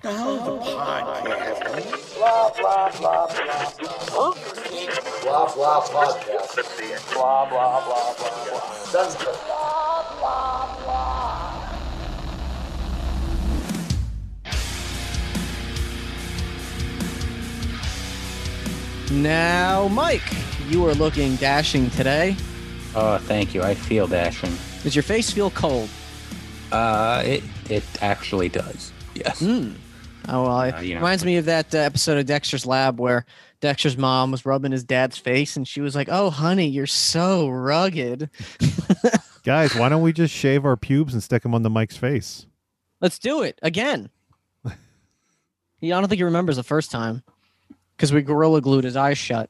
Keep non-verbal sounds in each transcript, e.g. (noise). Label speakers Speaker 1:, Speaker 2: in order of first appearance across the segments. Speaker 1: The hell's a podcast?
Speaker 2: Blah, blah, blah, blah, blah.
Speaker 3: Blah blah podcast.
Speaker 2: Blah, blah, blah, blah, blah.
Speaker 3: Sounds good.
Speaker 4: Now, Mike, you are looking dashing today.
Speaker 5: Oh, thank you. I feel dashing.
Speaker 4: Does your face feel cold?
Speaker 5: Uh, it it actually does. Yes.
Speaker 4: Oh, well, it
Speaker 5: Uh, you know.
Speaker 4: reminds me of that uh, episode of Dexter's Lab where Dexter's mom was rubbing his dad's face and she was like, Oh, honey, you're so rugged.
Speaker 6: Guys, why don't we just shave our pubes and stick them on the Mike's face?
Speaker 4: Let's do it again. (laughs) yeah, I don't think he remembers the first time because we gorilla glued his
Speaker 5: (laughs)
Speaker 4: eyes shut.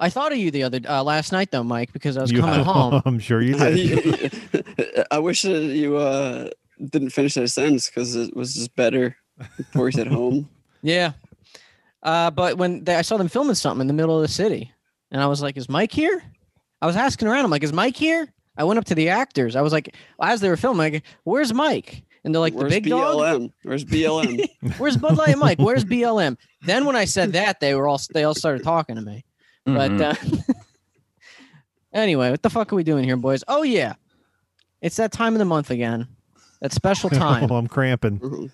Speaker 4: I thought of you the other uh, last night though, Mike, because I was
Speaker 6: You- (laughs)
Speaker 4: coming home.
Speaker 6: I'm sure you did.
Speaker 5: (laughs)
Speaker 7: (laughs) I wish that you uh, didn't finish that sentence because it was just better. Boris at home.
Speaker 4: Yeah. Uh, but when they, I saw them filming something in the middle of the city, and I was like, "Is Mike here?" I was asking around. I'm like, "Is Mike here?" I went up to the actors. I was like, as they were filming, like, "Where's Mike?" And they're like, (laughs) "The
Speaker 7: Where's
Speaker 4: big dog.
Speaker 7: BLM?
Speaker 4: (laughs)
Speaker 7: Where's BLM?
Speaker 4: Where's Bud Light and Mike? Where's BLM?" Then when I said that, they were all they all started talking to me. But
Speaker 5: Mhm.
Speaker 4: uh, (laughs) anyway, what the fuck are we doing here, boys? Oh yeah, it's that time of the month again.
Speaker 6: (laughs)
Speaker 4: That special time.
Speaker 6: oh, I'm cramping.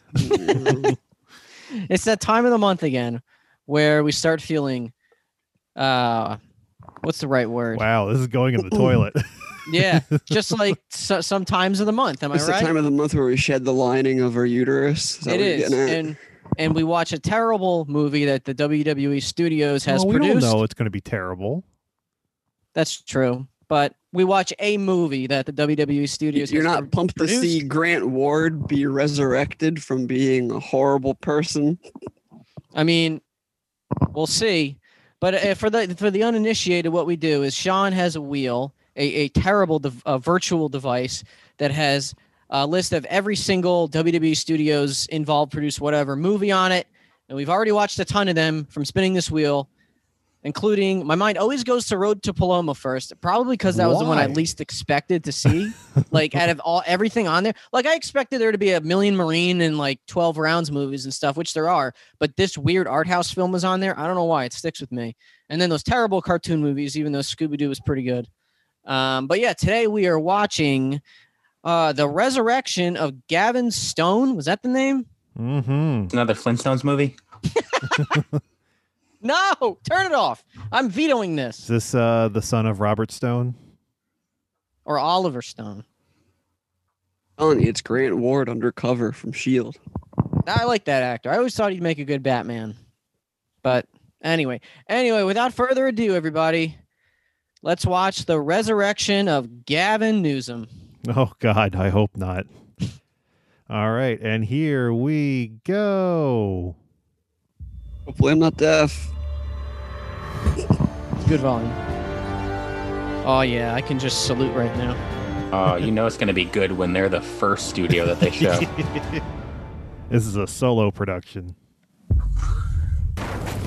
Speaker 4: it's that time of the month again where we start feeling uh what's the right word
Speaker 6: Wow, this is going in the toilet.
Speaker 4: (laughs) yeah just like so, some times of the month am i
Speaker 7: it's
Speaker 4: right
Speaker 7: the time of the month where we shed the lining of our uterus. Is
Speaker 4: it
Speaker 7: that what you're
Speaker 4: is
Speaker 7: getting at?
Speaker 4: and and we watch a terrible movie that the wwe studios has
Speaker 6: Well, we
Speaker 4: produced
Speaker 6: all know it's going to be terrible.
Speaker 4: that's true but we watch a movie that the wwe studios
Speaker 7: you're
Speaker 4: has
Speaker 7: not
Speaker 4: pr-
Speaker 7: pumped to see
Speaker 4: produced.
Speaker 7: Grant Ward be resurrected from being a horrible person.
Speaker 4: i mean we'll see but uh, for the for the uninitiated what we do is sean has a wheel a, a terrible dev- uh, virtual device that has a list of every single WWE Studios involved, produced whatever movie on it. And we've already watched a ton of them from spinning this wheel, including my mind always goes to Road to Paloma first, probably because that was the one I
Speaker 6: Why?
Speaker 4: least expected to see. like out of all everything on there, like I expected there to be a million Marine and like 12 rounds movies and stuff, which there are, but this weird art house film was on there. I don't know why it sticks with me. And then those terrible cartoon movies, even though Scooby Doo was pretty good. Um, but yeah, today we are watching uh, the resurrection of Gavin Stone. Was that the name?
Speaker 6: Mm-hmm.
Speaker 5: It's another Flintstones movie.
Speaker 4: No, turn it off. I'm vetoing
Speaker 6: Is
Speaker 4: this.
Speaker 6: this uh, the son of Robert Stone? (laughs)
Speaker 4: Or Oliver Stone.
Speaker 7: telling you, it's Grant Ward undercover from Shield.
Speaker 4: I like that actor. I always thought he'd make a good Batman. But anyway, anyway, without further ado, everybody, let's watch the resurrection of Gavin Newsom.
Speaker 6: Oh God, I hope not. All right, and here we go.
Speaker 7: Hopefully, I'm not deaf.
Speaker 4: Good volume. Oh yeah, I can just salute right now.
Speaker 8: (laughs)
Speaker 5: Oh, you know it's going to be good when they're the first studio that they
Speaker 6: (laughs)
Speaker 5: show.
Speaker 6: This is a solo production.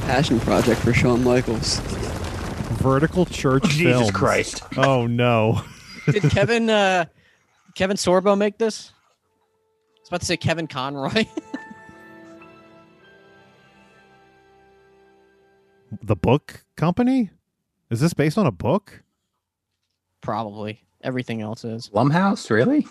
Speaker 7: Passion project for Shawn Michaels.
Speaker 6: Vertical Church
Speaker 5: (laughs) Jesus
Speaker 6: Films.
Speaker 5: Christ.
Speaker 6: Oh no.
Speaker 4: Did Kevin uh Kevin Sorbo make this? I was about to say Kevin Conroy. (laughs)
Speaker 6: The book company? Is this based on a book?
Speaker 4: Probably. Everything else is.
Speaker 5: Blumhouse, really?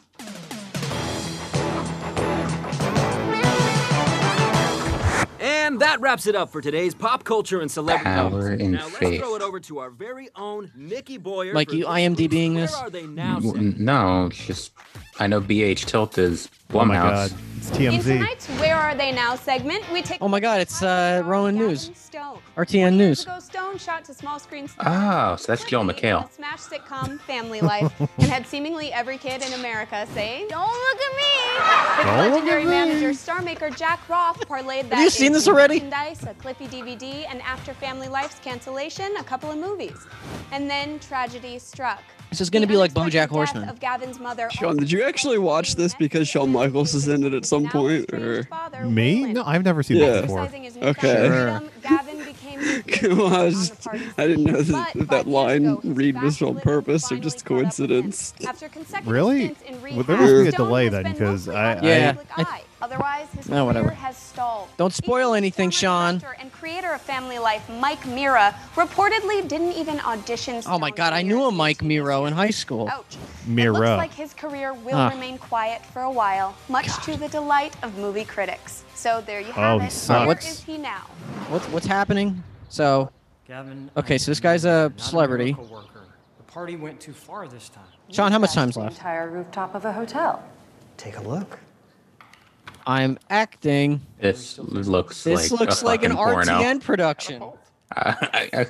Speaker 8: And that wraps it up for today's pop culture and celebrity.
Speaker 5: Power
Speaker 8: news.
Speaker 5: and
Speaker 8: now let's
Speaker 5: faith.
Speaker 8: throw it over to our very own Nikki Boyer.
Speaker 4: Mike,
Speaker 8: for
Speaker 4: you
Speaker 8: this
Speaker 4: IMDBing
Speaker 8: week's
Speaker 4: this?
Speaker 8: Where are they now?
Speaker 5: N-
Speaker 8: segment.
Speaker 5: No, it's just I know BH Tilt is Blumhouse.
Speaker 6: Oh my God, it's
Speaker 9: In
Speaker 6: TMZ.
Speaker 9: tonight's Where Are They Now segment, we take.
Speaker 4: Oh my God, it's, uh, Rowan
Speaker 9: Gavin
Speaker 4: News.
Speaker 9: Stone.
Speaker 4: RTN
Speaker 9: Years
Speaker 4: News. Ah.
Speaker 9: ago, Stone shot to small screen
Speaker 5: Oh, so that's Joel McHale.
Speaker 9: a Smash sitcom
Speaker 4: (laughs)
Speaker 9: Family Life and had seemingly every kid in America say, Don't look at me!
Speaker 6: Don't look
Speaker 9: With legendary
Speaker 6: at me.
Speaker 9: manager, star maker Jack Roth parlayed that.
Speaker 4: you seen
Speaker 9: into
Speaker 4: this already?
Speaker 9: Merchandise, a Cliffy DVD, and after Family Life's cancellation, a couple of movies. And then tragedy struck.
Speaker 4: This is gonna
Speaker 9: The
Speaker 4: be like
Speaker 9: unexpected
Speaker 4: BoJack
Speaker 9: death
Speaker 4: Horseman.
Speaker 9: Of Gavin's mother.
Speaker 7: Sean, did you actually watch this because Shawn Michaels is in it at some point, or-
Speaker 6: Me? No, I've never seen that
Speaker 7: Yeah.
Speaker 6: before.
Speaker 7: Okay.
Speaker 9: Gavin became
Speaker 7: (laughs) Come on, I, was just- I didn't know that, that, that line read was on purpose or just coincidence.
Speaker 6: Really?
Speaker 9: Really?
Speaker 6: Well, there
Speaker 7: must be a
Speaker 6: delay then, 'cause I-
Speaker 4: Yeah. I-
Speaker 9: Otherwise, his
Speaker 4: Oh, whatever.
Speaker 9: career has stalled.
Speaker 4: Don't spoil
Speaker 9: Even
Speaker 4: anything,
Speaker 9: former
Speaker 4: Sean.
Speaker 9: director And creator of Family Life, Mike Mira, reportedly didn't even audition.
Speaker 4: Oh my
Speaker 9: Stone
Speaker 4: God, I
Speaker 9: for
Speaker 4: knew a
Speaker 9: years
Speaker 4: Mike
Speaker 9: into his
Speaker 4: Miro in high school.
Speaker 9: Ouch. It looks
Speaker 6: Miro.
Speaker 9: like his career will
Speaker 4: Ah.
Speaker 9: remain quiet for a while, much to the delight of movie critics. So there you have
Speaker 6: Oh, he
Speaker 9: it.
Speaker 6: sucks.
Speaker 9: Where
Speaker 4: What's-
Speaker 9: is he now?
Speaker 4: What's what's happening? So
Speaker 10: Gavin.
Speaker 4: Okay,
Speaker 10: I
Speaker 4: so this
Speaker 10: am
Speaker 4: guy's a
Speaker 10: not miracle
Speaker 4: celebrity.
Speaker 10: worker. The party went too far this time.
Speaker 4: Sean, how much time's left?
Speaker 11: Entire rooftop of a hotel.
Speaker 10: Take a look.
Speaker 4: I'm acting.
Speaker 5: This looks
Speaker 4: This
Speaker 5: like
Speaker 4: looks
Speaker 5: a
Speaker 4: like an
Speaker 5: fucking porno.
Speaker 4: RTN production.
Speaker 5: I- I-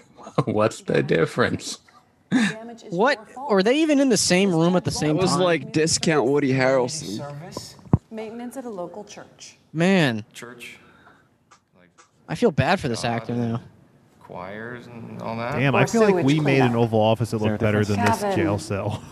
Speaker 5: I- (laughs) what's the difference?
Speaker 11: Damage is
Speaker 4: What?
Speaker 11: your fault.
Speaker 4: Were they even in the same room at the
Speaker 11: It
Speaker 7: It
Speaker 4: same
Speaker 7: was
Speaker 4: time?
Speaker 7: like discount Woody Harrelson.
Speaker 10: Service?
Speaker 11: Maintenance at a local church.
Speaker 4: Man,
Speaker 10: Church? Like
Speaker 4: I feel bad for this actor now.
Speaker 10: choirs and all that?
Speaker 6: Damn, I
Speaker 11: Or
Speaker 6: feel like
Speaker 11: sewage
Speaker 6: we made an
Speaker 11: cleanup.
Speaker 6: Oval Office that looked better than this
Speaker 11: Gavin.
Speaker 6: jail cell.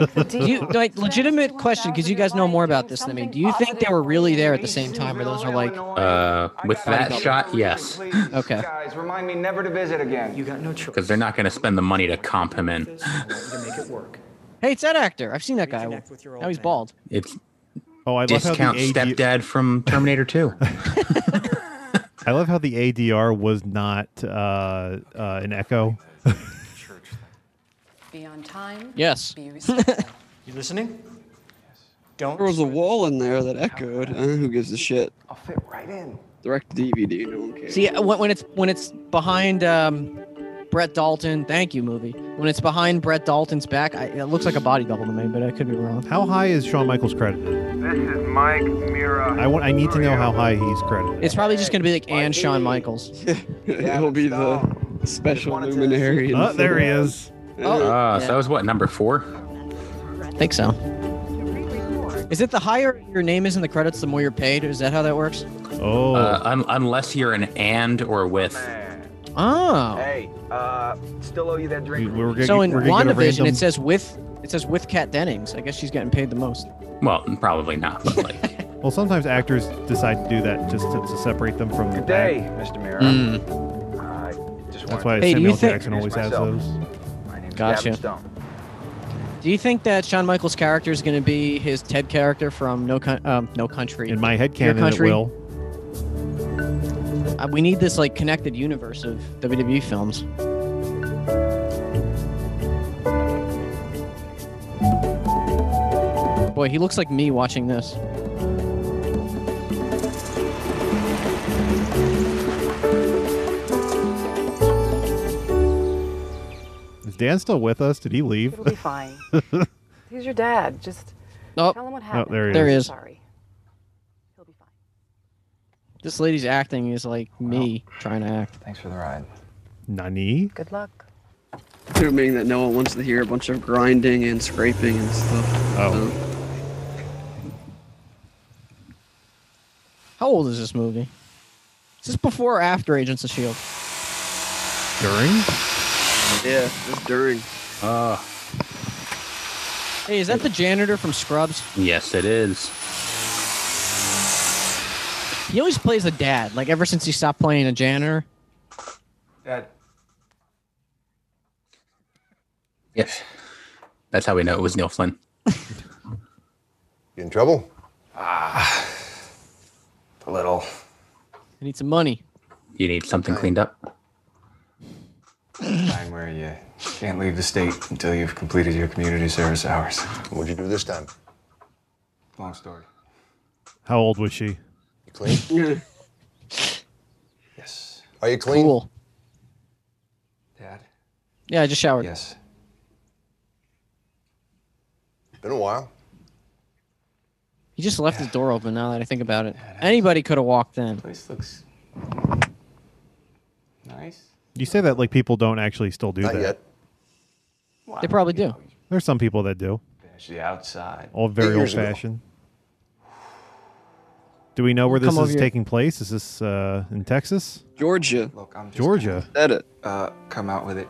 Speaker 11: Take
Speaker 6: (laughs)
Speaker 11: the deal.
Speaker 4: Do you, like, legitimate question, because you guys know more about this than me. Do you think they were really there at the same time, or those are like,
Speaker 5: Uh, with that shot, yes.
Speaker 4: okay?
Speaker 2: Guys, remind me never to visit again.
Speaker 10: You got no choice.
Speaker 5: Because they're not going to spend the money to comp him in.
Speaker 10: I want you to make it work.
Speaker 4: Hey, it's that actor. I've seen that guy.
Speaker 10: Reconnect with your old
Speaker 4: Now he's
Speaker 10: man.
Speaker 4: bald.
Speaker 5: It's
Speaker 6: Oh, I love how the
Speaker 5: discount
Speaker 6: AD
Speaker 5: stepdad from Terminator 2.
Speaker 6: (laughs) I love how the ADR was not uh, uh, an echo.
Speaker 10: Church.
Speaker 11: Be on time.
Speaker 4: Yes.
Speaker 11: Be
Speaker 4: (laughs)
Speaker 11: respectful.
Speaker 10: You listening? Don't.
Speaker 7: There was a wall in there that echoed. Uh, who gives a shit?
Speaker 2: I'll fit right in.
Speaker 7: Direct to DVD. No one cares.
Speaker 4: See, uh, when, when it's when it's behind um, Brett Dalton, thank you, movie. When it's behind Brett Dalton's back, I, it looks like a body double to me, but I could be wrong.
Speaker 6: How high is Shawn Michaels credited?
Speaker 2: This is Mike Mira.
Speaker 6: I want. I need to know how high he's credited.
Speaker 4: It's probably just gonna be like and Shawn
Speaker 7: (laughs)
Speaker 4: Michaels.
Speaker 7: He'll be the special
Speaker 2: wanted to-
Speaker 7: luminary. in
Speaker 6: Oh,
Speaker 7: the
Speaker 6: there he
Speaker 7: film.
Speaker 6: is.
Speaker 4: Oh,
Speaker 5: Uh, so that was what, number four?
Speaker 4: I think so. Is it the higher your name is in the credits, the more you're paid? Is that how that works?
Speaker 6: Oh,
Speaker 5: Uh, un- unless you're an and or with.
Speaker 4: Oh.
Speaker 2: Hey, uh, still owe you that
Speaker 6: we,
Speaker 2: drink.
Speaker 6: we're gonna,
Speaker 4: So in
Speaker 6: we're gonna get a
Speaker 4: WandaVision,
Speaker 6: random-
Speaker 4: it says with it says with Kat Dennings. I guess she's getting paid the most.
Speaker 5: Well, probably not, but like.
Speaker 6: Well, sometimes actors decide to do that just to, to separate them from the
Speaker 2: Good
Speaker 6: pack.
Speaker 2: day, Mr. Mira.
Speaker 5: Hmm.
Speaker 2: I Uh, just
Speaker 6: That's why
Speaker 2: wanted
Speaker 4: Hey, do you
Speaker 6: Samuel
Speaker 4: think-
Speaker 6: Jackson always has
Speaker 2: Introduce
Speaker 6: those.
Speaker 2: to- My name's
Speaker 4: Gotcha.
Speaker 2: Gavin Stone.
Speaker 4: Do you think that Shawn Michaels' character is going to be his Ted character from No Coun um, No Country?
Speaker 6: In my head canon, it
Speaker 4: country.
Speaker 6: will.
Speaker 4: Uh, we need this like connected universe of WWE films. Boy, he looks like me watching this.
Speaker 6: Is Dan still with us? Did he leave?
Speaker 11: It'll be fine. He's your dad. Just
Speaker 4: Oh,
Speaker 11: tell him what happened.
Speaker 6: there he
Speaker 4: There is. he is.
Speaker 11: Sorry. He'll be fine.
Speaker 4: this lady's acting is like me trying to act.
Speaker 2: Thanks for the ride.
Speaker 6: Nani?
Speaker 11: Good luck.
Speaker 7: Assuming that no one wants to hear a bunch of grinding and scraping and stuff. Um,
Speaker 6: Oh.
Speaker 4: How old is this movie? Is this before or after Agents of Shield? E
Speaker 6: During?
Speaker 7: So, yeah, just during.
Speaker 5: Oh,
Speaker 4: Hey, is that the janitor from Scrubs?
Speaker 5: yes, it is.
Speaker 4: He always plays a dad. Like ever since he stopped playing a janitor.
Speaker 2: Dad,
Speaker 5: Yes. That's how we know it was Neil Flynn.
Speaker 3: You in trouble?
Speaker 2: a little.
Speaker 4: I need some money.
Speaker 5: You need something cleaned up?
Speaker 10: Time where you can't leave the state until you've completed your community service hours.
Speaker 3: What'd you do this time?
Speaker 10: Long story.
Speaker 6: (laughs) How old was she?
Speaker 3: You clean?
Speaker 10: Yes.
Speaker 3: Are you clean?
Speaker 4: Cool.
Speaker 10: Dad?
Speaker 4: Yeah, I just showered.
Speaker 10: Yes.
Speaker 3: Been a while.
Speaker 4: He just left his door open now that I think about it. Anybody could have walked in.
Speaker 10: Place looks (laughs) nice.
Speaker 6: You say that like people don't actually still do
Speaker 3: Not
Speaker 6: that.
Speaker 3: yet.
Speaker 4: They probably do.
Speaker 6: There's some people that do.
Speaker 10: Actually, outside.
Speaker 6: All very
Speaker 3: Eight
Speaker 6: old
Speaker 3: years ago.
Speaker 6: fashioned. Do we know where this
Speaker 4: Come
Speaker 6: is
Speaker 4: over here.
Speaker 6: taking place? Is this uh, in Texas?
Speaker 7: Georgia.
Speaker 10: Look, I'm just
Speaker 6: Georgia?
Speaker 7: Said it.
Speaker 10: Gonna, uh, come out with it.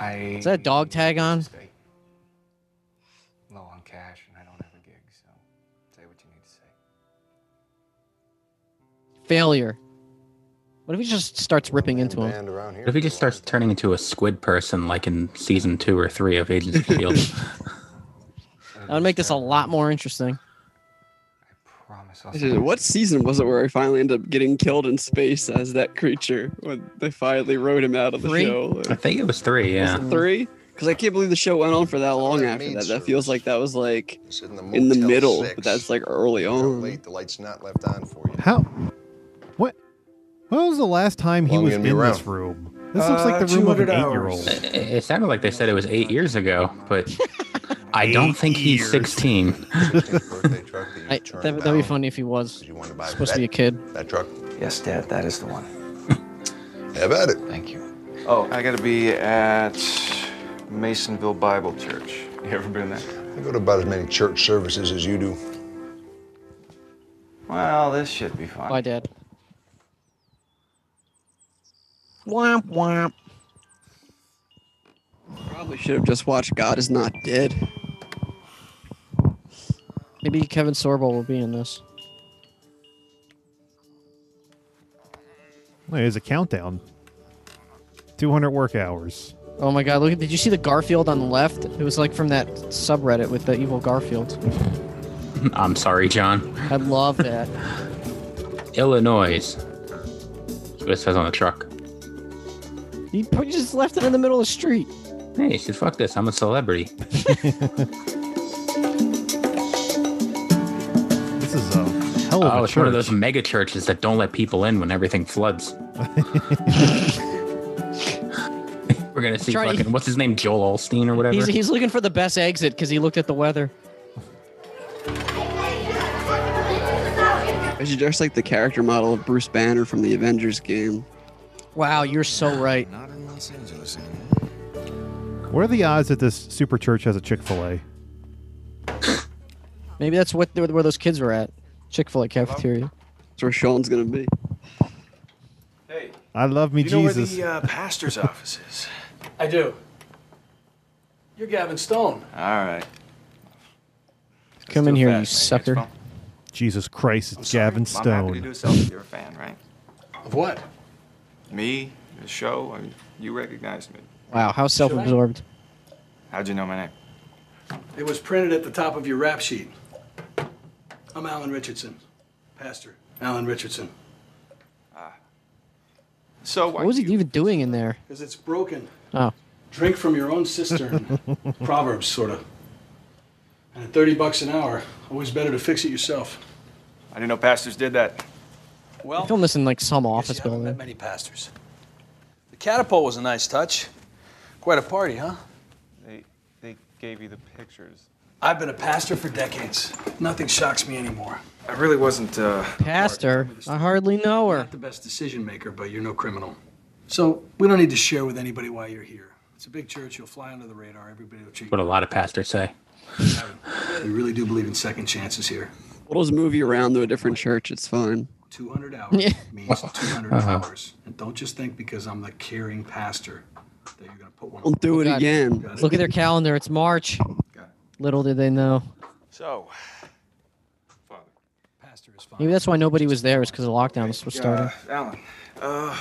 Speaker 10: I.
Speaker 4: Is that a dog tag on?
Speaker 10: stay Low on cash, and I don't have a gig, so say what you need to say.
Speaker 4: Failure. What if he just starts ripping into him?
Speaker 3: Band around here.
Speaker 5: What if he just starts turning into a squid person like in season two or three of Agents
Speaker 10: (laughs)
Speaker 5: of S.H.I.E.L.D.?
Speaker 4: That would make this a lot more interesting.
Speaker 10: I promise. I'll
Speaker 7: I said, What season was it where I finally ended up getting killed in space as that creature when they finally wrote him out of the
Speaker 5: Three?
Speaker 7: show?
Speaker 5: I think it was three. Yeah.
Speaker 7: Was it three? Because I can't believe the show went on for that long after
Speaker 3: maid
Speaker 7: that. That
Speaker 3: service.
Speaker 7: feels like that was like
Speaker 3: It's in the,
Speaker 7: in the
Speaker 3: Motel
Speaker 7: middle,
Speaker 3: six.
Speaker 7: but that's like early
Speaker 3: You're
Speaker 7: on.
Speaker 3: late. The light's not left on for you.
Speaker 6: How? What? When was the last time he
Speaker 3: Long
Speaker 6: was
Speaker 3: gonna
Speaker 6: in
Speaker 3: be
Speaker 6: this
Speaker 3: around.
Speaker 6: room? This looks like
Speaker 10: Uh,
Speaker 6: the room of an
Speaker 10: 200
Speaker 6: eight-year-old.
Speaker 10: hours.
Speaker 5: It, it sounded like they said it was eight years ago,
Speaker 6: (laughs)
Speaker 5: but I don't think he's 16.
Speaker 3: birthday truck that you
Speaker 4: I,
Speaker 3: turned
Speaker 4: that, that'd
Speaker 3: down
Speaker 4: be funny if he was
Speaker 3: because You want to buy
Speaker 4: supposed
Speaker 3: that,
Speaker 4: to be a kid.
Speaker 3: that truck?
Speaker 10: Yes, Dad, that is the one.
Speaker 3: Have at it.
Speaker 10: Thank you. Oh, I gotta be at Masonville Bible Church. You ever been there?
Speaker 3: I go to about as many church services as you do.
Speaker 10: Well, this should be fun.
Speaker 4: Bye, Dad. Womp womp.
Speaker 7: Probably should have just watched God is Not Dead.
Speaker 4: Maybe Kevin Sorbo will be in this.
Speaker 6: There's a countdown. 200 work hours.
Speaker 4: Oh my God! Look, at- did you see the Garfield on the left? It was like from that subreddit with the
Speaker 6: (laughs)
Speaker 4: evil Garfield.
Speaker 5: (laughs) I'm sorry, John.
Speaker 4: I love that.
Speaker 5: Illinois. That's what it says on the truck.
Speaker 4: he put- just left it in the middle of the street.
Speaker 5: Hey, shit, fuck this. I'm a
Speaker 6: (laughs)
Speaker 5: celebrity.
Speaker 6: This is a hell of
Speaker 5: Oh,
Speaker 6: a
Speaker 5: it's one of
Speaker 6: church.
Speaker 5: those mega churches that don't let people in when everything floods. We're gonna see
Speaker 4: Try to-
Speaker 5: fucking what's his name, Joel Olstein or whatever.
Speaker 4: He's, he's looking for the best exit because he looked at the weather.
Speaker 7: I should dress like the character model of Bruce Banner from the Avengers game.
Speaker 4: Wow, you're so right.
Speaker 10: Not in Los Angeles anymore.
Speaker 6: (laughs) What are the odds that this super church has a Chick fil A?
Speaker 4: Maybe that's what where those kids were at. Chick Fil A cafeteria.
Speaker 7: That's where Sean's gonna be.
Speaker 10: Hey,
Speaker 6: I love me
Speaker 1: You know where
Speaker 6: Jesus.
Speaker 1: the
Speaker 6: (laughs)
Speaker 1: uh, pastor's office is? I do. You're Gavin Stone.
Speaker 10: all right. Let's
Speaker 4: Come
Speaker 10: do
Speaker 4: in
Speaker 10: it
Speaker 4: here,
Speaker 10: fast,
Speaker 4: you
Speaker 10: man.
Speaker 4: sucker.
Speaker 10: Expo.
Speaker 6: Jesus Christ, it's Gavin
Speaker 10: I'm happy to
Speaker 6: Stone.
Speaker 10: do a selfie. You're a fan, right?
Speaker 1: Of what?
Speaker 10: Me, the show. I mean, you recognized me.
Speaker 4: Wow, how self-absorbed.
Speaker 10: How'd you know my name?
Speaker 1: It was printed at the top of your rap sheet. I'm Alan Richardson, pastor. Alan Richardson. Ah.
Speaker 10: So why
Speaker 4: What was he
Speaker 10: you-
Speaker 4: even doing in there?
Speaker 1: Because it's broken.
Speaker 6: (laughs)
Speaker 4: Oh,
Speaker 1: Drink from your own cistern. Proverbs, sort of. And at 30 bucks an hour, always better to fix it yourself.
Speaker 10: I didn't know pastors did that.
Speaker 4: I
Speaker 1: Well,
Speaker 4: filmed this in like some
Speaker 1: guess
Speaker 4: office
Speaker 1: you haven't met
Speaker 4: building.
Speaker 1: many pastors. The catapult was a nice touch. Quite a party, huh?
Speaker 10: They they gave you the pictures.
Speaker 1: I've been a pastor for decades. Nothing shocks me anymore.
Speaker 10: I really wasn't. uh...
Speaker 4: Pastor, I hardly know her.
Speaker 1: Not the best decision maker, but you're no criminal. So we don't need to share with anybody why you're here. It's a big church. You'll fly under the radar. Everybody will treat
Speaker 5: what a lot of pastors say.
Speaker 1: you. We really do believe in second chances here.
Speaker 7: We'll just move you around to a different church. It's fine.
Speaker 1: 200 hours means 200
Speaker 4: Uh-huh.
Speaker 1: hours. And don't just think because I'm the caring pastor that you're going to put one
Speaker 7: Don't do it
Speaker 4: Oh, God.
Speaker 7: again.
Speaker 1: Got it.
Speaker 4: Look at their calendar. It's March. Little did they know.
Speaker 10: So, Father.
Speaker 1: pastor is fine.
Speaker 4: Maybe that's why nobody was there. Is because the lockdown was starting.
Speaker 10: Uh, Alan. Uh.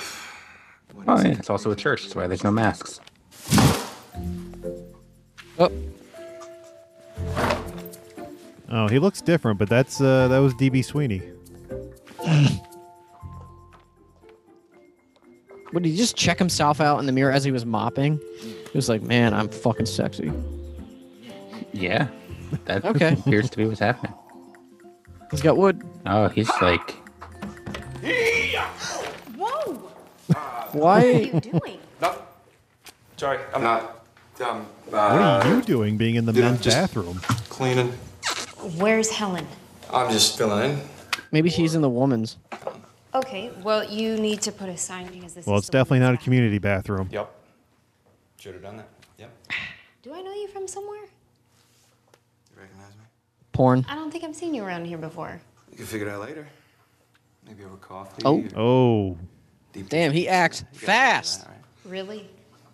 Speaker 10: what
Speaker 5: Oh,
Speaker 10: is
Speaker 5: yeah,
Speaker 10: it?
Speaker 5: it's also a church. That's why there's no masks.
Speaker 4: Oh,
Speaker 6: Oh, he looks different, but that's uh, that was DB Sweeney.
Speaker 4: would he just check himself out in the mirror as he was mopping? He was like, "Man, I'm fucking sexy."
Speaker 5: Yeah. That
Speaker 4: Okay.
Speaker 5: appears to be what's happening.
Speaker 4: He's got wood.
Speaker 5: Oh, he's like
Speaker 11: Whoa!
Speaker 4: Why?
Speaker 11: you doing?
Speaker 10: No. Sorry, I'm not. Um.
Speaker 6: What
Speaker 10: Uh,
Speaker 6: are you doing being in the
Speaker 10: dude, I'm
Speaker 6: men's
Speaker 10: just-
Speaker 6: bathroom?
Speaker 10: cleaning.
Speaker 11: Where's Helen?
Speaker 10: I'm just filling in.
Speaker 4: Maybe he's in the woman's.
Speaker 11: Okay, well, you need to put a sign because this
Speaker 6: Well,
Speaker 11: is
Speaker 6: it's
Speaker 11: the
Speaker 6: definitely not a
Speaker 11: women's
Speaker 6: community bathroom.
Speaker 10: Yep. Should have done that. Yep.
Speaker 11: bathroom. Do I know you from somewhere?
Speaker 10: You recognize me?
Speaker 4: Porn.
Speaker 11: I don't think I've seen you around here before.
Speaker 10: You can figure it out later. Maybe over coffee.
Speaker 4: Oh.
Speaker 10: or
Speaker 6: Oh,
Speaker 10: deep
Speaker 4: Damn, he acts
Speaker 10: You guys
Speaker 4: fast.
Speaker 10: know that, right?
Speaker 11: Really?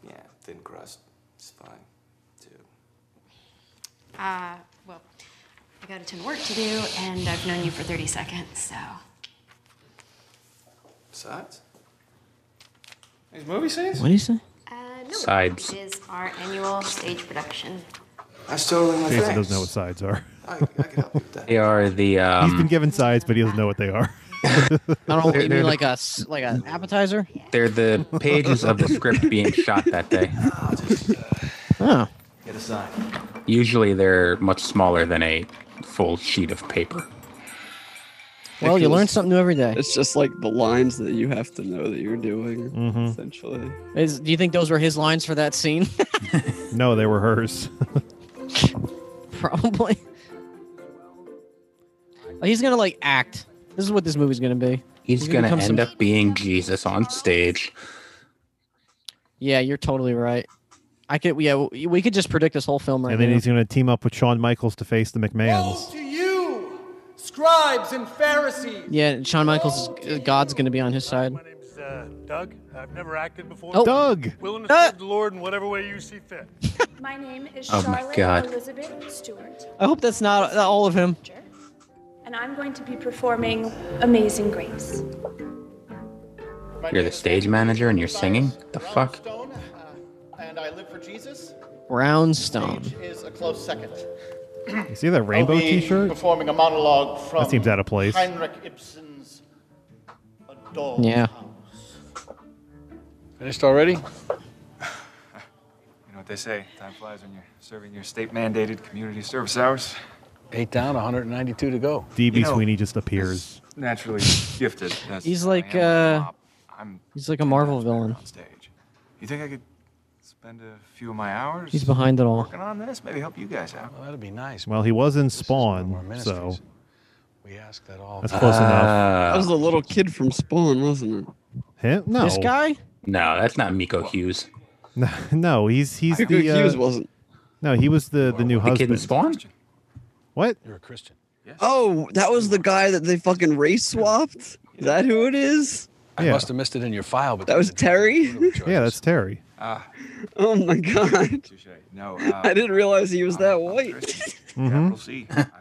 Speaker 10: Yeah, thin crust. It's fine, dude.
Speaker 11: Uh, well, I got a ton of work to do, and I've known you for 30 seconds, so.
Speaker 10: Besides, these movie scenes.
Speaker 4: What do you say?
Speaker 11: Uh, no,
Speaker 5: Sides.
Speaker 11: It is our annual stage production.
Speaker 10: That's totally my
Speaker 6: Jason
Speaker 10: thing.
Speaker 6: doesn't know what sides are.
Speaker 5: They are the.
Speaker 6: He's been
Speaker 5: Um,
Speaker 6: given sides, but he doesn't know what they
Speaker 4: (laughs)
Speaker 6: are. I
Speaker 4: don't
Speaker 5: They're- they're
Speaker 4: you mean
Speaker 5: the-
Speaker 4: like a s- like an appetizer?
Speaker 5: they're the pages of the script being shot that day.
Speaker 4: Oh.
Speaker 10: Get a sign.
Speaker 5: Usually they're much smaller than a full sheet of paper.
Speaker 4: Well, you learn something new every day.
Speaker 7: It's just like the lines that you have to know that you're doing, essentially.
Speaker 4: Is, do you think those were his lines for that scene? (laughs)
Speaker 6: No, they were hers.
Speaker 4: Probably. Oh, He's gonna like act. This is what this movie's gonna be.
Speaker 5: He's gonna
Speaker 4: become
Speaker 5: end
Speaker 4: some-
Speaker 5: up being Jesus on stage.
Speaker 4: Yeah, you're totally right. I could. Yeah, we we could just predict this whole film right
Speaker 6: and then
Speaker 4: now.
Speaker 6: he's going to team up with Shawn Michaels to face the McMahons.
Speaker 12: To you, scribes and Pharisees.
Speaker 4: Yeah, Shawn Michaels, is, God's gonna be on his side.
Speaker 12: name's uh, Doug. I've never acted before.
Speaker 4: Oh. Doug.
Speaker 12: Willing to serve the Lord in whatever way you see fit.
Speaker 13: (laughs) My name is
Speaker 4: Oh my
Speaker 13: Charlotte
Speaker 4: God.
Speaker 13: Elizabeth Stewart,
Speaker 4: I hope that's not uh, all of him.
Speaker 13: and I'm going to be performing Amazing Grace.
Speaker 5: You're the stage manager and you're singing? The fuck?
Speaker 12: And I live for Jesus.
Speaker 4: Brownstone.
Speaker 12: Is a close second.
Speaker 6: You see that rainbow
Speaker 12: I'll be
Speaker 6: T-shirt?
Speaker 12: Performing a monologue from
Speaker 6: That seems out of place.
Speaker 12: Heinrich Ibsen's A Doll's
Speaker 6: Yeah.
Speaker 1: Finished already?
Speaker 10: You know what they say, time flies when you're serving your state mandated community service hours.
Speaker 1: Eight down, 192 to go.
Speaker 6: DB Sweeney just appears.
Speaker 10: Naturally gifted. That's
Speaker 4: He's
Speaker 10: what I
Speaker 4: like
Speaker 10: am.
Speaker 4: uh,
Speaker 10: I'm-
Speaker 4: he's like a Marvel villain.
Speaker 10: You think I could spend a few of my hours
Speaker 4: He's behind it all.
Speaker 10: working on this? Maybe help you guys out. Well, that'd be nice.
Speaker 6: Well, he was in Spawn, so
Speaker 10: We ask that all.
Speaker 6: that's close enough.
Speaker 5: Ah.
Speaker 7: That was the little kid from Spawn, wasn't
Speaker 6: Him? No.
Speaker 7: This guy?
Speaker 5: No, that's not Miko Hughes.
Speaker 6: No, no he's he's
Speaker 5: Hugo
Speaker 6: the. Uh,
Speaker 5: Hughes wasn't.
Speaker 6: No, he was the the new
Speaker 5: The
Speaker 6: husband.
Speaker 5: kid in Spawn?
Speaker 6: What?
Speaker 1: You're a Christian.
Speaker 7: it? Oh, that was the guy that they fucking race swapped? Is that who it is?
Speaker 1: I must have missed it in your file, but
Speaker 7: That was Terry?
Speaker 6: Yeah, that's Terry.
Speaker 10: Ah,
Speaker 7: (laughs) oh my god. (laughs)
Speaker 10: no. uh,
Speaker 7: I didn't realize he was that white. (laughs)
Speaker 6: Mm-hmm.
Speaker 4: Mm-hmm.
Speaker 10: Capital C. I've had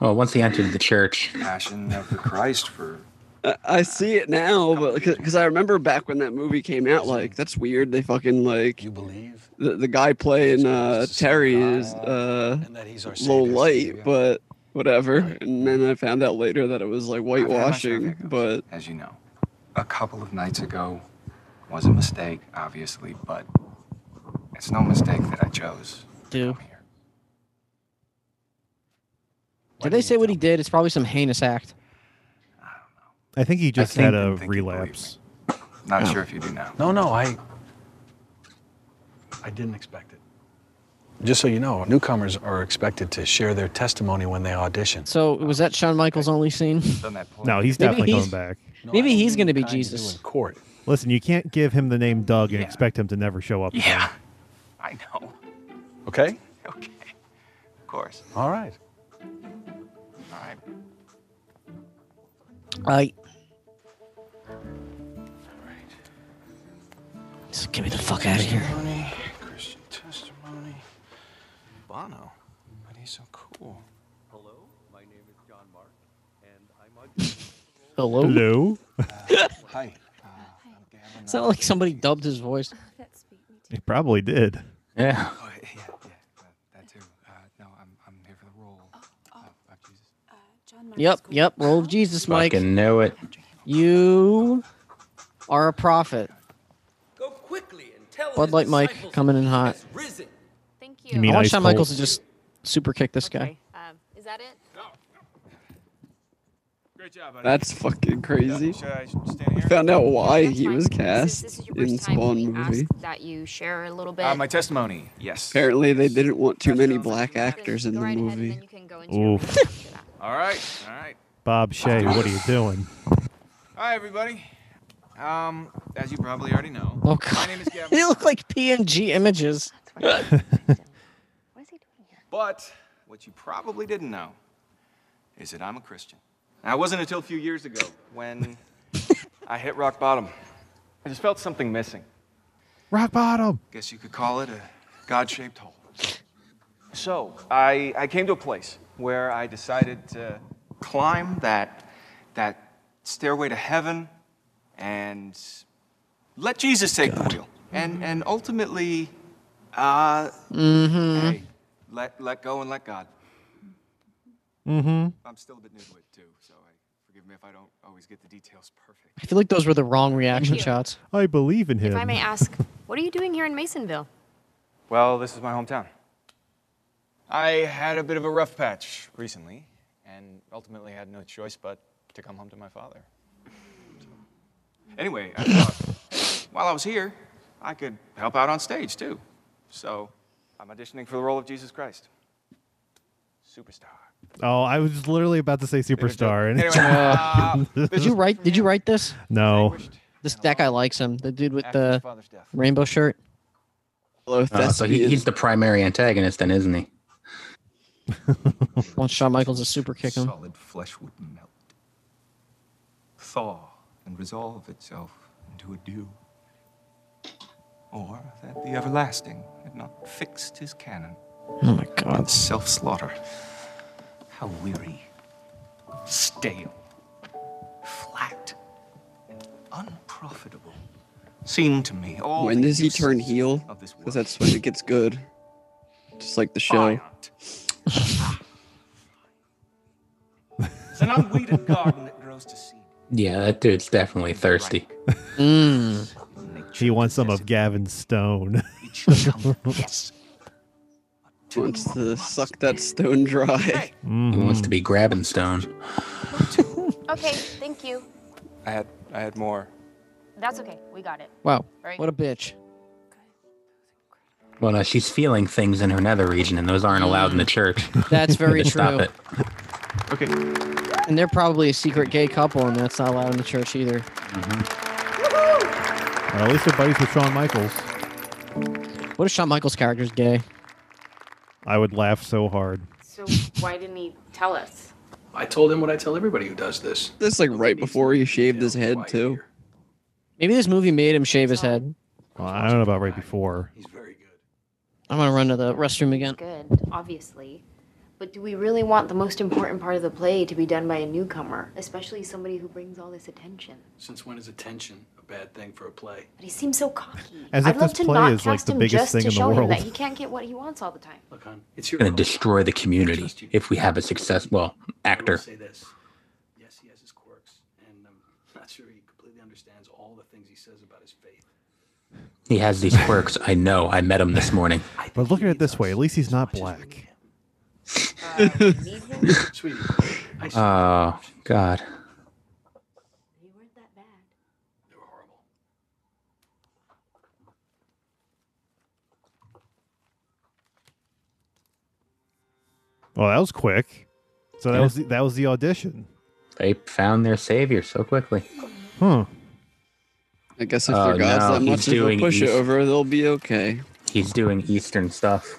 Speaker 5: Well, Oh, once he entered the church.
Speaker 10: Passion of the Christ for.
Speaker 7: I- I see it now, but because I remember back when that movie came out, like that's weird. They fucking like you believe the, the guy playing uh, Terry is uh, low light, but whatever. And then I found out later that it was like whitewashing. But
Speaker 10: as you know, a couple of nights ago was a mistake, obviously, but it's no mistake that I chose.
Speaker 4: Do. Did they say what he did? It's probably some heinous act.
Speaker 6: I think he just
Speaker 4: think-
Speaker 6: had
Speaker 4: I
Speaker 6: a
Speaker 4: think he
Speaker 6: relapse.
Speaker 10: Not sure if you do now.
Speaker 1: No, no, I. I didn't expect it. Just so you know, newcomers are expected to share their testimony when they audition.
Speaker 4: So was that Shawn Michaels' only scene?
Speaker 6: No, he's
Speaker 4: Maybe
Speaker 6: definitely
Speaker 4: he's-
Speaker 6: going back.
Speaker 4: Maybe he's gonna be Jesus.
Speaker 1: Court.
Speaker 6: Listen, you can't give him the name Doug and expect him to never show up.
Speaker 10: Yeah. I know.
Speaker 1: Okay?
Speaker 10: (laughs) Okay. Of course.
Speaker 1: All right.
Speaker 10: All right.
Speaker 4: Right. Just get me the fuck out of here.
Speaker 10: Testimony, Christian testimony. Bono, but he's so cool. Hello, my name is John Mark, and I'm (laughs)
Speaker 4: Hello.
Speaker 6: Hello.
Speaker 10: Hi.
Speaker 4: It's not like somebody dubbed his voice.
Speaker 6: He probably did.
Speaker 5: Yeah.
Speaker 10: Oh, yeah, yeah, that- that too. Uh, no, I'm, I'm here for the role
Speaker 12: Oh,
Speaker 10: of, of Jesus.
Speaker 12: Uh,
Speaker 4: Yep, yep. Roll of Jesus, Mike.
Speaker 5: Fucking know it.
Speaker 4: You are a prophet.
Speaker 12: Go quickly and tell
Speaker 4: Bud
Speaker 12: his
Speaker 4: Light Mike
Speaker 12: disciples
Speaker 4: coming in
Speaker 12: he
Speaker 4: hot.
Speaker 12: has risen. Thank
Speaker 4: I want Shawn Michaels to just super kick this guy.
Speaker 9: Um, is that it?
Speaker 10: Great job,
Speaker 7: that's fucking crazy.
Speaker 10: Should I
Speaker 7: I found out why he was cast in Spawn movie.
Speaker 9: That you share a little bit.
Speaker 10: Uh, my testimony, yes.
Speaker 7: Apparently, they didn't want too many black actors in the movie.
Speaker 6: Oof.
Speaker 10: All right, all right.
Speaker 6: Bob Shay, what are you doing?
Speaker 10: Hi, everybody. Um, as you probably already know,
Speaker 4: Oh
Speaker 10: my
Speaker 4: god. (laughs)
Speaker 10: name is Gavin.
Speaker 4: they look like PNG images.
Speaker 6: (laughs)
Speaker 10: But what you probably didn't know is that I'm a Christian. Now, it wasn't until a few years ago
Speaker 4: (laughs)
Speaker 10: when I hit rock bottom. I just felt something missing.
Speaker 6: Rock bottom.
Speaker 10: Guess you could call it a God shaped hole. So I, I came to a place where I decided to climb that, that stairway to heaven and let Jesus take the wheel. And, and ultimately, uh,
Speaker 4: Mm-hmm.
Speaker 10: hey, let, let go and let God.
Speaker 6: Mm-hmm.
Speaker 10: I'm still a bit new to it, too, so I, forgive me if I don't always get the details perfect.
Speaker 4: I feel like those were the wrong reaction shots.
Speaker 6: I believe in
Speaker 10: him.
Speaker 12: If I may ask, what are you doing here
Speaker 6: (laughs)
Speaker 12: in Masonville?
Speaker 10: Well, this is my hometown. I had a bit of a rough patch recently, and ultimately had no choice but to come home to my father. Anyway, I thought while I was here, I could help out on stage too. So I'm auditioning for the role of Jesus Christ. Superstar.
Speaker 6: Oh, I was literally about to say superstar. And
Speaker 10: Anyway, uh,
Speaker 6: (laughs)
Speaker 4: did you write? Did you write this?
Speaker 6: No.
Speaker 4: This that guy likes him. The dude with
Speaker 10: After
Speaker 4: the
Speaker 10: his father's death.
Speaker 4: rainbow shirt.
Speaker 5: Uh, so he, he's the primary antagonist, then, isn't he?
Speaker 4: Once Shawn Michaels a super kick him.
Speaker 10: Solid flesh would melt, thaw, and resolve itself into a dew. Or that the everlasting had not fixed his canon.
Speaker 4: Oh my God.
Speaker 10: Self slaughter. How weary,
Speaker 14: (laughs)
Speaker 10: stale, flat, and unprofitable seemed to me all
Speaker 7: When
Speaker 10: the
Speaker 7: does he
Speaker 10: uses
Speaker 7: turn heel? Because that's when it gets good. Just like the show.
Speaker 10: It's an unweeded garden that grows to seed.
Speaker 5: Yeah, that dude's definitely thirsty.
Speaker 4: Mm.
Speaker 6: She wants some of Gavin
Speaker 4: (laughs)
Speaker 6: Stone.
Speaker 10: yes.
Speaker 7: Wants to suck that stone (laughs) dry.
Speaker 4: Mm-hmm.
Speaker 5: He wants to be grabbing stone.
Speaker 12: Okay, thank you.
Speaker 10: I had I had more.
Speaker 12: That's okay. We got it.
Speaker 4: Wow,
Speaker 12: Right.
Speaker 4: what a bitch.
Speaker 5: Well, no, she's feeling things in her nether region, and those aren't allowed in the church.
Speaker 4: That's very
Speaker 5: Just (laughs) Stop
Speaker 4: true.
Speaker 5: it.
Speaker 10: Okay.
Speaker 4: And they're probably a secret gay couple, and that's not allowed in the church either.
Speaker 6: Well, at least they're buddies with Shawn Michaels.
Speaker 4: What if Shawn Michaels' character's gay?
Speaker 6: I would laugh so hard.
Speaker 12: So why didn't he tell us?
Speaker 1: I told him what I tell everybody who does this.
Speaker 7: That's like right before he shaved his head too.
Speaker 4: Maybe this movie made him shave his head.
Speaker 6: Well, I don't know about right before.
Speaker 4: I'm gonna run to the restroom again.
Speaker 12: Good, obviously. But do we really want the most important part of the play to be done by a newcomer, especially somebody who brings all this attention?
Speaker 1: Since when is attention a bad thing for a play?
Speaker 12: But he seems so cocky.
Speaker 6: As if
Speaker 12: I'd love
Speaker 6: this
Speaker 12: to
Speaker 6: play
Speaker 12: not
Speaker 6: is, like,
Speaker 12: cast
Speaker 6: the
Speaker 12: him
Speaker 6: biggest
Speaker 12: just
Speaker 6: thing
Speaker 12: to
Speaker 6: in the
Speaker 12: show him
Speaker 6: world.
Speaker 12: that he can't get what he wants all the time.
Speaker 1: Look, hon, it's
Speaker 5: Going to destroy the community if we have a successful actor.
Speaker 1: say this. Yes, he has his quirks, and I'm (laughs) not sure he completely understands all the things he says about his faith.
Speaker 5: He has these quirks. I know. I met him this morning.
Speaker 6: But look at it this way. At least he's not black.
Speaker 5: Uh,
Speaker 3: (laughs)
Speaker 1: Sweetie, I see.
Speaker 5: Oh God.
Speaker 6: Well, that was quick. So that
Speaker 5: Yeah.
Speaker 6: was the, that was the audition.
Speaker 5: They found their savior so quickly.
Speaker 6: Huh.
Speaker 7: I guess if
Speaker 5: Oh,
Speaker 7: their god's
Speaker 5: no,
Speaker 7: that
Speaker 5: he's
Speaker 7: much of a
Speaker 5: doing
Speaker 7: push
Speaker 5: East-
Speaker 7: over, they'll be okay.
Speaker 5: He's doing Eastern stuff.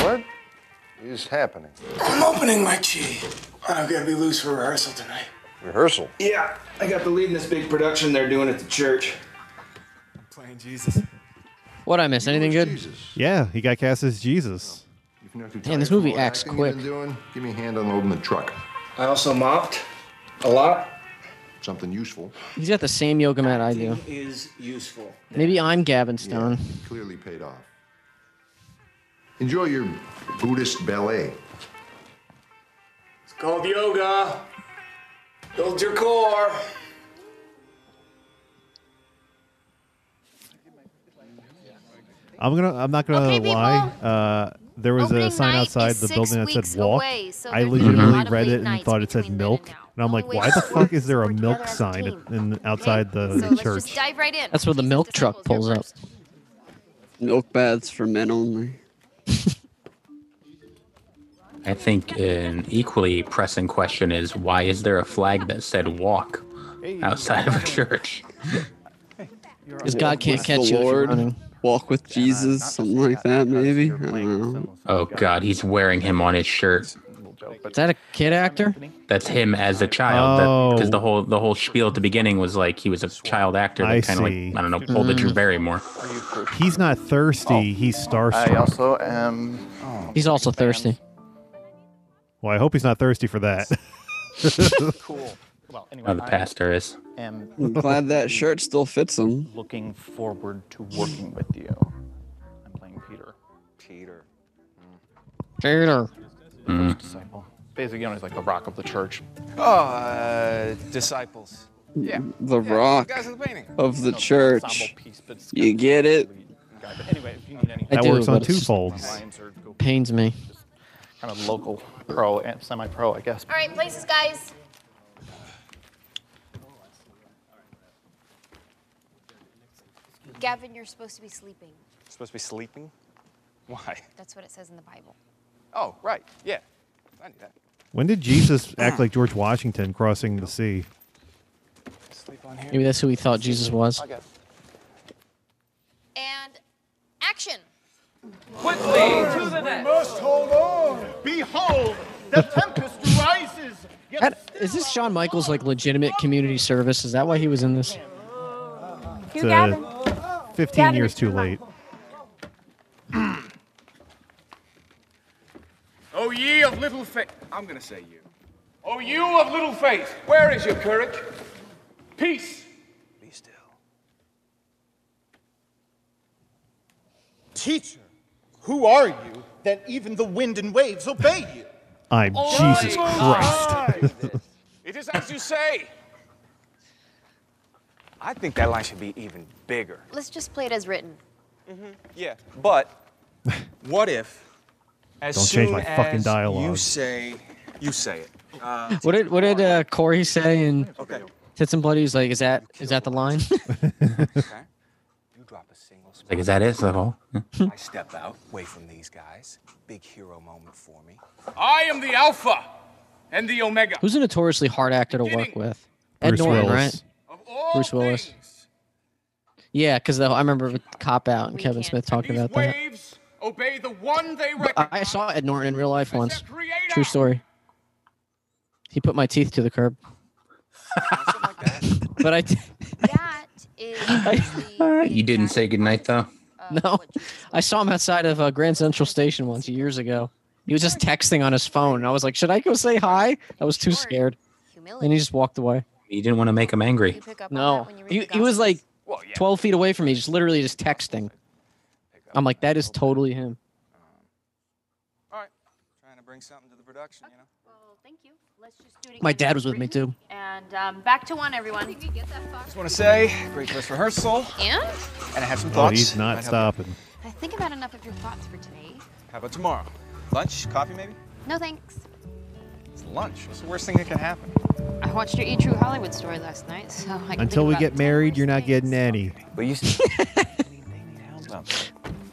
Speaker 3: What is happening?
Speaker 14: I'm opening my chi. I've got to be loose for rehearsal tonight.
Speaker 3: Rehearsal.
Speaker 14: Yeah, I got the lead in this big production they're doing at the church. I'm playing Jesus.
Speaker 4: What I miss? Anything good?
Speaker 6: Yeah, he got cast as Jesus.
Speaker 4: Damn, this movie acts
Speaker 3: acting
Speaker 4: quick.
Speaker 3: Doing? Give me a hand unloading the truck.
Speaker 14: I also mopped a lot.
Speaker 3: Something useful.
Speaker 4: He's got the same yoga mat I do.
Speaker 14: Is useful.
Speaker 4: Maybe I'm Gavin Stone.
Speaker 3: Clearly paid off. Enjoy your Buddhist ballet.
Speaker 14: It's called yoga. Build your core.
Speaker 6: I'm gonna. I'm not gonna
Speaker 12: Okay,
Speaker 6: lie. Uh, there was a
Speaker 12: Opening
Speaker 6: sign
Speaker 12: night
Speaker 6: outside
Speaker 12: is
Speaker 6: the
Speaker 12: six
Speaker 6: building that
Speaker 12: weeks
Speaker 6: said "walk."
Speaker 12: away, so
Speaker 6: I
Speaker 12: there's gonna be a
Speaker 6: legitimately
Speaker 12: lot of
Speaker 6: read
Speaker 12: late
Speaker 6: it and
Speaker 12: nights
Speaker 6: thought it said "milk," and I'm like,
Speaker 12: Only
Speaker 6: "Why the
Speaker 12: way
Speaker 6: fuck
Speaker 12: to
Speaker 6: is there
Speaker 12: (laughs)
Speaker 6: a
Speaker 12: work
Speaker 6: milk
Speaker 12: together as a
Speaker 6: sign
Speaker 12: team.
Speaker 6: at, in, outside the
Speaker 12: so let's
Speaker 6: church?"
Speaker 12: just dive right in.
Speaker 4: That's where the milk truck pulls up.
Speaker 7: Milk baths for men only.
Speaker 5: I think an equally pressing question is why is there a flag that said "walk" outside of a church?
Speaker 4: Because God can't
Speaker 7: With
Speaker 4: catch
Speaker 7: the
Speaker 4: you if you're
Speaker 7: Lord,
Speaker 4: running.
Speaker 7: Walk with Jesus, something like that, maybe. I don't know.
Speaker 5: Oh God, he's wearing him on his shirt.
Speaker 4: Is that a kid actor?
Speaker 5: That's him as a child. Because the whole the whole spiel at the beginning was like he was a child actor
Speaker 6: Oh. I
Speaker 5: that kind of
Speaker 6: see.
Speaker 5: like I don't know pulled the Drew Barrymore.
Speaker 6: He's not thirsty.
Speaker 3: Oh.
Speaker 6: He's starstruck.
Speaker 2: also
Speaker 6: (laughs)
Speaker 2: am. Oh.
Speaker 4: He's also thirsty.
Speaker 6: well, I hope he's not thirsty for that.
Speaker 15: (laughs)
Speaker 6: (laughs)
Speaker 15: cool. Well, anyway,
Speaker 5: Oh, the pastor is.
Speaker 15: I am
Speaker 7: I'm glad that shirt still fits him.
Speaker 15: looking forward to working with you. I'm playing Peter.
Speaker 10: Cheater.
Speaker 4: Cheater.
Speaker 15: Disciple. Basically, you know, he's like the rock of the church.
Speaker 10: Oh, uh, disciples.
Speaker 15: Yeah.
Speaker 7: The
Speaker 15: Yeah, the
Speaker 7: rock
Speaker 15: guys in the painting.
Speaker 7: of the
Speaker 15: No,
Speaker 7: church.
Speaker 15: ensemble piece, but it's
Speaker 7: You get it?
Speaker 15: guy. But anyway, if you need any,
Speaker 4: I
Speaker 6: That
Speaker 4: do,
Speaker 6: works on
Speaker 4: but it's-
Speaker 6: two folds.
Speaker 4: Pains me.
Speaker 15: kind of local pro and semi-pro, I guess.
Speaker 9: All right, places, guys.
Speaker 12: Gavin, you're supposed to be sleeping.
Speaker 10: Supposed to be sleeping? Why?
Speaker 12: That's what it says in the Bible.
Speaker 10: Oh, right. Yeah. I knew that.
Speaker 6: When did Jesus act like George Washington crossing the sea?
Speaker 10: Sleep on here.
Speaker 4: Maybe that's who he thought Jesus was.
Speaker 10: I got
Speaker 9: And action.
Speaker 15: Quickly to the net. must hold on. Behold,
Speaker 16: (laughs)
Speaker 15: the tempest rises.
Speaker 4: That- Is this Shawn Michaels like legitimate community service? Is that why he was in this?
Speaker 6: It's uh, 15 years too late.
Speaker 15: Oh, ye of little faith. I'm going to say you. Oh, you of little faith, where is your courage? Peace.
Speaker 10: Be still.
Speaker 17: Teacher, who are you that even the wind and waves obey you?
Speaker 6: I'm
Speaker 17: Oh,
Speaker 6: Jesus
Speaker 17: my
Speaker 6: (laughs) Christ.
Speaker 10: It is as you say. I think that line should be even bigger.
Speaker 12: Let's just play it as written.
Speaker 10: Yeah, but what if, as
Speaker 6: Don't
Speaker 10: soon
Speaker 6: change my fucking
Speaker 10: as you
Speaker 6: dialogue.
Speaker 10: say, you say it. Uh,
Speaker 4: What did what did uh, Corey say in
Speaker 10: Okay.
Speaker 4: Tits and Bloody? He's like, is that is that the line?
Speaker 10: (laughs) okay. You drop a single.
Speaker 5: It's Like, is that it, level?
Speaker 10: I step out, away from these guys. Big hero moment for me.
Speaker 15: I am the Alpha and the Omega.
Speaker 4: Who's a notoriously hard actor to work with? Ed
Speaker 6: Bruce
Speaker 4: Norton,
Speaker 6: Willis.
Speaker 4: right? Bruce Willis. Yeah, because I remember with Cop Out and Kevin Smith talking about that.
Speaker 15: Waves obey the one they
Speaker 4: But I I saw Ed Norton in real life once. True story. He put my teeth to the curb. (laughs) but I, t-
Speaker 12: That
Speaker 4: (laughs)
Speaker 12: is Uh,
Speaker 5: you didn't say goodnight, though.
Speaker 4: no, I saw him outside of uh, Grand Central Station once years ago. He was just texting on his phone, and I was like, "Should I go say hi?" I was too scared, and he just walked away.
Speaker 5: You didn't want to make him angry.
Speaker 4: No, he, he was like twelve feet away from me, just literally just texting. I'm like, that is totally him.
Speaker 10: All right. Trying to bring something to the production, you know?
Speaker 12: Well, thank you. Let's just do it
Speaker 4: My dad was with me too.
Speaker 12: And um, back to one, everyone.
Speaker 10: Just want to say, great first rehearsal.
Speaker 12: And
Speaker 10: And I have some
Speaker 6: Oh,
Speaker 10: thoughts.
Speaker 6: he's not
Speaker 10: Might help
Speaker 6: stopping.
Speaker 12: I think I've had enough of your thoughts for today.
Speaker 10: you. How about tomorrow? Lunch? Coffee, maybe?
Speaker 12: No thanks.
Speaker 10: It's lunch. It's the worst thing that can happen.
Speaker 12: I watched your E True Hollywood story last night, so I can think
Speaker 6: Until we
Speaker 12: about
Speaker 6: get
Speaker 12: it.
Speaker 6: married, you're not getting any.
Speaker 10: But you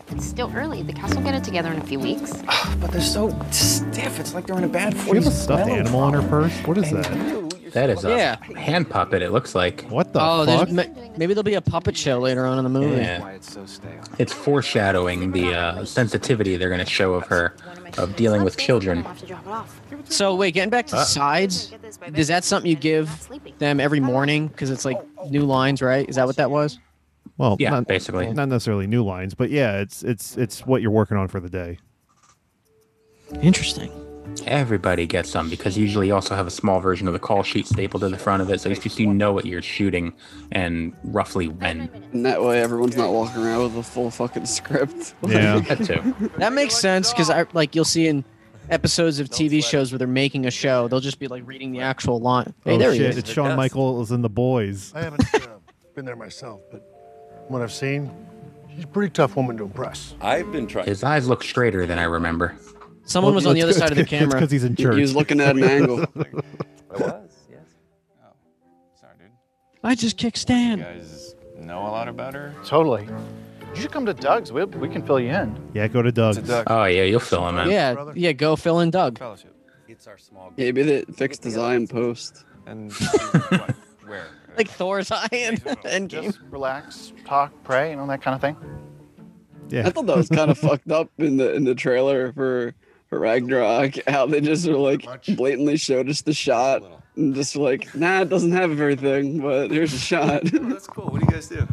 Speaker 12: It's still early. The cast will get it together in a few weeks.
Speaker 10: (sighs) But they're so stiff. It's like they're in a bad
Speaker 6: She has a stuffed
Speaker 5: (laughs)
Speaker 6: animal on her purse. What is that?
Speaker 5: That is a
Speaker 4: Yeah.
Speaker 5: hand puppet. It looks like.
Speaker 6: What the
Speaker 4: oh,
Speaker 6: fuck?
Speaker 4: there's ma- maybe there'll be a puppet show later on in the movie.
Speaker 5: Yeah.
Speaker 10: It's so stale.
Speaker 5: It's foreshadowing the uh, sensitivity they're going to show of her of dealing with children.
Speaker 12: have to drop it off.
Speaker 4: So wait, getting back to
Speaker 5: Uh.
Speaker 4: sides, is that something you give them every morning? Because it's like new lines, right? Is that what that was?
Speaker 6: (laughs) Well,
Speaker 5: Yeah,
Speaker 6: not,
Speaker 5: basically.
Speaker 6: not necessarily new lines, but yeah, it's it's it's what you're working on for the day.
Speaker 4: Interesting.
Speaker 5: Everybody gets some because usually you also have a small version of the call sheet stapled to the front of it, so at least you know what you're shooting and roughly when.
Speaker 7: And that way everyone's not walking around with a full fucking script. (laughs)
Speaker 6: Yeah.
Speaker 5: That too.
Speaker 4: That makes sense because I like you'll see in episodes of TV shows where they're making a show, they'll just be like reading the actual line. Hey,
Speaker 6: oh
Speaker 4: there he
Speaker 6: shit!
Speaker 4: is.
Speaker 6: It's Shawn Michaels and the boys.
Speaker 16: I haven't uh, been there myself, but from what I've seen, she's a pretty tough woman to impress.
Speaker 5: I've been trying. His eyes look straighter than I remember.
Speaker 4: Someone
Speaker 6: Well,
Speaker 4: was on the
Speaker 6: it's
Speaker 4: other
Speaker 6: good-
Speaker 4: side of
Speaker 6: (laughs)
Speaker 4: the
Speaker 6: it's good-
Speaker 4: camera.
Speaker 6: It's because he's in
Speaker 7: He-
Speaker 6: church.
Speaker 7: He was looking at
Speaker 6: (laughs)
Speaker 7: an angle.
Speaker 10: I was, yes. Oh. Sorry, dude.
Speaker 4: I just kicked Stan.
Speaker 10: guys know a lot about her?
Speaker 15: Totally. You should come to Doug's. We, we can fill you in.
Speaker 6: Yeah, go to Doug's.
Speaker 5: Oh yeah, you'll fill him in.
Speaker 4: Yeah, yeah. Go fill in Doug.
Speaker 10: Fellowship.
Speaker 17: It's our small
Speaker 7: Maybe they fixed his eye in post.
Speaker 10: And
Speaker 15: (laughs)
Speaker 10: where?
Speaker 4: Like Thor's eye in Endgame.
Speaker 15: Just relax, talk, pray, you know, that kind of thing.
Speaker 6: Yeah.
Speaker 7: I thought that was kind of fucked up in the in the trailer for, for Ragnarok. How they just were like blatantly showed us the shot and just like, nah, it doesn't have everything, but here's a shot.
Speaker 10: Oh, that's cool. What do you guys do?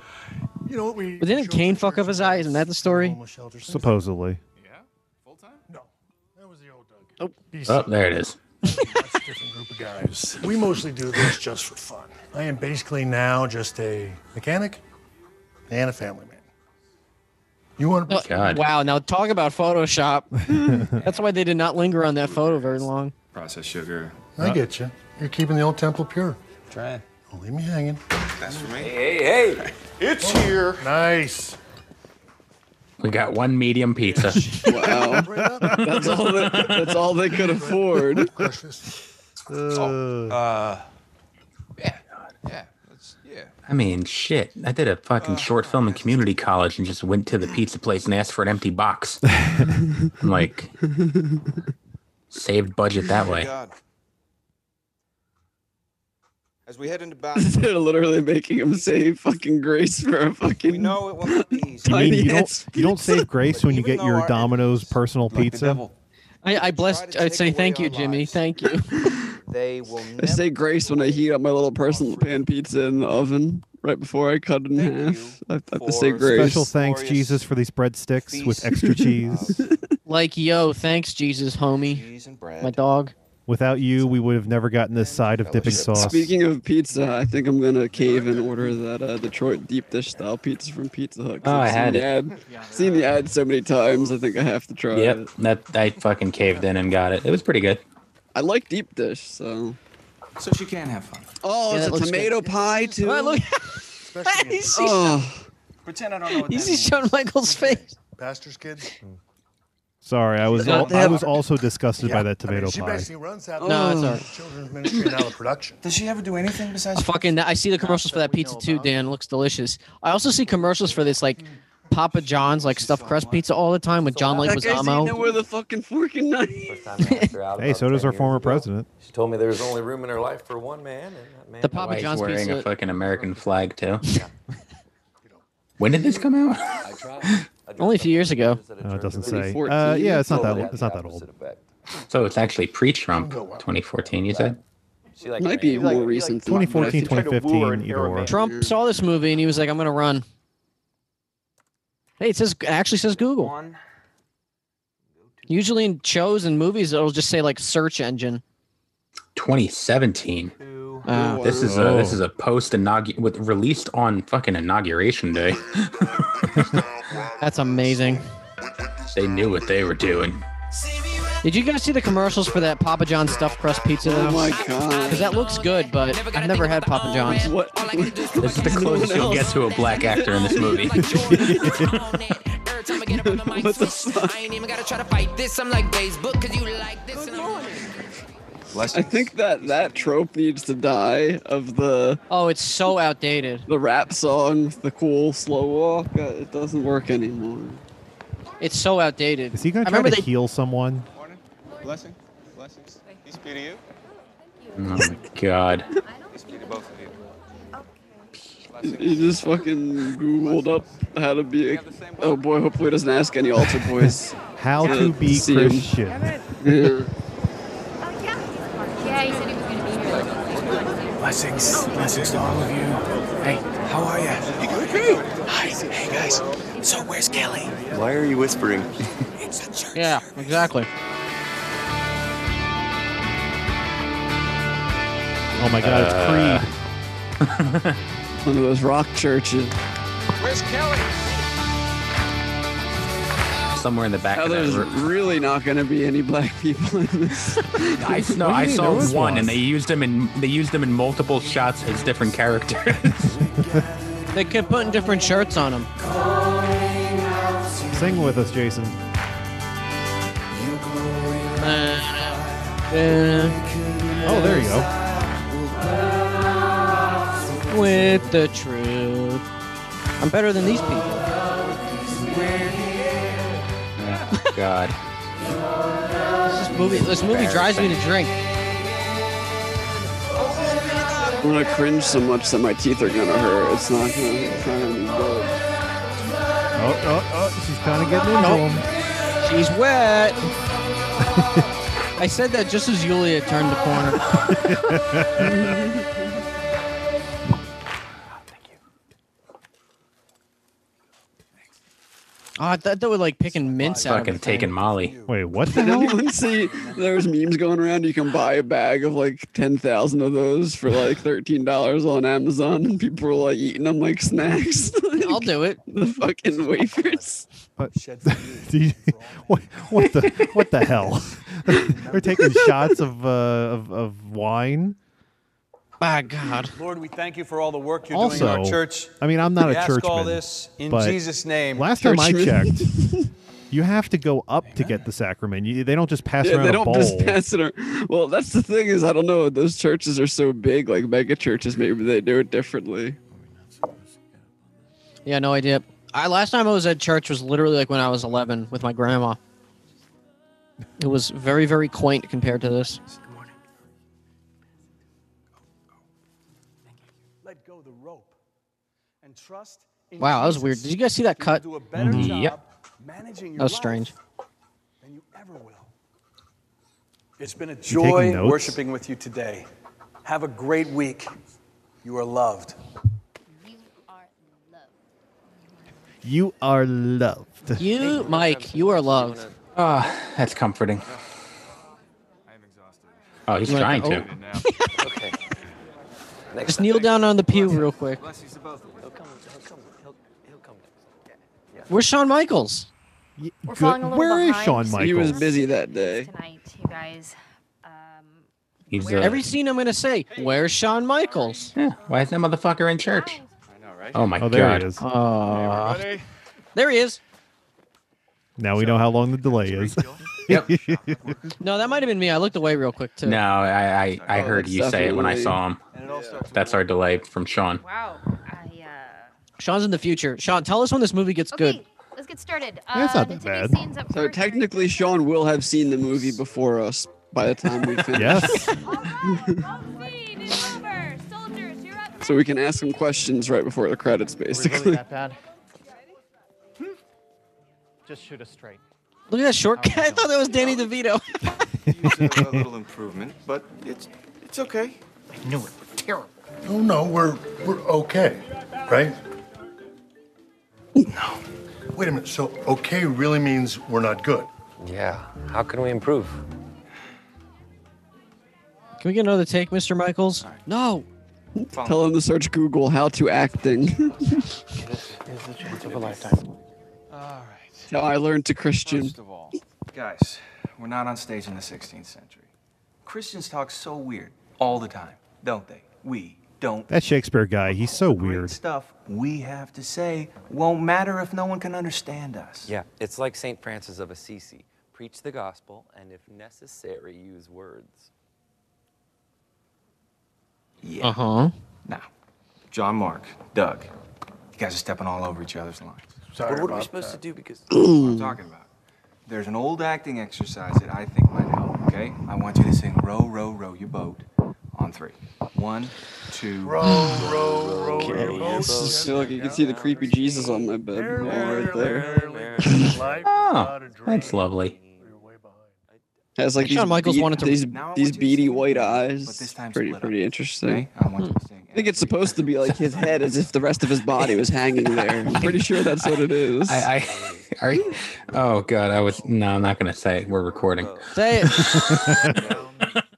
Speaker 16: You know what we
Speaker 4: But didn't Kane fuck up his eye? Isn't that the story?
Speaker 6: Supposedly.
Speaker 16: That was the old Doug.
Speaker 5: Oh, there it is.
Speaker 16: That's a different group of guys. (laughs) We mostly do this just for fun. I am basically now just a mechanic and a family man. You want
Speaker 4: to? Wow! Now talk about Photoshop. (laughs) That's why they did not linger on that photo very long.
Speaker 10: Processed sugar.
Speaker 16: I get you. You're keeping the old temple pure.
Speaker 10: Try.
Speaker 16: Don't leave me hanging.
Speaker 10: That's for me.
Speaker 15: Hey, hey, it's here.
Speaker 16: Nice.
Speaker 5: We got one medium pizza.
Speaker 7: (laughs) Wow. that's all. They, that's all they could afford.
Speaker 10: Uh, yeah, yeah, that's, yeah.
Speaker 5: I mean, shit. I did a fucking short film in community college and just went to the pizza place and asked for an empty box. I'm like, saved budget that
Speaker 10: My
Speaker 5: way.
Speaker 10: God. As
Speaker 7: (laughs)
Speaker 10: we head into
Speaker 7: They're
Speaker 10: battle,
Speaker 7: literally making him say fucking grace for a fucking. We
Speaker 10: know it will not be easy.
Speaker 6: You mean you
Speaker 7: Yes.
Speaker 6: don't, you don't save grace when you get your Domino's personal pizza?
Speaker 4: I, I blessed. I say thank you, Jimmy. Thank
Speaker 7: (laughs)
Speaker 4: you.
Speaker 10: (laughs) they will
Speaker 7: I say grace when I heat up my little personal pan pizza in the oven right before I cut it in half. I have to say grace.
Speaker 6: Special thanks, Jesus, for these breadsticks with extra cheese.
Speaker 4: like yo, thanks Jesus, homie. My dog.
Speaker 6: Without you, we would have never gotten this side of dipping sauce.
Speaker 7: Speaking of pizza, I think I'm gonna cave and order that uh, Detroit deep dish style pizza from Pizza Hut. 'cause
Speaker 5: Oh, I
Speaker 7: I've seen
Speaker 5: had
Speaker 7: the
Speaker 5: it.
Speaker 7: ad, seen the ad so many times. I think I have to try it.
Speaker 5: Yep, that I fucking caved in and got it. It was pretty good.
Speaker 7: I like deep dish, so.
Speaker 10: So she can have fun.
Speaker 7: (laughs) Oh,
Speaker 5: Yeah, that
Speaker 7: it's a
Speaker 5: looks good.
Speaker 7: tomato pie too.
Speaker 4: Oh, look.
Speaker 7: (laughs)
Speaker 4: He's-
Speaker 7: Oh.
Speaker 10: Pretend I don't know what
Speaker 4: He's just showing Michael's face.
Speaker 16: Pastor's kid.
Speaker 18: Hmm.
Speaker 6: Sorry, I was
Speaker 4: Not
Speaker 6: al- I
Speaker 4: that
Speaker 6: was
Speaker 4: hard.
Speaker 6: also disgusted
Speaker 16: Yeah,
Speaker 6: by that
Speaker 16: I mean,
Speaker 6: tomato
Speaker 16: she
Speaker 6: pie.
Speaker 16: basically runs that
Speaker 4: No, that's all right.
Speaker 16: children's ministry now the production.
Speaker 10: Does she ever do anything besides?
Speaker 4: Fucking, I see the commercials for that pizza too, Dan. It looks delicious. I also see commercials for this like Papa John's like stuffed crust pizza all the time with John
Speaker 7: that guy's eating it
Speaker 4: Leguizamo.
Speaker 7: with a fucking fork and
Speaker 10: (laughs)
Speaker 7: knife.
Speaker 6: Hey, so does our former president.
Speaker 18: She (laughs) told me there was only room in her life for one man, and that man. (laughs)
Speaker 4: The
Speaker 5: Why
Speaker 4: Papa
Speaker 5: he's
Speaker 4: John's
Speaker 5: wearing a
Speaker 4: pizza.
Speaker 5: fucking American flag too. (laughs) when did this come out? (laughs) I
Speaker 18: tried.
Speaker 4: Only a few years ago.
Speaker 6: No, it doesn't say.
Speaker 4: 2014.
Speaker 6: Uh, yeah, it's not that.
Speaker 18: Totally
Speaker 6: old-
Speaker 18: had
Speaker 6: It's
Speaker 18: the
Speaker 6: not that old.
Speaker 18: opposite effect.
Speaker 5: So it's actually pre-Trump, 2014. You said.
Speaker 18: She like
Speaker 7: Might be
Speaker 18: ran away.
Speaker 7: more recent. than that, but I
Speaker 6: 2014,
Speaker 7: think-
Speaker 6: 2015, either or.
Speaker 4: Trump saw this movie and he was like, "I'm gonna run." Hey, it says it actually says Google. Usually in shows and movies, it'll just say like search engine.
Speaker 5: 2017.
Speaker 4: Uh,
Speaker 5: This is a this is a post inaug with released on fucking inauguration day.
Speaker 4: That's amazing.
Speaker 5: they knew what they were doing.
Speaker 4: Did you guys see the commercials for that Papa John's stuffed crust pizza? Though?
Speaker 7: Oh my god.
Speaker 4: Because that looks good, but I've never had Papa John's.
Speaker 7: What?
Speaker 5: This is the closest you'll get (laughs) to a black actor in this movie.
Speaker 4: (laughs)
Speaker 7: what the fuck?
Speaker 19: ain't even gotta try to fight this. I'm like Facebook, cause you like this. and I'm-
Speaker 7: I think that that trope needs to die of the
Speaker 4: Oh, it's so outdated.
Speaker 7: the rap song, the cool slow walk. Uh, it doesn't work anymore.
Speaker 4: (laughs) It's so outdated.
Speaker 6: Is he going to
Speaker 4: I
Speaker 6: try
Speaker 4: remember
Speaker 6: to
Speaker 4: they
Speaker 6: heal someone?
Speaker 10: Blessing, blessings. Peace be to you.
Speaker 5: Oh my god.
Speaker 10: Peace be to both of you.
Speaker 7: He just fucking googled up how to be. A, oh boy, hopefully it doesn't ask any altar boys.
Speaker 6: How to be
Speaker 7: See him.
Speaker 6: Christian.
Speaker 7: Yeah.
Speaker 12: Yeah, he said he was going to be here.
Speaker 14: Blessings, blessings to all of you. Hey, how are you? Hi, hey guys. So where's Kelly?
Speaker 18: Why are you whispering?
Speaker 14: It's a church.
Speaker 4: Yeah, exactly.
Speaker 6: Oh my God, it's Creed.
Speaker 7: Uh. (laughs) One of those rock churches.
Speaker 10: Where's Kelly?
Speaker 5: Somewhere in the back
Speaker 7: How
Speaker 5: of
Speaker 7: there's
Speaker 5: that room.
Speaker 7: really not going to be any black people in this.
Speaker 6: (laughs)
Speaker 5: I, no,
Speaker 6: What do you
Speaker 5: I
Speaker 6: mean?
Speaker 5: saw
Speaker 6: There was
Speaker 5: one,
Speaker 6: one.
Speaker 5: and they used him in they used him in multiple shots as different characters.
Speaker 4: (laughs) They kept putting different shirts on him.
Speaker 6: Sing with us, Jason.
Speaker 4: Uh,
Speaker 6: Oh, there you go.
Speaker 4: With the truth. I'm better than these people.
Speaker 5: Oh, God.
Speaker 4: This movie, this movie drives me to drink.
Speaker 7: I'm going to cringe so much that my teeth are going to hurt. It's not going to it's not gonna be good.
Speaker 6: Oh, oh, oh, she's kind of getting into
Speaker 4: Nope.
Speaker 6: him.
Speaker 4: She's
Speaker 6: (laughs)
Speaker 4: wet. I said that just as Yulia turned the
Speaker 6: (laughs)
Speaker 4: corner. Oh, I thought they were like picking mints out. of
Speaker 5: (laughs) Fucking
Speaker 4: the thing.
Speaker 5: taking Molly.
Speaker 6: Wait, what the
Speaker 7: Did
Speaker 6: hell?
Speaker 7: anyone see there's memes going around? You can buy a bag of like 10,000 of those for like $13 on Amazon, and people are like eating them like snacks. (laughs)
Speaker 4: I'll do it.
Speaker 7: The fucking wafers.
Speaker 6: But (laughs) do you- what, what the what the hell? (laughs) They're taking shots of uh, of of wine.
Speaker 4: My God.
Speaker 20: Lord, we thank you for all the work you're
Speaker 6: Also,
Speaker 20: doing in our church.
Speaker 6: I mean, I'm not
Speaker 20: we
Speaker 6: a
Speaker 20: ask
Speaker 6: churchman.
Speaker 20: all this in
Speaker 6: but
Speaker 20: Jesus' name.
Speaker 6: Last time I
Speaker 1: (laughs)
Speaker 6: checked, you have to go up to get the sacrament. You, they don't just pass
Speaker 7: Yeah,
Speaker 6: around
Speaker 7: they
Speaker 6: a
Speaker 7: don't
Speaker 6: bowl.
Speaker 7: just pass it. ar- Well, that's the thing is, I don't know. Those churches are so big, like mega churches. Maybe they do it differently.
Speaker 4: Yeah, no idea. I last time I was at church was literally like when I was 11 with my grandma. It was very very quaint compared to this.
Speaker 20: Let go the rope and trust in
Speaker 4: Wow, that was
Speaker 20: Jesus.
Speaker 4: weird. Did you guys see that cut?
Speaker 20: do a better
Speaker 6: Mm-hmm.
Speaker 4: Mhm.
Speaker 20: job
Speaker 4: Yep.
Speaker 20: managing
Speaker 4: That
Speaker 20: your
Speaker 4: was
Speaker 20: life
Speaker 4: strange.
Speaker 20: than you ever will. It's been a
Speaker 6: taking
Speaker 20: joy
Speaker 6: notes?
Speaker 20: worshiping with you today. Have a great week. You are loved.
Speaker 6: You are loved.
Speaker 4: You, Mike, you are loved.
Speaker 5: Ah, that's comforting. Oh, he's
Speaker 4: You wanna
Speaker 5: trying
Speaker 4: go-
Speaker 5: to. (laughs)
Speaker 4: oh. Just kneel down on the pew real quick. Where's Shawn Michaels?
Speaker 12: We're falling a little
Speaker 4: Where is
Speaker 12: behind.
Speaker 4: Shawn
Speaker 7: He was
Speaker 4: Michaels?
Speaker 7: busy that day.
Speaker 12: Tonight, you guys.
Speaker 5: He's, uh,
Speaker 4: Every scene I'm gonna say, where's Shawn Michaels?
Speaker 5: Why is that motherfucker in church? Oh my
Speaker 6: Oh,
Speaker 5: god.
Speaker 6: there he is.
Speaker 5: Oh.
Speaker 4: Ah. There he is.
Speaker 6: Now we know how long the delay is. (laughs)
Speaker 5: Yep.
Speaker 4: No, that might have been me. I looked away real quick too.
Speaker 5: No, I I, I heard
Speaker 4: that's
Speaker 5: you say it when I
Speaker 4: definitely-
Speaker 5: saw him. That's our delay from Sean.
Speaker 4: Sean's in the future. Sean, tell us when this movie gets good.
Speaker 12: Let's get started. Uh,
Speaker 4: That's not that
Speaker 12: nativity
Speaker 4: bad.
Speaker 12: Scenes up
Speaker 7: So
Speaker 12: first.
Speaker 7: technically, Sean will have seen the movie before us by the
Speaker 6: (laughs)
Speaker 7: time we finish.
Speaker 6: Yes.
Speaker 7: (laughs) so we can ask him questions right before the credits, basically.
Speaker 21: bad? Hmm? Just shoot us straight.
Speaker 4: Look at that short guy. I thought that was Danny DeVito.
Speaker 10: a (laughs) little improvement, but it's it's okay. I knew it. Terrible.
Speaker 16: Oh no, we're we're okay, right? No. Wait a minute. So okay really means we're not good.
Speaker 18: Yeah. How can we improve?
Speaker 4: Can we get another take, Mr. Michaels? No.
Speaker 7: Tell him to search Google how to acting.
Speaker 20: This is the chance of a lifetime. All right.
Speaker 7: That's how I learned to Christian.
Speaker 10: First of all, guys, we're not on stage in the 16th century. Christians talk so weird all the time, don't they? We don't.
Speaker 6: That Shakespeare guy, he's so weird.
Speaker 10: Stuff we have to say won't matter if no one can understand us.
Speaker 18: Yeah. It's like St. Francis of Assisi. Preach the gospel and, if necessary, use words.
Speaker 10: Yeah.
Speaker 4: Uh
Speaker 7: Uh-huh.
Speaker 4: huh.
Speaker 10: Now, John Mark, Doug, you guys are stepping all over each other's lines.
Speaker 18: Sorry But what are we about supposed that. to do? Because-
Speaker 7: (clears throat)
Speaker 10: That's what I'm talking about. There's an old acting exercise that I think might help, okay? I want you to sing Row, Row, Row Your Boat on three. One, two, row, row, row,
Speaker 7: Okay, this is so like you can see the creepy Jesus on my bed wall right there. (laughs)
Speaker 5: Oh, that's lovely.
Speaker 7: Has like
Speaker 4: Shawn
Speaker 7: these,
Speaker 4: Michaels
Speaker 7: bead-
Speaker 4: wanted to-
Speaker 7: these,
Speaker 4: Now I want
Speaker 7: these
Speaker 4: you to
Speaker 7: beady
Speaker 4: sing
Speaker 7: white
Speaker 4: it,
Speaker 7: eyes.
Speaker 4: but this time
Speaker 7: pretty
Speaker 4: split up,
Speaker 7: pretty interesting.
Speaker 10: I want you to sing.
Speaker 7: think it's supposed to be like his head, as if the rest of his body was hanging there. I'm pretty sure that's what it is.
Speaker 5: I, I are you, Oh god, I was no, I'm not gonna say it. We're recording.
Speaker 4: Say
Speaker 7: it.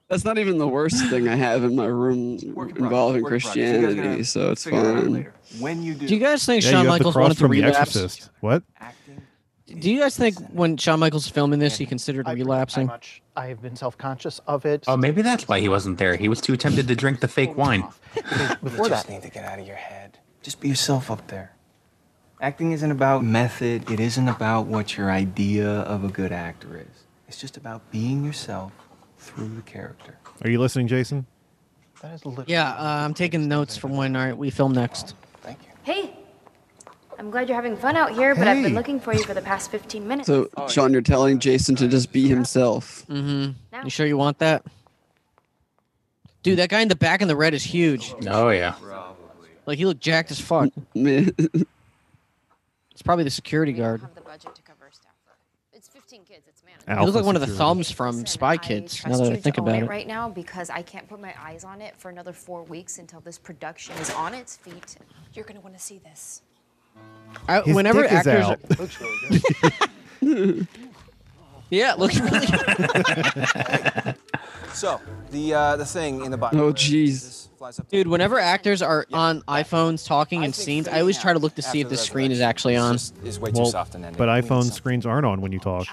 Speaker 7: That's not even the worst thing I have in my room involving
Speaker 10: work in progress. You guys gotta
Speaker 7: Christianity, so it's
Speaker 10: figure it out
Speaker 7: fine.
Speaker 10: later. When you do,
Speaker 4: Do you guys think
Speaker 7: Yeah, you
Speaker 4: Shawn
Speaker 7: have to
Speaker 4: Michaels
Speaker 7: cross
Speaker 4: wanted to
Speaker 7: from The
Speaker 4: relapse?
Speaker 7: Exorcist.
Speaker 6: What?
Speaker 4: Do you guys think when Shawn Michaels was filming this, he considered relapsing?
Speaker 21: I have been self-conscious of it.
Speaker 5: (laughs) Oh, maybe that's why he wasn't there. He was too tempted to drink the fake wine.
Speaker 10: you just need to get out of your head. Just be yourself up there. Acting isn't about method. It isn't about what your idea of a good actor is. It's just about being yourself through the character.
Speaker 6: Are you listening, Jason?
Speaker 21: That is literally
Speaker 4: Yeah, uh, I'm taking notes from when all right, we film next.
Speaker 12: Hey, I'm glad you're having fun out here, but I've
Speaker 4: Hey.
Speaker 12: been looking for you for the past 15 minutes.
Speaker 7: So,
Speaker 22: Oh,
Speaker 7: Sean, you're telling Jason to just be himself.
Speaker 4: Mm-hmm. You sure you want that? Dude, that guy in the back in the red is huge.
Speaker 5: Oh yeah.
Speaker 4: Like he looked jacked as (laughs) fuck.
Speaker 7: it's
Speaker 4: probably the security guard.
Speaker 22: the budget to cover staff. It's 15 kids. It's managed.
Speaker 4: He looked like one of the thumbs from Spy Kids. Now
Speaker 22: trust
Speaker 4: that
Speaker 22: you
Speaker 4: I
Speaker 22: to
Speaker 4: think
Speaker 22: own
Speaker 4: about
Speaker 22: it
Speaker 4: it.
Speaker 22: right now because I can't put my eyes on it for another four weeks until this production is on its feet. You're gonna want to see this.
Speaker 4: I,
Speaker 22: His
Speaker 4: whenever
Speaker 22: dick is
Speaker 4: actors,
Speaker 22: out. (laughs) Looks really
Speaker 4: yeah, it looks really. good. (laughs)
Speaker 10: (laughs) so the uh, the thing in the bottom.
Speaker 7: Oh,
Speaker 10: where
Speaker 7: jeez.
Speaker 10: this flies flies up.
Speaker 4: Dude, whenever actors are on iPhones talking in scenes, I always try to look to see if the screen is actually on.
Speaker 10: Is
Speaker 6: Well, but iPhone screens aren't on when you talk.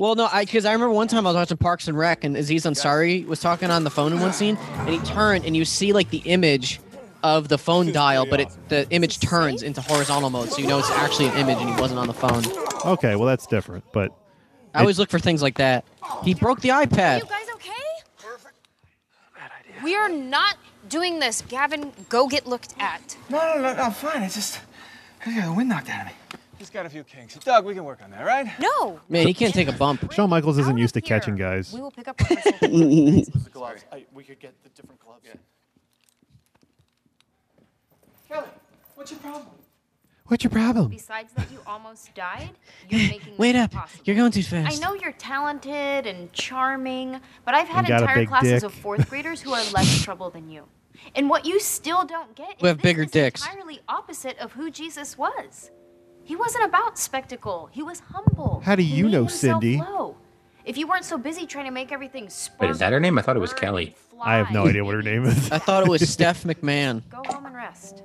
Speaker 4: Well, no, I because I remember one time I was watching Parks and Rec, and Aziz Ansari was talking on the phone in one scene, and he turned, and you see like the image of the phone dial, but it the image turns into horizontal mode, so you know it's actually an image, and he wasn't on the phone.
Speaker 6: Okay, well that's different, but
Speaker 4: I always look for things like that. He broke the
Speaker 12: Are
Speaker 4: iPad.
Speaker 12: you guys okay? We are not doing this, Gavin. Go get looked at.
Speaker 10: No, no, no, I'm fine. It's just, I got the wind knocked out of me. He's got a few kinks. Doug, we can work on that, right?
Speaker 12: No.
Speaker 4: Man, he can't take a bump.
Speaker 6: Shawn Michaels isn't used to catching guys.
Speaker 12: We will pick up.
Speaker 6: (laughs)
Speaker 21: With the gloves. I, we could get the different gloves.
Speaker 10: Kelly, what's your problem?
Speaker 6: What's your problem?
Speaker 12: Besides that, you
Speaker 4: (laughs)
Speaker 12: almost died. You're making
Speaker 4: Wait
Speaker 12: this
Speaker 4: up!
Speaker 12: impossible.
Speaker 4: You're going too fast.
Speaker 12: I know you're talented and charming, but I've had
Speaker 4: And got a
Speaker 12: entire
Speaker 4: big
Speaker 12: classes
Speaker 4: dick.
Speaker 12: of fourth graders who are
Speaker 4: (laughs)
Speaker 12: less trouble than you. And what you still don't get
Speaker 4: We
Speaker 12: is
Speaker 4: have bigger dicks.
Speaker 12: entirely opposite of who Jesus was. He wasn't about spectacle. He was humble.
Speaker 6: How do
Speaker 12: He
Speaker 6: you
Speaker 12: made
Speaker 6: know,
Speaker 12: himself
Speaker 6: Cindy?
Speaker 12: low. If you weren't so busy trying to make everything
Speaker 5: But is that her name? I thought it was Kelly.
Speaker 6: I have no idea what her name is.
Speaker 4: I thought it was Steph McMahon.
Speaker 12: Go home and rest.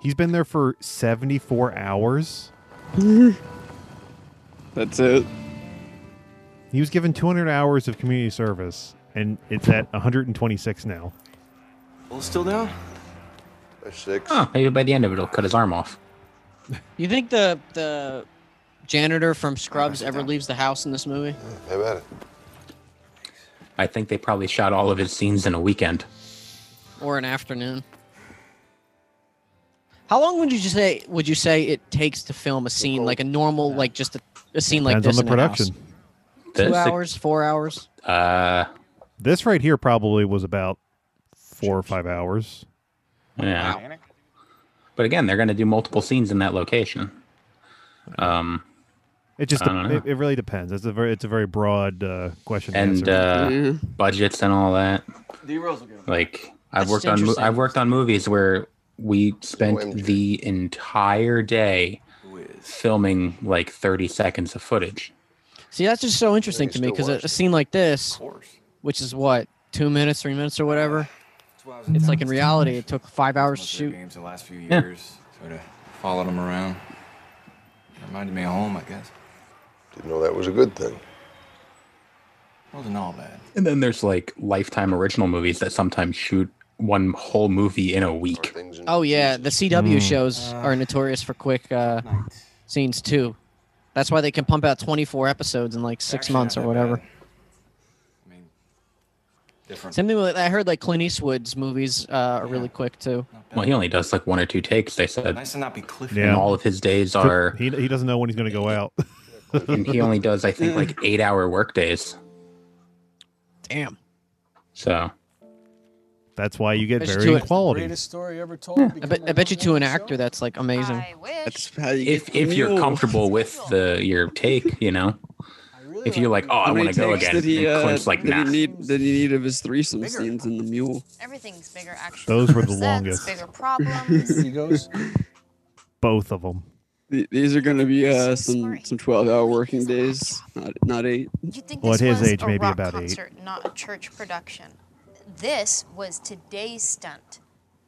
Speaker 6: He's been there for 74
Speaker 5: (laughs)
Speaker 6: hours.
Speaker 7: That's it.
Speaker 6: He was given 200 hours of community service, and it's at 126 now.
Speaker 10: Bull's still down?
Speaker 3: six.
Speaker 5: Oh, maybe by the end of it, it'll cut his arm off.
Speaker 4: You think the the janitor from Scrubs ever leaves the house in this movie?
Speaker 3: I bet it.
Speaker 5: I think they probably shot all of his scenes in a weekend.
Speaker 4: Or an afternoon. How long would you just say would you say it takes to film a scene like a normal like just a, a scene like
Speaker 6: Depends
Speaker 4: this
Speaker 6: on the
Speaker 4: in a house?
Speaker 6: production.
Speaker 4: Two
Speaker 5: This-
Speaker 4: hours, four hours.
Speaker 5: Uh,
Speaker 6: This right here probably was about four or five hours.
Speaker 5: Yeah. But again, they're going to do multiple scenes in that location. Um,
Speaker 6: It just
Speaker 5: I don't know.
Speaker 6: it, it really depends. It's a very it's a very broad uh, question. to
Speaker 5: and
Speaker 6: answer.
Speaker 5: uh,
Speaker 4: Mm-hmm.
Speaker 10: Mm-hmm.
Speaker 5: budgets and all that.
Speaker 10: The Rose will get him.
Speaker 5: Like I've
Speaker 10: That's
Speaker 5: worked on mo-
Speaker 10: interesting.
Speaker 5: I've worked on movies where we spent the entire day filming like 30 seconds of footage.
Speaker 4: See, that's just so interesting to me because a, a scene like this, which is what two minutes, three minutes, or whatever. It's like in reality, it took five hours to shoot.
Speaker 10: Games the last few
Speaker 4: Yeah.
Speaker 10: years, sort of followed him around. Reminded me of home, I guess.
Speaker 3: Didn't know that was a good thing.
Speaker 10: Wasn't all bad.
Speaker 5: And then there's like lifetime original movies that sometimes shoot one whole movie in a week.
Speaker 4: Oh yeah, the CW
Speaker 5: Mm.
Speaker 4: shows are notorious for quick uh, scenes too. That's why they can pump out 24 episodes in like six months or whatever.
Speaker 10: Different.
Speaker 4: Same thing with I heard like Clint Eastwood's movies uh, are really quick too.
Speaker 5: Well, he only does like one or two takes. They said.
Speaker 10: Nice to not be Cliff.
Speaker 5: And all of his days are.
Speaker 6: he, he doesn't know when he's going to go out.
Speaker 5: (laughs) and he only does, I think,
Speaker 6: (laughs)
Speaker 5: like
Speaker 10: Mm.
Speaker 5: eight hour work days.
Speaker 4: Damn.
Speaker 5: So
Speaker 6: that's why Uh, you get
Speaker 4: It's
Speaker 6: very
Speaker 4: too-
Speaker 6: equality.
Speaker 1: Greatest story ever told.
Speaker 4: I bet, I bet you to an actor that's like amazing.
Speaker 7: That's how you
Speaker 5: if if you're comfortable with the your take, you know, if you're like, oh, I
Speaker 7: How many
Speaker 5: want to go
Speaker 7: takes
Speaker 5: again,
Speaker 7: Did he,
Speaker 5: and
Speaker 7: uh,
Speaker 5: Clint's like,
Speaker 7: did
Speaker 5: nah.
Speaker 7: he need did he need of his threesome scenes in the mule?
Speaker 12: Everything's bigger, actually.
Speaker 6: Those were the
Speaker 12: Sets,
Speaker 6: longest.
Speaker 12: Bigger problems.
Speaker 6: Both of them.
Speaker 7: Th- These are going to be uh, some some twelve hour working days, not not eight.
Speaker 6: Well, at his age, maybe
Speaker 12: rock
Speaker 6: about eight.
Speaker 12: concert, not a church production. This was today's stunt.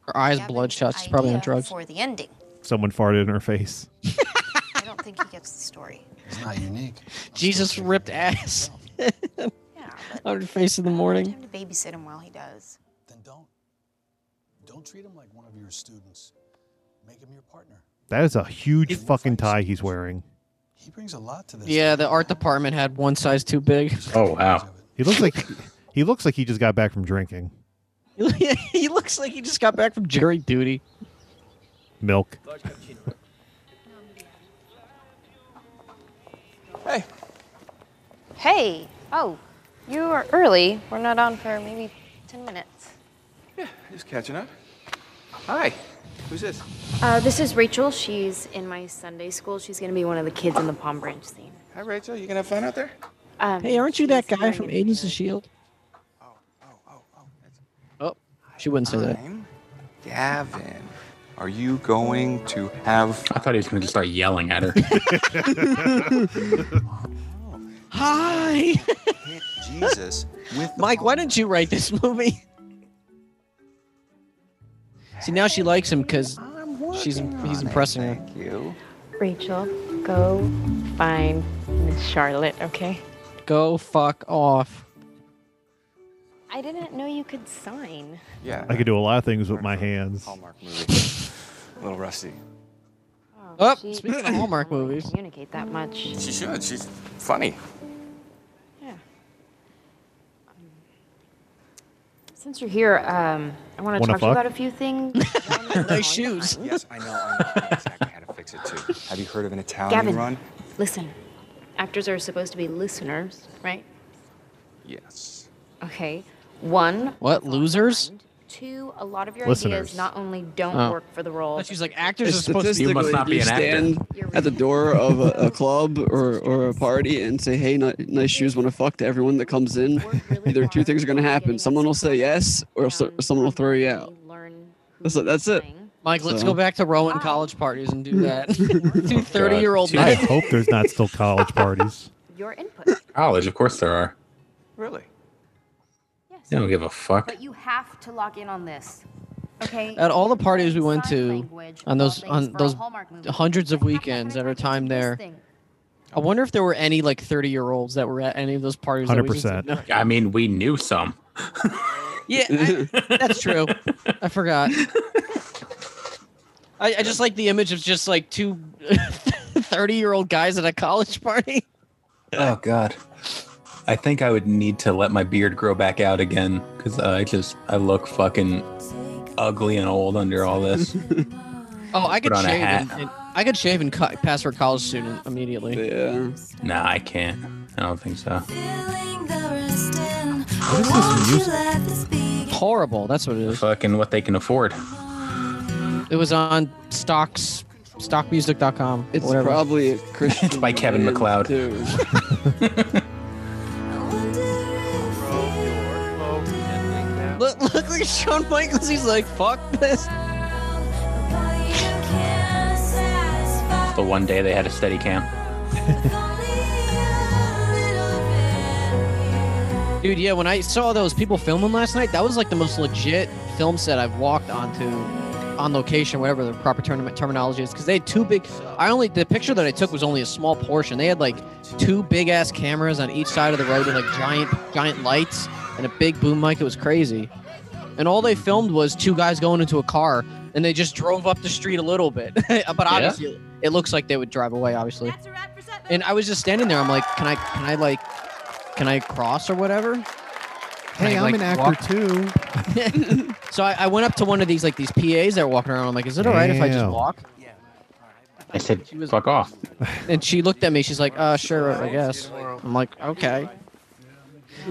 Speaker 4: Her eyes bloodshot. She's probably on drugs.
Speaker 12: For the ending,
Speaker 6: Someone farted in her face.
Speaker 12: I don't think he gets the story.
Speaker 4: It's not unique. Jesus ripped ass. (laughs) On her face in the
Speaker 12: I
Speaker 4: morning.
Speaker 12: have to babysit him while he does.
Speaker 1: Then don't. Don't treat him like one of your students. Make him your partner.
Speaker 6: That is a huge fucking tie he's wearing.
Speaker 1: He brings a lot to this.
Speaker 4: Yeah, the art department had one size too big.
Speaker 5: Oh wow.
Speaker 6: He looks like he looks like he just got back from drinking
Speaker 4: (laughs) he looks like he just got back from jury duty.
Speaker 6: milk.
Speaker 12: Hey, oh, you are early. We're not on for maybe ten minutes.
Speaker 10: Just catching up. Hi. Who's this?
Speaker 12: Uh, this is Rachel. She's in my Sunday school. She's gonna be one of the kids in the Palm Branch scene.
Speaker 10: Hi, Rachel. You gonna have fun out there?
Speaker 12: Um,
Speaker 4: Hey, aren't you that guy from Agents of Shield? Oh, she wouldn't say that.
Speaker 10: Gavin. Are you going to have?
Speaker 5: I thought he was going to start yelling
Speaker 10: (laughs)
Speaker 5: at her.
Speaker 4: E
Speaker 10: (laughs)
Speaker 4: Hi.
Speaker 10: Jesus. With
Speaker 4: Mike, why didn't you write this movie? See, now she likes him because she's he's impressing her. Thank
Speaker 10: you.
Speaker 12: Rachel, go find Miss Charlotte, okay?
Speaker 4: Go fuck off.
Speaker 12: I didn't know you could sign.
Speaker 10: Yeah.
Speaker 6: I could do a lot of things with my hands.
Speaker 10: Hallmark movie. A little rusty.
Speaker 4: Oh, speaking of
Speaker 12: (laughs)
Speaker 4: Hallmark movies.
Speaker 12: Communicate that much.
Speaker 10: She should. She's funny.
Speaker 12: Um, Since you're here, um, I want
Speaker 10: Wanna
Speaker 12: to talk to
Speaker 10: fuck?
Speaker 12: you about a few things.
Speaker 4: (laughs) nice shoes.
Speaker 10: Yes, I know. I know exactly how to fix it too. Have you heard of an Italian
Speaker 12: Gavin.
Speaker 10: run?
Speaker 12: Listen, actors are supposed to be listeners, right?
Speaker 10: Yes.
Speaker 12: Okay. One,
Speaker 4: What losers?
Speaker 12: two, a lot of your
Speaker 4: Listeners.
Speaker 12: ideas not only don't
Speaker 4: Oh.
Speaker 12: work for the role.
Speaker 4: She's like actors are supposed to.
Speaker 7: Statistically,
Speaker 5: You must not
Speaker 7: if
Speaker 5: be
Speaker 7: you
Speaker 5: an actor.
Speaker 7: stand at the door of a, a club or, or a party and say, "Hey, ni- nice shoes, want to fuck?" to everyone that comes in, either two things are going to happen: someone will say yes, or so, someone will throw you out. That's it. That's it.
Speaker 4: Mike, let's
Speaker 7: So-
Speaker 4: go back to Rowan college parties and
Speaker 10: (laughs)
Speaker 4: do that. (laughs) Two 30 year old
Speaker 6: I
Speaker 4: men.
Speaker 6: hope there's not still college parties.
Speaker 12: Your input.
Speaker 5: College, of course there are.
Speaker 10: Really?
Speaker 5: They don't give a fuck.
Speaker 12: But you have to lock in on this. Okay.
Speaker 10: Oh.
Speaker 4: At all the parties we went to on those on those hundreds of weekends at our time there. I wonder if there were any like 30 year olds that were at any of those parties. that we just didn't know.
Speaker 5: I mean, we knew some.
Speaker 4: Yeah, I- that's true. I forgot. I, I just like the image of just like two (laughs) 30 year old guys at a college party.
Speaker 5: Oh God. I think I would need to let my beard grow back out again because I just I look fucking ugly and old under all this.
Speaker 4: Oh, I could
Speaker 5: Put on a
Speaker 4: shave
Speaker 5: hat.
Speaker 4: and, and- I could shave and cut, pass for a college student immediately.
Speaker 7: Yeah.
Speaker 5: nah, I can't. I don't think so.
Speaker 4: What is this Horrible. That's what it is.
Speaker 5: Fucking what they can afford.
Speaker 4: It was on stocks, stockmusic.com.
Speaker 7: It's
Speaker 4: whatever.
Speaker 5: (laughs)
Speaker 7: probably a Christian.
Speaker 4: It's by Kevin
Speaker 7: band,
Speaker 4: MacLeod.
Speaker 7: too.
Speaker 4: (laughs) Look, (laughs) look like Shawn Michaels. He's like, fuck this.
Speaker 5: The one day they had a steady
Speaker 4: (laughs)
Speaker 5: cam.
Speaker 4: Dude, yeah, when I saw those people filming last night, that was like the most legit film set I've walked onto on location, whatever the proper tournament terminology is. Because they had two big, I only, the picture that I took was only a small portion. They had like two big ass cameras on each side of the road with like giant, giant lights and a big boom mic. It was crazy. And all they filmed was two guys going into a car and they just drove up the street a little bit. (laughs) but obviously, it looks like they would drive away, obviously. And I was just standing there. I'm like, can I, can I like, can I cross or whatever?
Speaker 6: Hey, I'm
Speaker 4: like,
Speaker 6: an actor
Speaker 4: walk-
Speaker 6: too.
Speaker 4: So I, I went up to one of these like these PAs that were walking around. I'm like, is it all right if I just
Speaker 6: Damn.
Speaker 4: walk?
Speaker 5: I said, fuck off.
Speaker 4: And she looked at me. She's like, uh, sure, I guess. I'm like, okay.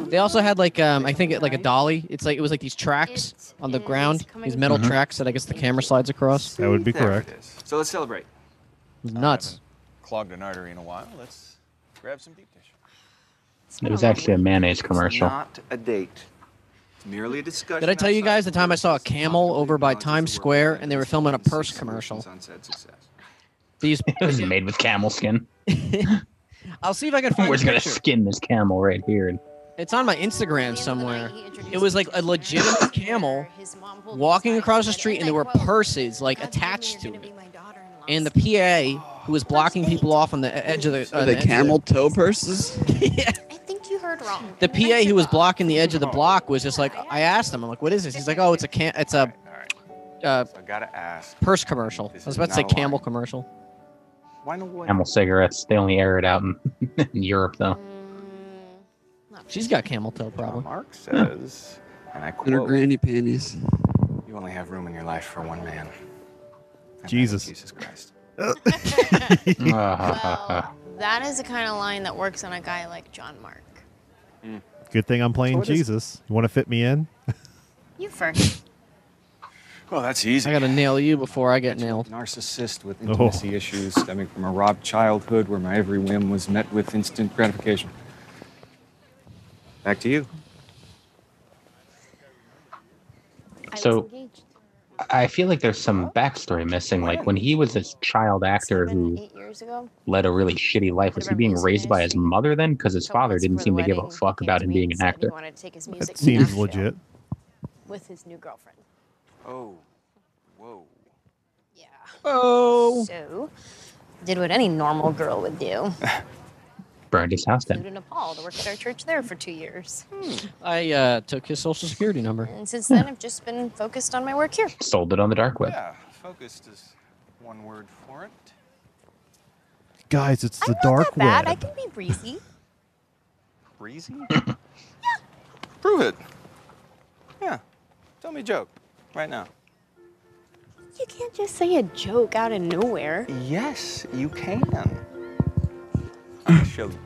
Speaker 4: They also had like um, I think it, like a dolly. It's like it was like these tracks on the ground, these metal
Speaker 6: Mhm.
Speaker 4: tracks that I guess the camera slides across.
Speaker 6: That would be
Speaker 10: There
Speaker 6: correct.
Speaker 10: it is. So let's celebrate.
Speaker 4: Nuts.
Speaker 10: Clogged an artery in a while. Let's grab some deep dish.
Speaker 5: It was actually a mayonnaise commercial. (laughs)
Speaker 10: Not a date. It's merely a discussion.
Speaker 4: Did I tell you guys the time I saw a camel over by Times Square and they were filming a purse commercial?
Speaker 10: Sunset success.
Speaker 4: These
Speaker 5: (laughs) It was made with camel skin.
Speaker 4: (laughs) I'll see if I can find
Speaker 5: We're
Speaker 4: the
Speaker 5: just gonna
Speaker 4: picture.
Speaker 5: skin this camel right here. And
Speaker 4: It's on my Instagram somewhere. It was like a legitimate camel walking across the street, and there were purses like attached to it. And the PA who was blocking people off on the e- edge of the,
Speaker 7: Are
Speaker 4: on
Speaker 7: they
Speaker 4: the edge of the-
Speaker 7: camel toe purses?
Speaker 12: think you heard wrong.
Speaker 4: the PA who was blocking the edge of the block was just like, I asked him, I'm like, what is this? He's like, oh, it's a can, it's a uh,
Speaker 10: I gotta ask.
Speaker 4: purse commercial. I was about to say
Speaker 10: Not a lie.
Speaker 4: camel commercial.
Speaker 10: Why no one?
Speaker 5: camel cigarettes. They only air it out in, (laughs) in Europe though.
Speaker 4: She's got camel toe probably.
Speaker 10: Mark says, and I
Speaker 7: In her
Speaker 10: quote,
Speaker 7: granny panties.
Speaker 10: "You only have room in your life for one man."
Speaker 6: Jesus.
Speaker 10: Jesus Christ.
Speaker 6: Uh-huh.
Speaker 12: That is the kind of line that works on a guy like John Mark.
Speaker 6: Good thing I'm playing
Speaker 12: what is-
Speaker 6: Jesus. You want to fit me in?
Speaker 12: You first.
Speaker 10: Well, that's easy.
Speaker 4: I gotta nail you before I get nailed.
Speaker 10: Narcissist with
Speaker 6: Oh.
Speaker 10: intimacy issues stemming from a robbed childhood where my every whim was met with instant gratification. Back to you.
Speaker 5: So I feel like there's some backstory missing. Like when he was this child actor who
Speaker 12: years ago.
Speaker 5: led a really shitty life, was he being raised by his mother then? Because his father didn't seem to give a fuck about him being an actor.
Speaker 12: wanted to take his music
Speaker 6: That
Speaker 12: to
Speaker 6: seems
Speaker 12: Nashville
Speaker 6: legit.
Speaker 12: with his new girlfriend.
Speaker 10: Oh. Whoa.
Speaker 12: Oh. So, did what any normal girl would do.
Speaker 5: (laughs) Burned his house down.
Speaker 12: Flew to Nepal to work at our church there for two years.
Speaker 10: Hmm.
Speaker 4: I uh, took his social security number.
Speaker 12: And since then, I've just been focused on my work here.
Speaker 5: Sold it on the dark web.
Speaker 10: Yeah, focused is one word for it.
Speaker 6: Guys, it's the dark
Speaker 12: Bad, I
Speaker 6: web.
Speaker 12: can be breezy.
Speaker 10: Breezy? yeah. Prove it. Yeah. Tell me a joke right now.
Speaker 12: You can't just say a joke out of nowhere.
Speaker 10: Yes, you can. I'm gonna show you.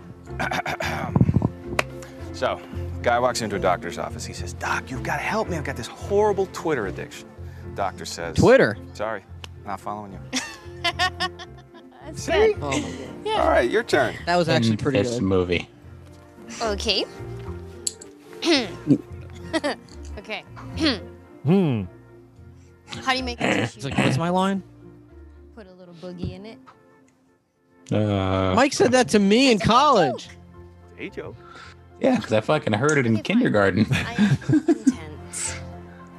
Speaker 10: (clears throat) so, guy walks into a doctor's office. He says, Doc, you've got to help me. I've got this horrible Twitter addiction. Doctor says,
Speaker 4: Twitter?
Speaker 10: Sorry, not
Speaker 12: (laughs)
Speaker 10: following you.
Speaker 12: That's good.
Speaker 10: All right, your turn.
Speaker 4: That was actually pretty
Speaker 5: This
Speaker 4: good.
Speaker 5: movie.
Speaker 10: (clears throat)
Speaker 12: Okay. (laughs) okay. (clears throat)
Speaker 6: Hmm.
Speaker 12: How do
Speaker 4: (clears throat)
Speaker 12: you make a
Speaker 4: It's
Speaker 12: tissue?
Speaker 4: like, what's my line?
Speaker 12: Put a little boogie in it.
Speaker 5: Uh,
Speaker 4: Mike said that to me in college.
Speaker 10: Hey, joke.
Speaker 5: Yeah, because I fucking heard it in kindergarten.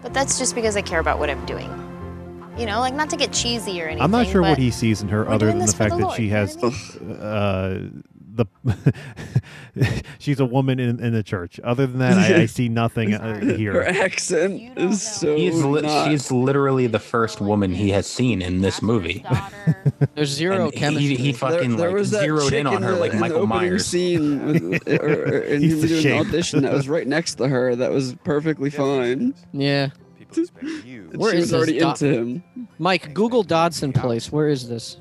Speaker 12: But that's just because I care about what I'm doing. You know, like not to get cheesy or anything.
Speaker 6: I'm not sure what
Speaker 12: but
Speaker 6: he sees in her
Speaker 12: we're
Speaker 6: other
Speaker 12: doing
Speaker 6: than the
Speaker 12: this for
Speaker 6: fact
Speaker 12: the
Speaker 6: that
Speaker 12: Lord,
Speaker 6: she
Speaker 12: you know
Speaker 6: has
Speaker 12: what
Speaker 6: uh, the (laughs) she's a woman in, in the church. Other than that, I, I
Speaker 12: (laughs)
Speaker 6: see nothing uh,
Speaker 7: Her
Speaker 6: here.
Speaker 7: (laughs) accent is so.
Speaker 5: He's li-
Speaker 7: not-
Speaker 5: she's literally the first woman he has seen in this movie.
Speaker 4: There's zero
Speaker 5: And
Speaker 4: chemistry.
Speaker 5: He, he fucking
Speaker 7: there
Speaker 5: like
Speaker 7: was that
Speaker 5: zeroed
Speaker 7: chick
Speaker 5: in on her
Speaker 7: the,
Speaker 5: like
Speaker 7: in the
Speaker 5: Michael
Speaker 7: opening
Speaker 5: Myers. (laughs)
Speaker 7: scene with, or, or, and
Speaker 6: He's
Speaker 7: he
Speaker 6: the
Speaker 7: was doing
Speaker 6: shape.
Speaker 7: an audition that was right next to her. That was perfectly fine.
Speaker 4: Yeah.
Speaker 10: People expect you.
Speaker 7: And
Speaker 4: Where
Speaker 7: she
Speaker 4: is
Speaker 7: was already
Speaker 4: this doc-
Speaker 7: into him.
Speaker 4: Mike, Google Dodson Place. Where is this?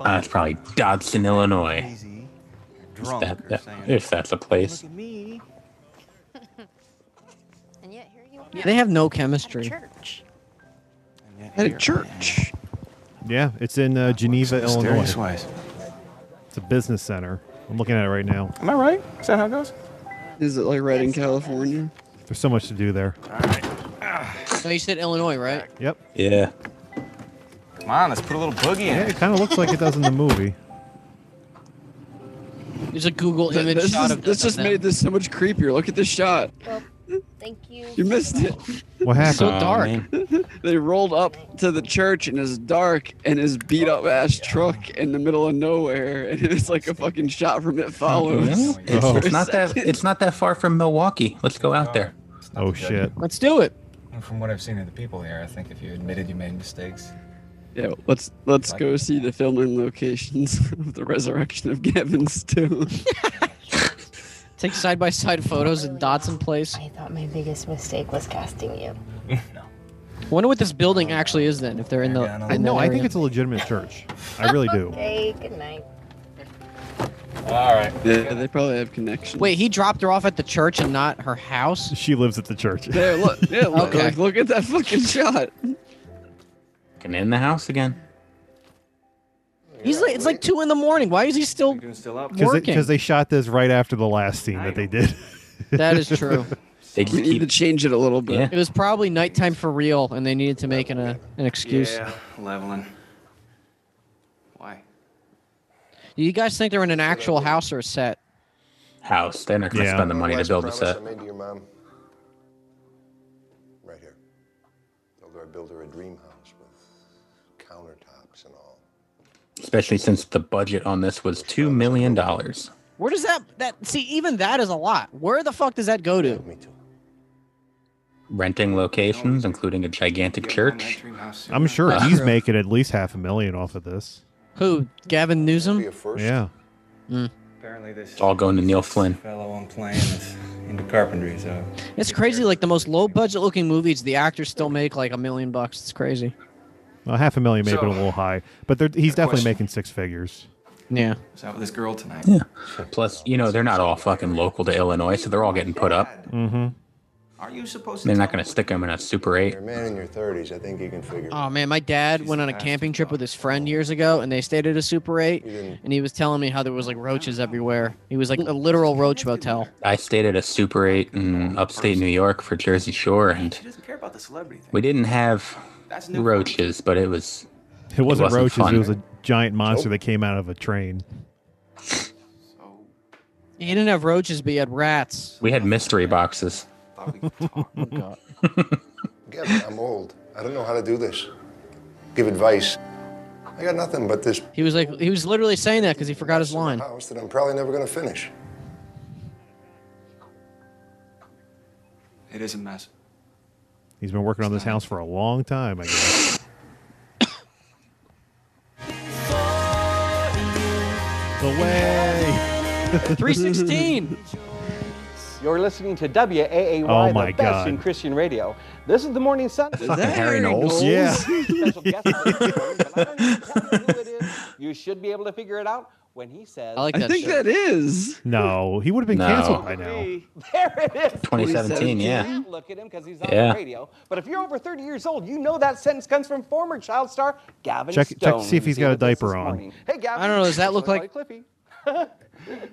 Speaker 5: Uh, it's probably Dodson, Illinois. If
Speaker 10: Drunk.
Speaker 5: that- that- if that's a place.
Speaker 12: And yet here you are.
Speaker 4: They have no chemistry.
Speaker 12: Church.
Speaker 7: At a church.
Speaker 6: Yeah, it's in uh, Geneva, Illinois.
Speaker 10: Mysterious ways.
Speaker 6: It's a business center. I'm looking at it right now.
Speaker 10: Am I right? Is that how it goes?
Speaker 7: Is it like right in California?
Speaker 6: There's so much to do there.
Speaker 4: No, you said Illinois, right?
Speaker 6: Yep.
Speaker 5: Yeah.
Speaker 10: Come on, let's put a little boogie
Speaker 6: Yeah,
Speaker 10: in it.
Speaker 6: it kind of looks like it does in the movie.
Speaker 4: There's a Google
Speaker 7: Th-
Speaker 4: image
Speaker 7: this
Speaker 4: shot
Speaker 7: is-
Speaker 4: of
Speaker 7: this just
Speaker 4: them.
Speaker 7: made this so much creepier. Look at this shot.
Speaker 12: Well, thank you.
Speaker 7: You missed it.
Speaker 6: What happened?
Speaker 4: So dark.
Speaker 7: (laughs) They rolled up to the church in his dark and his beat up ass truck in the middle of nowhere, and it's like a fucking shot from it
Speaker 6: Oh,
Speaker 7: follows.
Speaker 5: No, it's, it's not that. It's not that far from Milwaukee. Let's go out there.
Speaker 6: Oh shit.
Speaker 4: Let's do it.
Speaker 8: From what I've seen of the people here, I think if you admitted you made mistakes,
Speaker 7: Yeah, let's let's go see the filming locations (laughs) of the resurrection of Gavin Stone.
Speaker 4: Take side by side photos in Dodson Place.
Speaker 12: I thought my biggest mistake was casting
Speaker 10: (laughs)
Speaker 12: you.
Speaker 4: Wonder what this building actually is then, if they're in the.
Speaker 6: I know. I think it's a legitimate church. I really
Speaker 12: (laughs)
Speaker 6: do.
Speaker 12: Okay, good night.
Speaker 7: All right. Yeah, they probably have
Speaker 4: (laughs)
Speaker 7: connections.
Speaker 4: Wait, he dropped her off at the church and not her house?
Speaker 6: She lives at the church.
Speaker 7: There, look. Yeah, look,
Speaker 4: Okay.
Speaker 7: like, look at that fucking shot.
Speaker 5: Can in the house again.
Speaker 4: He's like, it's like two in the morning. Why is he still,
Speaker 6: Because
Speaker 4: working?
Speaker 6: they, shot this right after the last scene that they did.
Speaker 4: That is
Speaker 7: (laughs)
Speaker 4: true.
Speaker 5: They
Speaker 7: We
Speaker 5: just
Speaker 7: need to
Speaker 5: keep.
Speaker 7: change it a little bit.
Speaker 5: Yeah.
Speaker 4: It was probably nighttime for real, and they needed to make an, uh, an excuse.
Speaker 10: Yeah, leveling. Why?
Speaker 4: Do you guys think they're in an actual house or a set?
Speaker 5: house. They're not going to
Speaker 6: Yeah.
Speaker 5: spend the money to
Speaker 3: Last
Speaker 5: build a
Speaker 3: promise
Speaker 5: set.
Speaker 3: I made to your mom. Right here. Told her I built her a dream house with countertops and all.
Speaker 5: Especially since the budget on this was two million dollars.
Speaker 4: Where does that that see? Even that is a lot. Where the fuck does that go to?
Speaker 3: Me too.
Speaker 5: Renting locations, including a gigantic church.
Speaker 6: I'm sure
Speaker 5: That's
Speaker 6: he's
Speaker 4: true.
Speaker 6: making at least half a million off of this.
Speaker 4: Who? Gavin
Speaker 3: Be
Speaker 4: Newsom?
Speaker 3: a first.
Speaker 6: Yeah.
Speaker 4: Mm.
Speaker 8: apparently this
Speaker 5: It's all going to Neil Flynn.
Speaker 8: fellow I'm playing is into carpentry, so
Speaker 4: It's crazy. Like the most low budget looking movies, the actors still make like a million bucks. It's crazy.
Speaker 6: Well, half a million may have been a
Speaker 10: So-
Speaker 6: little high, but they're- he's definitely
Speaker 10: question.
Speaker 6: making six figures.
Speaker 4: Yeah.
Speaker 10: Is that with this girl tonight?
Speaker 5: Yeah. Plus, you know, they're not all fucking local to Illinois, so they're all getting put up.
Speaker 6: Mm-hmm.
Speaker 10: Aren't you supposed to?
Speaker 5: They're not going to stick him in a Super 8.
Speaker 3: You're a man in your 30s. I think you can figure
Speaker 4: Oh man, my dad went on a camping trip with his friend years ago, and they stayed at a Super 8, and he was telling me how there was like roaches everywhere. He was like a literal roach motel.
Speaker 5: I stayed at a Super 8 in upstate New York for Jersey Shore, and
Speaker 10: Doesn't care about the celebrity.
Speaker 5: we didn't have roaches, but it was.
Speaker 6: It wasn't, roaches.
Speaker 5: fun.
Speaker 6: It was a giant monster that came out of a train.
Speaker 4: He didn't have roaches, but he had rats.
Speaker 5: We had mystery boxes.
Speaker 18: (laughs) Oh,
Speaker 3: (laughs) Get it. I'm old. I don't know how to do this. Give advice. I got nothing but this
Speaker 4: He was like, he was literally saying that because he forgot his line.
Speaker 3: house that I'm probably never going to finish.
Speaker 10: It is a mess.
Speaker 6: He's been working on this house for a long time, I guess. the way. (laughs)
Speaker 4: 316.
Speaker 11: You're listening to WAAY,
Speaker 6: Oh, my
Speaker 11: the best
Speaker 6: God.
Speaker 11: in Christian radio. This is the morning sun.
Speaker 6: Fucking that Harry Harry Knowles? Knowles? Yeah.
Speaker 11: Special guest on this morning, but I don't need to tell you who it is. You should be able to figure it out when he says.
Speaker 4: I like that
Speaker 11: think
Speaker 4: that is.
Speaker 6: No, he would have been
Speaker 5: No.
Speaker 6: canceled by now.
Speaker 11: (laughs) There it is.
Speaker 5: 2017, yeah.
Speaker 11: You can't Look at him because he's on
Speaker 5: Yeah.
Speaker 11: the radio. But if you're over 30 years old, you know that sentence comes from former child star Gavin
Speaker 6: Check, check
Speaker 11: Stone.
Speaker 6: to see if he's got a diaper on.
Speaker 11: Hey, Gavin.
Speaker 4: I don't know, does that
Speaker 11: Looks
Speaker 4: look like-
Speaker 11: Cliffy? (laughs)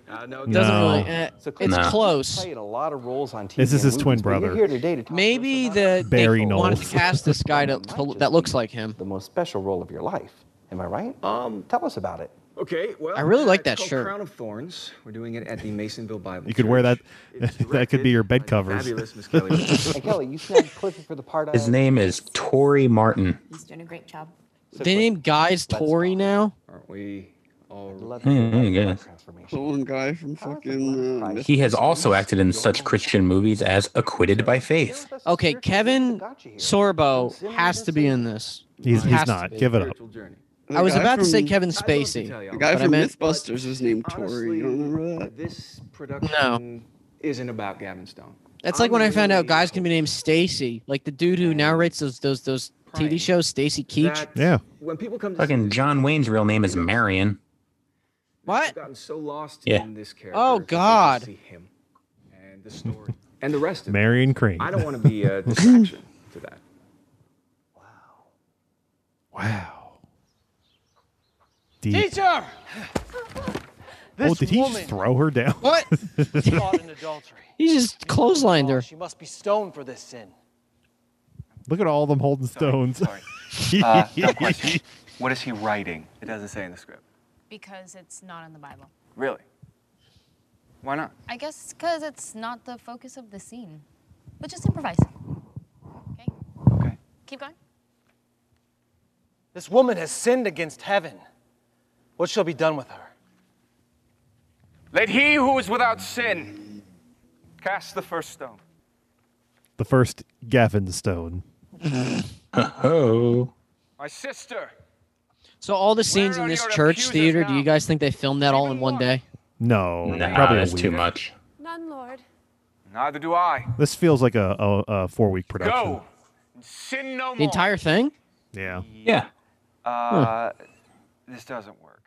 Speaker 10: Uh,
Speaker 11: no,
Speaker 6: it doesn't. No.
Speaker 4: really- eh, it's
Speaker 6: No.
Speaker 4: close.
Speaker 11: Played a lot of roles on TV.
Speaker 6: Oh. This is
Speaker 11: and
Speaker 6: his twin
Speaker 11: movies, but you're
Speaker 6: brother.
Speaker 11: Here today to talk
Speaker 4: Maybe the
Speaker 6: Barry
Speaker 4: they wanted to
Speaker 6: Knowles.
Speaker 4: cast this guy
Speaker 11: (laughs)
Speaker 4: to, to- that looks like him.
Speaker 11: The most special role of your life. Am I right? Um, tell us about it.
Speaker 10: Okay, well,
Speaker 11: I really like
Speaker 10: it's
Speaker 11: that
Speaker 10: called
Speaker 11: shirt.
Speaker 10: Crown of Thorns. We're doing it at the Masonville Bible.
Speaker 6: You could wear that.
Speaker 10: Church.
Speaker 6: (laughs) (laughs) that could be your bed covers.
Speaker 10: Fabulous Miss Kelly.
Speaker 11: (laughs)
Speaker 6: (laughs)
Speaker 11: Hey, Kelly, you said Cliffy for the part of.
Speaker 5: His name is Tori Martin.
Speaker 22: He's doing a great job.
Speaker 4: They named guys Tory now.
Speaker 10: Aren't we all?
Speaker 5: Hmm, I guess.
Speaker 7: One guy from fucking. Uh,
Speaker 5: He has also acted in such Christian movies as Acquitted by Faith.
Speaker 4: Okay, Kevin Sorbo has to be in this.
Speaker 5: He's-
Speaker 6: he's
Speaker 4: Has to
Speaker 6: not.
Speaker 4: be.
Speaker 6: Give it up.
Speaker 4: I was
Speaker 7: The guy
Speaker 4: about to say
Speaker 7: from-
Speaker 4: Kevin Spacey.
Speaker 7: The guy
Speaker 4: but I
Speaker 7: from
Speaker 4: meant-
Speaker 7: Mythbusters was named Tori. You don't remember that?
Speaker 10: This production isn't about Gavin Stone.
Speaker 4: That's like when I found out guys can be named Stacy, like the dude who narrates those those those TV shows, Stacy Keach.
Speaker 5: Yeah.
Speaker 10: When people come to see
Speaker 5: Fucking John Wayne's real name is Marion.
Speaker 10: what? gotten so lost
Speaker 5: Yeah.
Speaker 10: in this character.
Speaker 4: Oh God.
Speaker 10: and the story and the rest of
Speaker 6: Marion
Speaker 10: it.
Speaker 6: Crane.
Speaker 10: I don't want to
Speaker 6: (laughs)
Speaker 10: be a distraction to that.
Speaker 6: Deep.
Speaker 14: Teacher!
Speaker 6: Oh, did he just (laughs) throw her down? (laughs)
Speaker 4: What?
Speaker 6: Look
Speaker 14: Caught in adultery. Oh,
Speaker 4: He just clotheslined
Speaker 1: Oh,
Speaker 4: her.
Speaker 14: She must be stoned for this sin.
Speaker 6: at all them holding stones. (laughs)
Speaker 10: Uh, no question. What is he writing? It doesn't say in the script.
Speaker 22: Because it's not in the Bible.
Speaker 10: Really? Why not?
Speaker 22: I guess because it's not the focus of the scene. But just improvise. Okay?
Speaker 10: Okay.
Speaker 22: Keep going.
Speaker 14: This woman has sinned against heaven. What shall be done with her?
Speaker 15: Let he who is without sin cast the first stone.
Speaker 6: the first Gavin Stone. oh.
Speaker 15: My sister,
Speaker 4: So all the scenes in this church theater, do you guys think they filmed that all in one day?
Speaker 6: No,
Speaker 5: Nah,
Speaker 6: probably a
Speaker 5: that's too
Speaker 6: week.
Speaker 5: much.
Speaker 15: none, Lord. Neither do I.
Speaker 6: This feels like a, a, a four week production.
Speaker 15: Go and sin no more.
Speaker 4: The entire thing?
Speaker 6: Yeah.
Speaker 5: Yeah.
Speaker 10: Uh, This doesn't work.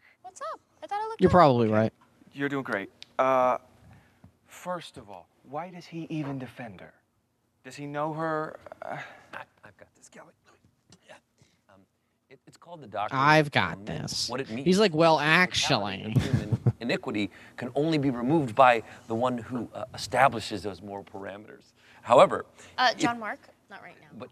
Speaker 4: You're probably right.
Speaker 10: You're doing great. Uh, first of all, why does he even defend her? Does he know her? Uh,
Speaker 18: I've got this, Kelly. Um, it, it's called the doctrine.
Speaker 4: I've
Speaker 18: of
Speaker 4: got
Speaker 18: atonement.
Speaker 4: this.
Speaker 18: What it means.
Speaker 4: He's like, well, actually.
Speaker 18: human iniquity can only be removed by the one who uh, establishes those moral parameters. However,
Speaker 22: Uh,
Speaker 18: if-
Speaker 22: John Mark? Not right now.
Speaker 18: but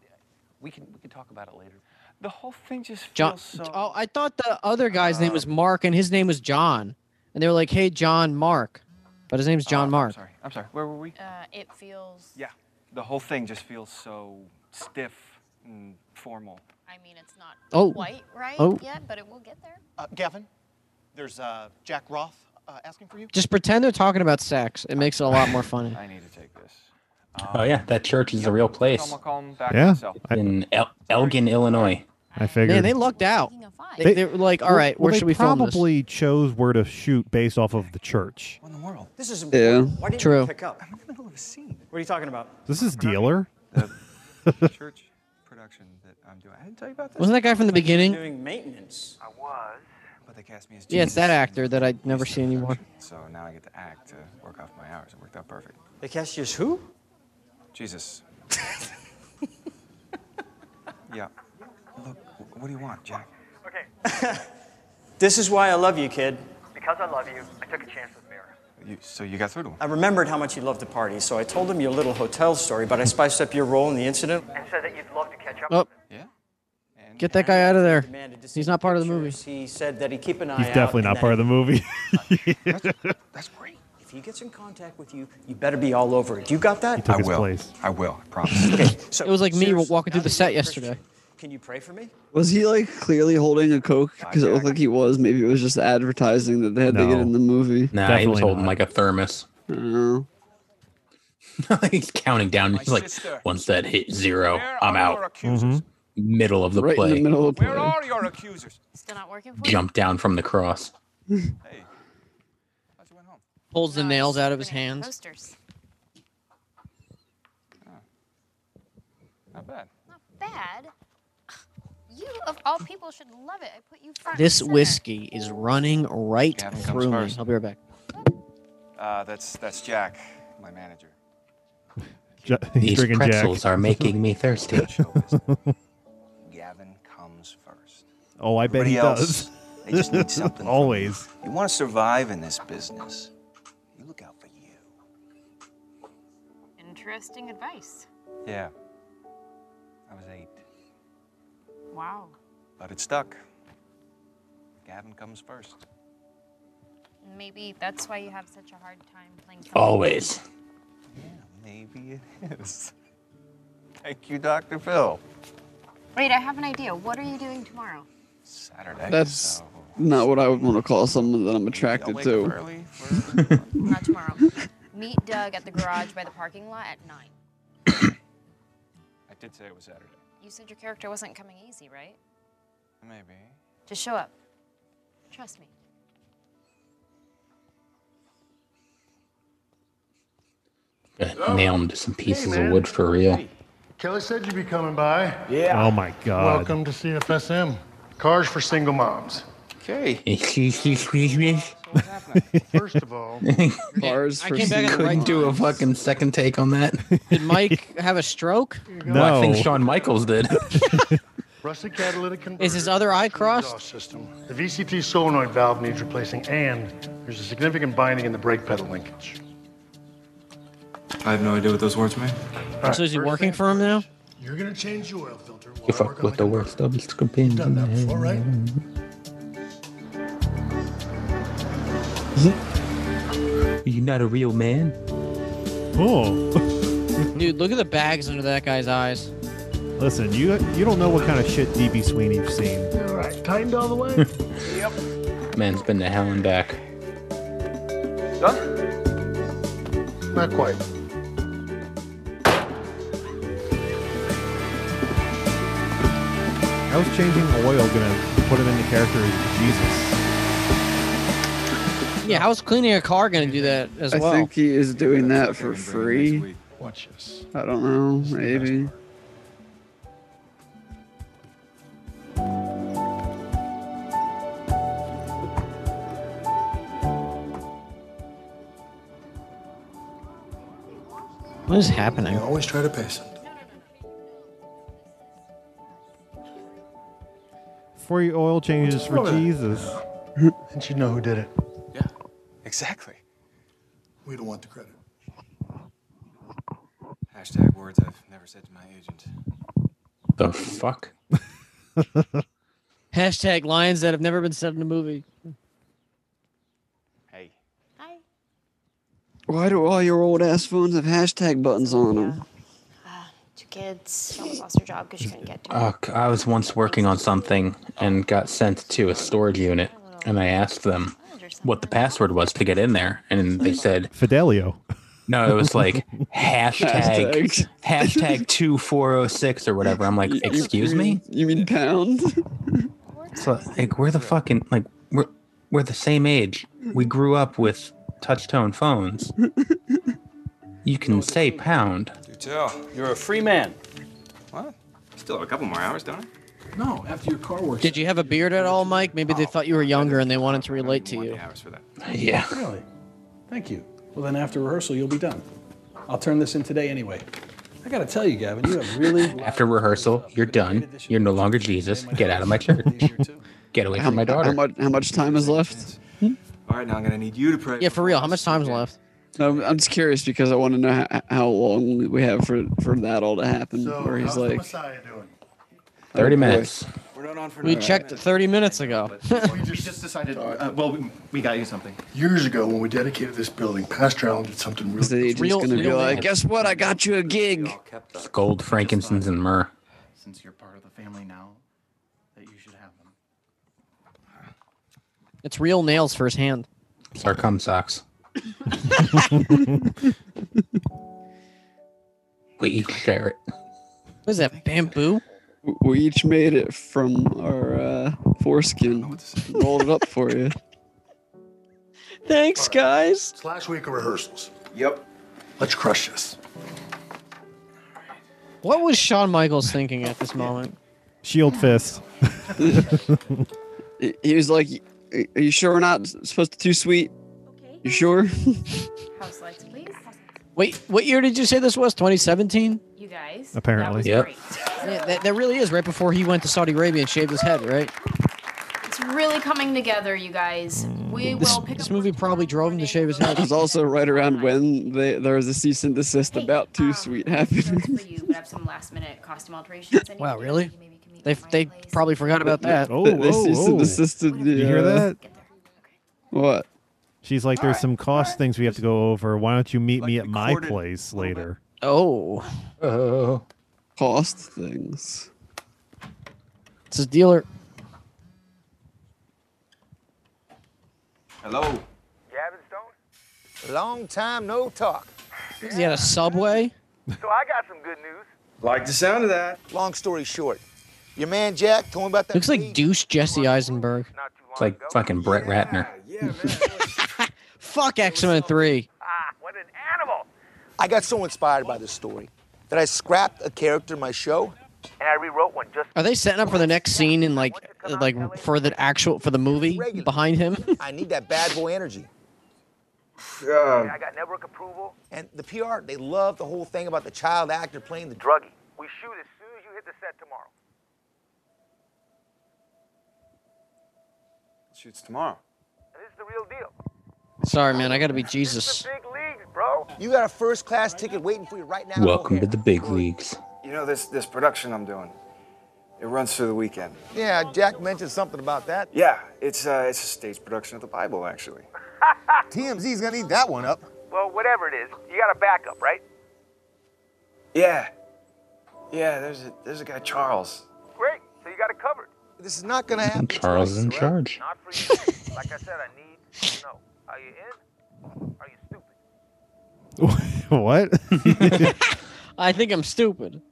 Speaker 18: we can we can talk about it later.
Speaker 10: the whole thing
Speaker 4: (laughs)
Speaker 10: just
Speaker 4: John.
Speaker 10: feels so.
Speaker 4: Oh, I thought the other guy's name was Mark and his name was John, and they were like, "Hey, John Mark," but his name's John Mark.
Speaker 10: Sorry, I'm sorry. Where were we?
Speaker 22: Uh, it feels.
Speaker 10: Yeah, the whole thing just feels so stiff and formal.
Speaker 22: I mean, it's not
Speaker 10: Oh.
Speaker 22: quite right
Speaker 10: Oh.
Speaker 22: yet, but it will get there.
Speaker 14: Uh, Gavin, there's uh, Jack Roth uh, asking for you.
Speaker 4: Just pretend they're talking about sex. It makes it a lot more funny.
Speaker 10: I need to take this.
Speaker 5: Oh, yeah. That church is a real place.
Speaker 10: I'll call him back
Speaker 5: Yeah.
Speaker 10: myself.
Speaker 5: In El- Elgin, Illinois.
Speaker 6: I figured.
Speaker 4: Man, they lucked out. They, they were like, "All right,
Speaker 6: well,
Speaker 4: where
Speaker 6: they
Speaker 4: should we film this?"
Speaker 6: probably chose where to shoot based off of the church.
Speaker 14: This is
Speaker 4: Yeah,
Speaker 14: important. Why didn't you
Speaker 6: true.
Speaker 14: pick up? I'm in the middle of a scene. What are you talking about?
Speaker 6: This is dealer.
Speaker 14: Uh,
Speaker 6: (laughs)
Speaker 10: church production that I'm doing. I didn't tell you about this.
Speaker 4: Wasn't that guy from the beginning?
Speaker 14: Doing maintenance. I was.
Speaker 10: But they cast me as Jesus.
Speaker 4: Yeah, it's that actor that I never see anymore.
Speaker 10: So now I get to act to work off my hours. It worked out perfect.
Speaker 14: They cast you as who?
Speaker 10: Jesus. yeah. Look, wh- what do you want, Jack?
Speaker 13: (laughs) This is why I love you, kid.
Speaker 23: Because I love you, I took a chance with Mira.
Speaker 10: You, so you got through to him.
Speaker 13: I remembered how much you loved to party, so I told him your little hotel story, but I spiced up your role in the incident.
Speaker 23: And said that you'd love to catch up
Speaker 4: Oh.
Speaker 10: Yeah.
Speaker 4: Get that guy out of there.
Speaker 13: Demanded to see
Speaker 4: He's not part of the movie.
Speaker 13: He said that he'd keep an eye
Speaker 6: He's
Speaker 13: out
Speaker 6: definitely
Speaker 13: and
Speaker 6: not
Speaker 13: that
Speaker 6: part of the movie.
Speaker 10: (laughs)
Speaker 13: That's great. If he gets in contact with you, you better be all over it. You got that?
Speaker 6: He took
Speaker 10: I
Speaker 6: his
Speaker 10: will.
Speaker 6: place.
Speaker 10: I will. I
Speaker 6: (laughs)
Speaker 10: promise.
Speaker 13: Okay, so
Speaker 4: It was like me walking through the set yesterday.
Speaker 13: can you pray for me?
Speaker 7: Was he like clearly holding a Coke? Because it looked like he was. Maybe it was just advertising that they had to get
Speaker 5: No.
Speaker 7: in the movie.
Speaker 5: Nah, he was holding like a thermos. Mm-hmm. (laughs) he's counting down. He's like, once that hit zero, I'm out.
Speaker 4: Mm-hmm.
Speaker 5: Middle of the
Speaker 7: Right in
Speaker 5: play,
Speaker 7: the middle of the
Speaker 24: Where are your accusers?
Speaker 12: Still not working for
Speaker 5: jump down from the cross.
Speaker 4: Pulls the nails out of his
Speaker 12: you?
Speaker 4: hands.
Speaker 12: Posters.
Speaker 10: Not bad.
Speaker 12: Not bad. You, of all people, should love it. I put you front.
Speaker 4: This
Speaker 12: and
Speaker 4: whiskey is running right
Speaker 10: comes
Speaker 4: through me.
Speaker 10: first.
Speaker 4: I'll
Speaker 6: (laughs)
Speaker 4: be right back.
Speaker 10: Uh, that's that's Jack, my manager.
Speaker 6: Ju- he's
Speaker 5: These
Speaker 6: drinking
Speaker 5: pretzels
Speaker 6: Jack.
Speaker 5: are making
Speaker 6: (laughs)
Speaker 5: me thirsty.
Speaker 10: Gavin comes first.
Speaker 6: oh, I bet he
Speaker 10: Everybody
Speaker 6: does.
Speaker 10: else, they
Speaker 6: (laughs)
Speaker 10: just need something. from you.
Speaker 6: Always.
Speaker 10: You want to survive in this business. You look out for you.
Speaker 12: center. Interesting advice.
Speaker 10: Yeah. I was eight,
Speaker 12: Wow.
Speaker 10: but it stuck. Gavin comes first.
Speaker 12: Maybe that's why you have such a hard time playing. phone.
Speaker 5: Always.
Speaker 10: Maybe it is. Thank you, Dr. Phil.
Speaker 12: Wait, I have an idea. What are you doing tomorrow?
Speaker 10: Saturday.
Speaker 7: That's not what I would want to call someone that I'm attracted
Speaker 10: wake up
Speaker 7: to.
Speaker 10: early
Speaker 12: (laughs) Not tomorrow. Meet Doug at the garage by the parking lot at nine.
Speaker 10: I did say it was Saturday.
Speaker 12: You said your character wasn't coming easy, right?
Speaker 10: Maybe.
Speaker 12: Just show up. Trust me.
Speaker 9: Oh.
Speaker 5: Nail Uh, him to some pieces of wood for (laughs) real.
Speaker 9: Kelly said you'd be coming by.
Speaker 6: Yeah. Oh my god.
Speaker 9: Welcome to CFSM. Cars for single moms.
Speaker 10: Okay.
Speaker 9: First
Speaker 5: (laughs)
Speaker 9: of all,
Speaker 7: Cars
Speaker 4: I
Speaker 7: for
Speaker 4: came back on the
Speaker 7: single
Speaker 4: right
Speaker 5: Do a fucking second take on that.
Speaker 4: Did Mike have a stroke?
Speaker 5: (laughs) Well, I think
Speaker 6: No.
Speaker 5: Shawn Michaels did.
Speaker 9: rusted catalytic converter.
Speaker 4: Is his other eye
Speaker 9: to the
Speaker 4: crossed?
Speaker 9: exhaust System. The VCT solenoid valve needs replacing, and there's a significant binding in the brake pedal linkage.
Speaker 25: I have no idea what those words mean.
Speaker 4: So is he working for him now?
Speaker 9: You're gonna change your oil filter.
Speaker 5: You fuck with the worst of its companions.
Speaker 9: Done that before, right?
Speaker 5: Are you not a real man?
Speaker 6: Oh,
Speaker 4: (laughs) Dude, look at the bags under that guy's eyes.
Speaker 6: listen, you you don't know what kind of shit DB Sweeney's seen.
Speaker 9: All right, tightened all
Speaker 7: (laughs)
Speaker 9: the way.
Speaker 5: Man's been to hell and back.
Speaker 10: Done?
Speaker 9: Not quite.
Speaker 6: How's changing oil gonna put him in the character of Jesus?
Speaker 4: Yeah, how's cleaning a car gonna do that as
Speaker 7: I
Speaker 4: well?
Speaker 7: think he is doing that for free.
Speaker 9: Watch this.
Speaker 7: I don't know. Maybe.
Speaker 4: What is happening?
Speaker 9: You always try to pace it.
Speaker 6: Free oil changes for
Speaker 9: Over there.
Speaker 6: Jesus.
Speaker 9: And you know who did it.
Speaker 10: Yeah. Exactly.
Speaker 9: We don't want the credit.
Speaker 25: Hashtag words I've never said to my agent.
Speaker 5: The
Speaker 6: (laughs)
Speaker 5: fuck?
Speaker 4: Hashtag lines that have never been said in a movie.
Speaker 10: Hey.
Speaker 12: Hi.
Speaker 7: Why do all your old ass phones have hashtag buttons on them?
Speaker 12: Two kids. She almost lost her job because she couldn't get to
Speaker 5: Uh, I was once working on something and got sent to a storage unit, and I asked them what the password was to get in there, and they said,
Speaker 6: Fidelio.
Speaker 5: "No, it was (laughs) like
Speaker 7: Hashtags.
Speaker 5: hashtag hashtag two four zero six or whatever." I'm like, "Excuse me?
Speaker 7: You mean pound?
Speaker 5: So, like, we're the fucking like we're we're the same age. We grew up with touch tone phones. You can say pound.
Speaker 10: You tell.
Speaker 13: You're a free man.
Speaker 10: What? Still have a couple more hours, don't I?
Speaker 1: No, after your car works.
Speaker 4: Did you have a beard at all, Mike? Maybe they thought you were younger and they wanted to relate to you.
Speaker 10: Hours for that.
Speaker 5: Yeah.
Speaker 1: Really? Thank you. Well, then after rehearsal, you'll be done. I'll turn this in today anyway. I gotta tell you, Gavin, you have really
Speaker 5: After rehearsal, you're done. You're no longer Jesus. Get out of my church. Get away from my
Speaker 7: How
Speaker 5: daughter.
Speaker 7: much, how much time is left?
Speaker 10: All right, now I'm going to need you to pray.
Speaker 7: Yeah, for real. How much time's left? No, Um, I'm just curious because I want to know how, how long we have for, for that all to happen. where he's like,
Speaker 5: Thirty
Speaker 7: Oh, boy.
Speaker 5: minutes.
Speaker 10: We're not on for
Speaker 4: We
Speaker 7: another
Speaker 4: checked 30 minutes ago. (laughs)
Speaker 14: (laughs) we just, decided. Uh, well, we, we got you something.
Speaker 16: Years ago, when we dedicated this building, Pastor Allen did something really.
Speaker 7: the agent's going to be like, guess what? I got you a gig.
Speaker 5: Gold, frankincense, and myrrh.
Speaker 14: Since you're part of the family now, that you should have them.
Speaker 4: It's real nails firsthand.
Speaker 5: Sarcom
Speaker 4: (laughs)
Speaker 5: socks. we each share it.
Speaker 4: What is that, bamboo?
Speaker 7: We each made it from our uh, foreskin. Rolled it up for you.
Speaker 4: Thanks, guys.
Speaker 16: It's last week of rehearsals.
Speaker 10: Yep.
Speaker 16: Let's crush this.
Speaker 4: What was Shawn Michaels thinking at this moment?
Speaker 6: Shield fist.
Speaker 7: (laughs) He- He was like, "Y- are you sure we're not s- supposed to too sweet? You sure?
Speaker 12: House lights, please.
Speaker 4: Wait, what year did you say this was? 2017?
Speaker 12: You guys.
Speaker 6: Apparently.
Speaker 4: was
Speaker 6: Yep.
Speaker 4: Yeah, that, that really is right before he went to Saudi Arabia and shaved his head, right?
Speaker 12: It's really coming together, you guys. We
Speaker 4: This,
Speaker 12: will pick
Speaker 4: this movie probably drove him to shave his head.
Speaker 7: It was also right around when they, there was a cease and desist about too sweet happening.
Speaker 12: for you, but have some last minute costume alterations. I need
Speaker 4: Wow, really? They, they probably forgot about
Speaker 7: They-
Speaker 4: that.
Speaker 7: they, they ceased and desisted.
Speaker 6: Oh, Did you hear
Speaker 7: uh,
Speaker 6: that?
Speaker 7: What?
Speaker 6: She's like, there's some cost things we have to go over. Why don't you meet me at my
Speaker 7: recorded
Speaker 6: place later?
Speaker 4: Oh.
Speaker 7: Oh. Cost things.
Speaker 4: It's his dealer.
Speaker 10: Hello.
Speaker 2: Gavin Stone?
Speaker 9: Long time no talk.
Speaker 4: Is he at a subway?
Speaker 9: So I got some good news.
Speaker 10: Like the sound of that.
Speaker 9: Long story short, your man Jack told me about that.
Speaker 4: Looks like douche Jesse Eisenberg.
Speaker 5: It's like fucking Brett Ratner.
Speaker 4: (laughs) Fuck X Men 3.
Speaker 9: Ah, what an animal! I got so inspired by this story that I scrapped a character in my show, and I rewrote one just.
Speaker 4: Are they setting up for the next scene in like uh, like for the actual for the movie behind him?
Speaker 9: I need that bad boy energy.
Speaker 4: Yeah.
Speaker 9: I got network approval. And the PR, they love the whole thing about the child actor playing the druggie. We shoot as soon as you hit the set tomorrow.
Speaker 10: Shoots tomorrow.
Speaker 9: And this is the real deal.
Speaker 4: Sorry, man. I gotta be Jesus.
Speaker 9: Big leagues, bro. You got a first class ticket waiting for you right now.
Speaker 5: Welcome to the big leagues.
Speaker 10: You know this this production I'm doing. It runs through the weekend.
Speaker 9: Yeah, Jack mentioned something about that.
Speaker 10: Yeah, it's uh, it's a stage production of the
Speaker 9: (laughs)
Speaker 10: Bible actually.
Speaker 9: TMZ's gonna eat that one up. Well, whatever it is, you got a backup, right?
Speaker 10: Yeah. Yeah, there's a there's a
Speaker 9: (laughs)
Speaker 10: guy Charles.
Speaker 9: Great. So you got it covered. This is not gonna happen.
Speaker 5: Charles is in charge.
Speaker 9: Not for you. like I said, I need to know. Are you in? Are you stupid?
Speaker 10: (laughs)
Speaker 9: (laughs)
Speaker 6: what?
Speaker 4: I think I'm stupid.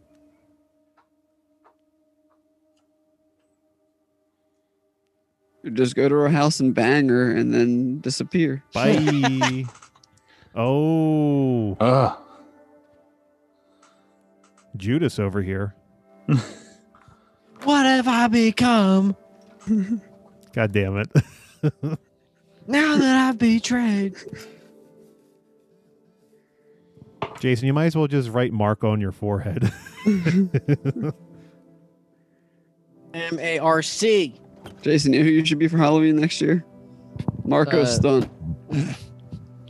Speaker 7: Just go to her house and bang her and then disappear. (laughs)
Speaker 9: (laughs)
Speaker 6: Bye. (laughs) oh. Judas over here.
Speaker 4: What have I become? (laughs)
Speaker 6: God damn it. (laughs)
Speaker 4: Now that I've betrayed.
Speaker 6: Jason, you might as well just write Marco on your
Speaker 4: (laughs)
Speaker 6: forehead.
Speaker 4: M A R C.
Speaker 7: Jason, you know who you should be for Halloween next year? Marco
Speaker 4: Uh,
Speaker 7: Stunt.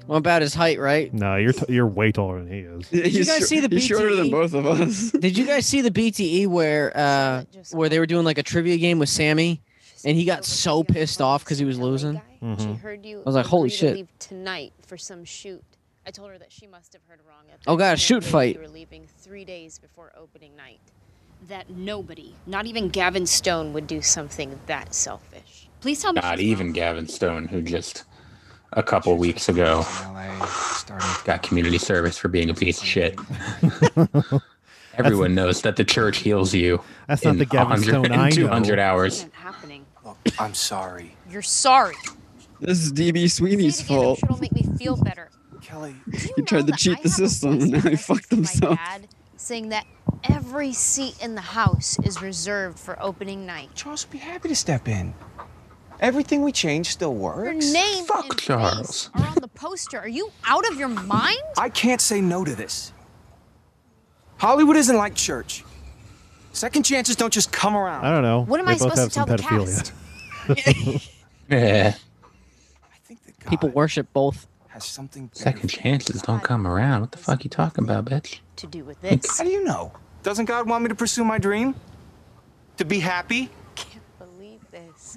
Speaker 4: Well, about his height, right?
Speaker 6: no, you're t- you're way taller than he is.
Speaker 4: Did you guys see the BTE?
Speaker 7: he's shorter than both of
Speaker 4: (laughs)
Speaker 7: us.
Speaker 4: Did you guys see the BTE where uh where they were doing like a trivia game with Sammy, and he got so pissed off because he was losing.
Speaker 12: She heard you.
Speaker 4: Mm-hmm. I was like, holy
Speaker 12: agree to
Speaker 4: shit!
Speaker 12: Leave tonight for some shoot. I told her that she must have heard wrong. At
Speaker 4: Oh,
Speaker 12: the
Speaker 4: God,
Speaker 12: dinner
Speaker 4: shoot
Speaker 12: that
Speaker 4: fight.
Speaker 12: You were leaving three days before opening night. That nobody, not even Gavin Stone, would do something that selfish. Please tell me.
Speaker 5: Not even Gavin Stone, who just a couple weeks ago got community service for being a piece of
Speaker 6: (laughs)
Speaker 5: shit. Everyone knows that the church heals you.
Speaker 6: That's not
Speaker 5: in
Speaker 6: the Gavin
Speaker 5: 100
Speaker 6: Stone
Speaker 5: in
Speaker 6: I know.
Speaker 5: 200 hours.
Speaker 12: happening.
Speaker 10: I'm sorry.
Speaker 12: You're sorry.
Speaker 7: This is DB Sweeney's fault.
Speaker 12: It'll make me feel better. Kelly,
Speaker 7: He tried to cheat the system and now he fucked himself.
Speaker 12: dad saying that every seat in the house is reserved for opening night. Charles would be happy
Speaker 10: Happy to step in. Everything we change still
Speaker 12: Your
Speaker 10: works.
Speaker 12: name and
Speaker 10: Charles.
Speaker 12: are on the poster. Are you out of your mind?
Speaker 10: I can't say no to this.
Speaker 13: Hollywood isn't like church. Second chances don't just come around.
Speaker 6: I don't know.
Speaker 13: What am
Speaker 6: they
Speaker 13: I
Speaker 6: both
Speaker 13: supposed
Speaker 6: have
Speaker 13: to tell
Speaker 6: some
Speaker 13: the
Speaker 6: pedophilia.
Speaker 13: (laughs)
Speaker 5: Yeah.
Speaker 4: People worship both.
Speaker 13: Has something
Speaker 5: Second chances don't come around. What the fuck you talking about, bitch?
Speaker 13: to do with this. How do you know? Doesn't God want me to pursue my dream? To be happy?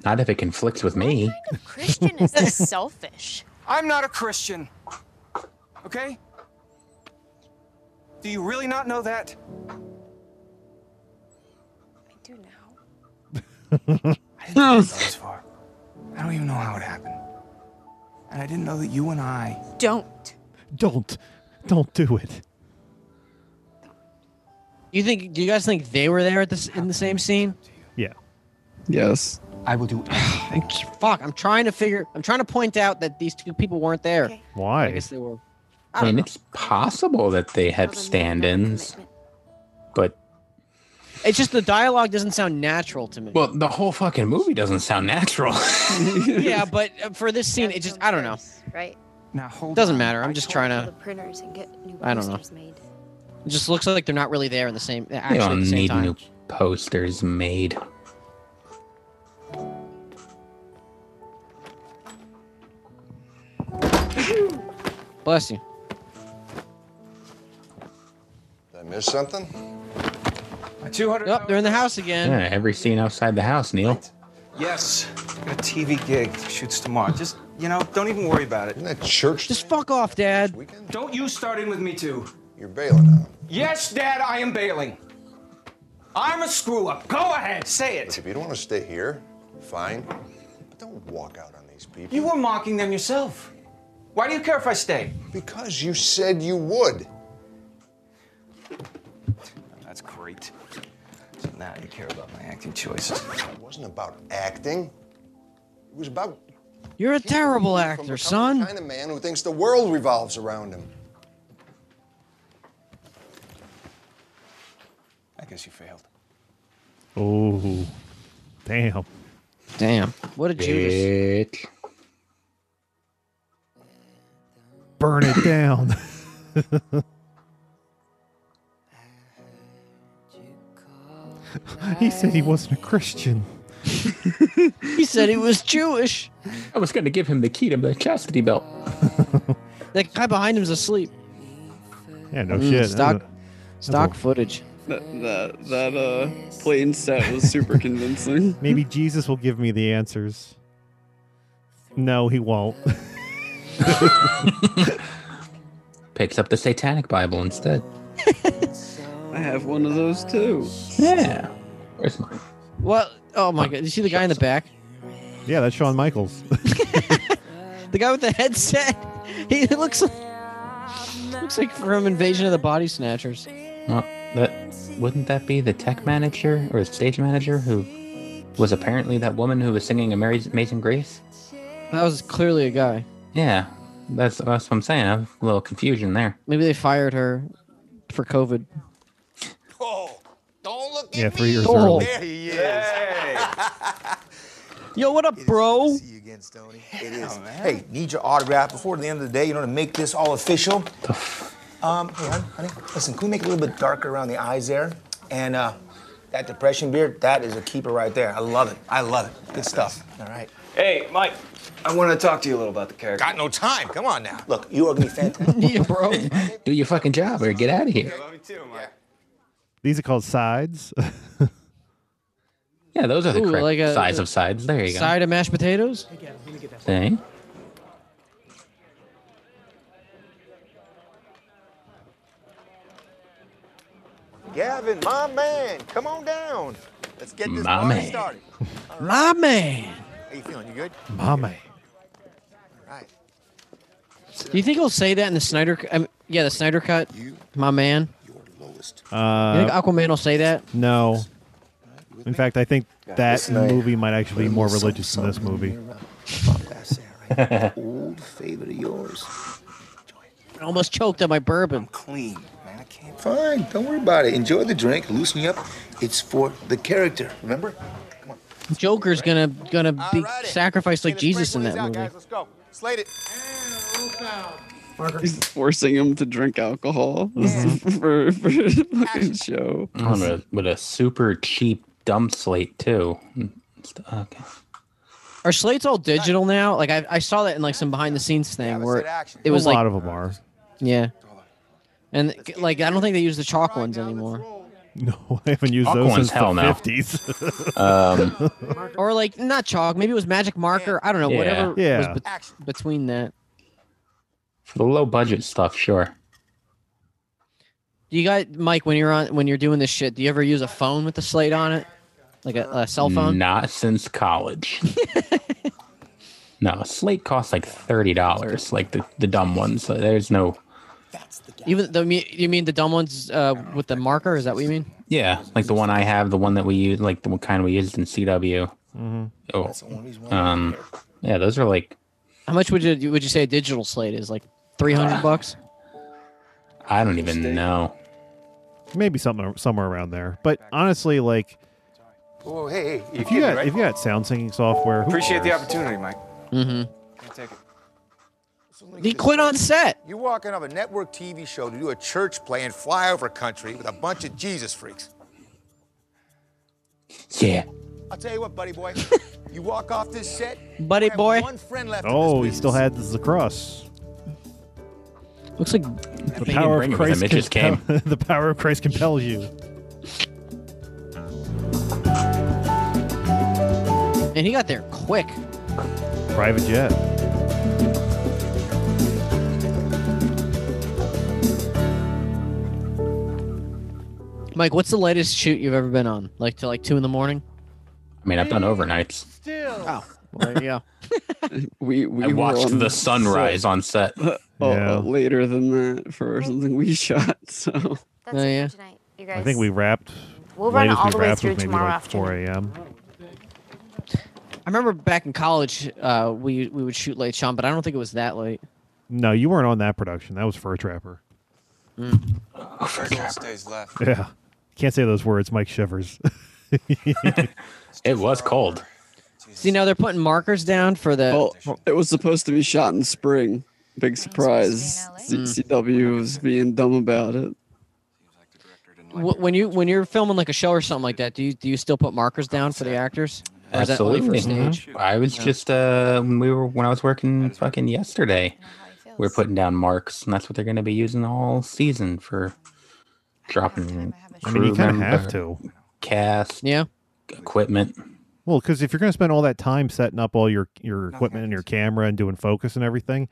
Speaker 5: Not if it conflicts with me.
Speaker 13: Christian is this (laughs) selfish. I'm not a Christian. Okay? Do you really not know that? I do now. I didn't
Speaker 6: (laughs)
Speaker 13: know this far. I don't even know how it happened. And I didn't know that you and I
Speaker 22: Don't.
Speaker 6: don't, don't do it.
Speaker 4: You think? Do you guys think they were there at this in the same scene?
Speaker 6: Yeah.
Speaker 7: Yes.
Speaker 13: I will do
Speaker 4: anything. Fuck! I'm trying to figure. I'm trying to point out that these two people weren't there.
Speaker 6: Why?
Speaker 4: I guess they were.
Speaker 5: I mean, it's possible that they had stand ins, but
Speaker 4: It's just the dialogue doesn't sound natural
Speaker 6: (laughs)
Speaker 4: to me.
Speaker 5: well, the whole fucking movie doesn't sound natural. (laughs)
Speaker 4: yeah, but uh, for this scene, it just I don't know.
Speaker 22: Right.
Speaker 13: Now hold.
Speaker 4: Doesn't matter. I'm just trying to.
Speaker 22: printers and get new
Speaker 4: I don't know.
Speaker 22: posters made.
Speaker 4: It just looks like they're not really there in the same.
Speaker 5: They
Speaker 4: Actually, at
Speaker 5: don't
Speaker 4: the same
Speaker 5: need
Speaker 4: time.
Speaker 5: new posters made.
Speaker 4: Bless you.
Speaker 3: Did I miss something?
Speaker 13: Two hundred.
Speaker 4: Nope, they're in the house again.
Speaker 5: Yeah, every scene outside the house, Neil.
Speaker 13: Yes.
Speaker 10: Got a TV gig shoots tomorrow. Just you know, don't even worry about it.
Speaker 3: that church?
Speaker 4: Just fuck off, Dad.
Speaker 10: Don't you start in with me too.
Speaker 3: You're bailing out.
Speaker 10: Yes, Dad, I am bailing. I'm a screw up. Go ahead, say it.
Speaker 3: If you don't want to stay here, fine. But don't walk out on these people.
Speaker 10: You were mocking them yourself. Why do you care if I stay?
Speaker 3: Because you said you would.
Speaker 10: That's great. So now you care about my acting choices.
Speaker 3: It wasn't about acting. It was about
Speaker 4: You're a terrible
Speaker 3: from
Speaker 4: actor,
Speaker 3: becoming
Speaker 4: son.
Speaker 3: the kind of man who thinks the world revolves around him.
Speaker 10: I guess you failed.
Speaker 6: Oh, damn.
Speaker 4: Damn. What a Judas.
Speaker 6: Burn it down. (laughs) he said he wasn't a Christian.
Speaker 4: (laughs) he said he was Jewish.
Speaker 5: I was going to give him the key to the chastity
Speaker 4: (laughs)
Speaker 5: belt.
Speaker 4: That guy behind him's asleep.
Speaker 6: Yeah, no
Speaker 4: Mm,
Speaker 6: shit. Uh,
Speaker 4: Stock,
Speaker 6: a-
Speaker 4: stock footage.
Speaker 7: That that, that uh plane set was super convincing.
Speaker 6: (laughs) Maybe Jesus will give me the answers. No, he won't. (laughs)
Speaker 5: Picks up the Satanic Bible instead.
Speaker 7: I have one of those too.
Speaker 5: Yeah. Where's mine?
Speaker 4: Well, oh my god! You see the guy in the back?
Speaker 6: yeah, that's Shawn Michaels.
Speaker 4: The guy with the headset. (laughs) He looks like, looks like from Invasion of the Body Snatchers.
Speaker 5: Well, that wouldn't that be the tech manager or the stage manager who was apparently that woman who was singing Amaz- Amazing Grace?
Speaker 4: That was clearly a guy.
Speaker 5: Yeah, that's that's what I'm saying. I have a little confusion there.
Speaker 4: Maybe they fired her for COVID.
Speaker 6: yeah, three years
Speaker 4: Oh.
Speaker 6: early.
Speaker 9: he is. (laughs)
Speaker 4: Yo, what up, bro?
Speaker 9: See you again, Stoney. It is.
Speaker 10: Oh,
Speaker 9: Hey, need your autograph before the end of the day. You know, to make this all official. Um, hey, hon- honey, listen, can we make it a little bit darker around the eyes there? And uh, that depression beard, that is a keeper right there. I love it. I love it. Good stuff. All right.
Speaker 10: Hey, Mike, I want to talk to you a little about the character.
Speaker 9: Got no time. Come on now. Look, you are gonna be fantastic.
Speaker 4: (laughs) yeah, bro.
Speaker 5: (laughs) Do your fucking job or get out of here.
Speaker 10: love you too, Mike.
Speaker 6: These are called sides.
Speaker 5: Yeah, those are the
Speaker 4: Ooh,
Speaker 5: correct
Speaker 4: like a-
Speaker 5: size of sides. There you go.
Speaker 4: Side of mashed potatoes.
Speaker 5: Thing.
Speaker 9: Gavin, my man, come on down. Let's get this
Speaker 5: My
Speaker 9: party
Speaker 5: man.
Speaker 9: started.
Speaker 4: My man.
Speaker 9: How you feeling? You good?
Speaker 4: (laughs)
Speaker 6: My man.
Speaker 9: All right.
Speaker 4: Do you think he'll say that in the Snyder? cu- I mean, yeah, the Snyder cut. My man. You think
Speaker 6: Uh,
Speaker 4: Aquaman will say that?
Speaker 6: no. In fact, I think
Speaker 4: Yeah,
Speaker 6: that
Speaker 4: this night-
Speaker 6: movie might actually be more religious than this movie. (laughs)
Speaker 9: Old favorite of yours.
Speaker 4: I almost choked on my bourbon.
Speaker 9: Clean, man. I can't. Fine. Don't worry about it. Enjoy the drink. Loosen you up. It's for the character. Remember?
Speaker 4: Joker's gonna gonna be sacrificed like Jesus in that movie.
Speaker 9: Let's go. Slate it. Marker.
Speaker 7: He's forcing him to drink alcohol (laughs) for, for the fucking show.
Speaker 5: On
Speaker 7: (laughs)
Speaker 5: a, with a super cheap dump slate too. It's- Okay.
Speaker 4: Are slates all digital now? Like I, I saw that in like some behind the scenes thing where it was
Speaker 6: a
Speaker 4: like
Speaker 6: lot of them are.
Speaker 4: yeah, and like I don't think they use the chalk ones anymore.
Speaker 6: No, I haven't used
Speaker 5: Chalk
Speaker 6: those
Speaker 5: ones,
Speaker 6: since
Speaker 5: hell
Speaker 6: the
Speaker 5: no. (laughs)
Speaker 6: fifties. (laughs)
Speaker 5: Um,
Speaker 4: or like not chalk. Maybe it was magic marker. I don't know.
Speaker 5: Yeah.
Speaker 4: Whatever
Speaker 5: Yeah.
Speaker 4: was bet- between that.
Speaker 5: For the low budget stuff, sure.
Speaker 4: Do you guys, Mike, when you're on when you're doing this shit, do you ever use a phone with the slate on it, like a, a cell phone?
Speaker 5: Not since
Speaker 6: (laughs)
Speaker 5: college. no, a slate costs like thirty dollars, like the, the dumb ones. So there's no
Speaker 4: Even though me- you mean the dumb ones uh, with the marker? Is that what you mean?
Speaker 5: yeah, like the one I have, the one that we use, like the one kind we used in CW.
Speaker 6: Mm-hmm.
Speaker 4: Mhm.
Speaker 5: Oh, um, yeah, those are like
Speaker 4: How much would you would you say a digital slate is? Like three hundred bucks?
Speaker 5: I don't even know.
Speaker 6: Maybe something somewhere around there. But honestly, like
Speaker 3: Oh, hey, hey,
Speaker 6: if
Speaker 3: did,
Speaker 6: you got
Speaker 3: right?
Speaker 6: if you got sound syncing software, who
Speaker 10: Appreciate the
Speaker 6: cares?
Speaker 10: opportunity, Mike.
Speaker 4: Mm-hmm.
Speaker 10: Can't take it.
Speaker 4: He quit on set.
Speaker 9: You're walking off a network TV show to do a church play in flyover country with a bunch of Jesus freaks.
Speaker 5: Yeah.
Speaker 9: I'll tell you what,
Speaker 4: (laughs)
Speaker 9: buddy boy. you walk off this set,
Speaker 4: buddy boy.
Speaker 9: one friend left.
Speaker 6: Oh, he still had this across.
Speaker 4: Looks like
Speaker 6: the
Speaker 5: didn't
Speaker 6: power
Speaker 5: bring
Speaker 6: of
Speaker 5: it with
Speaker 6: Christ.
Speaker 5: him, it just
Speaker 6: compel- (laughs) the power of Christ compels you.
Speaker 4: And he got there quick.
Speaker 6: Private jet.
Speaker 4: Mike, what's the latest shoot you've ever been on? Like to like two in the morning?
Speaker 5: I mean, I've done overnights.
Speaker 4: Oh, well, (laughs) there you go.
Speaker 7: We we
Speaker 5: I
Speaker 7: were
Speaker 5: watched
Speaker 7: on
Speaker 5: the sunrise on set.
Speaker 7: Uh, oh, uh, later than that for something we shot. So
Speaker 12: That's it for tonight, you guys.
Speaker 6: I think we wrapped.
Speaker 12: We'll run
Speaker 6: latest
Speaker 12: all
Speaker 6: we
Speaker 12: the way
Speaker 6: wrapped
Speaker 12: through
Speaker 6: was maybe
Speaker 12: tomorrow
Speaker 6: like
Speaker 12: afternoon.
Speaker 6: 4 a.m.
Speaker 4: I remember back in college, uh, we we would shoot late, Sean, but I don't think it was that late.
Speaker 6: No, you weren't on that production. That was Fur Trapper.
Speaker 4: Mm.
Speaker 10: Days left.
Speaker 6: Yeah, can't say those words. Mike shivers. (laughs)
Speaker 5: it was cold.
Speaker 4: See, now they're putting markers down for the.
Speaker 7: Well, it was supposed to be shot in spring. Big surprise.
Speaker 4: in LA.
Speaker 7: CW was being dumb about it.
Speaker 4: Wh- when you when you're filming like a show or something like that, do you do you still put markers down for the actors? Or is that only for
Speaker 5: Absolutely.
Speaker 7: Mm-hmm.
Speaker 4: stage?
Speaker 6: Mm-hmm.
Speaker 5: I was
Speaker 4: Yeah.
Speaker 5: just uh when we were when I was working fucking yesterday, we are putting down marks, and that's what they're going to be using all season for dropping.
Speaker 6: I mean, you
Speaker 5: crew
Speaker 6: kind of have
Speaker 5: member,
Speaker 6: to.
Speaker 5: cast.
Speaker 4: Yeah.
Speaker 5: Equipment.
Speaker 6: Well, because if you're going to spend all that time setting up all your your equipment and your camera and doing focus and everything,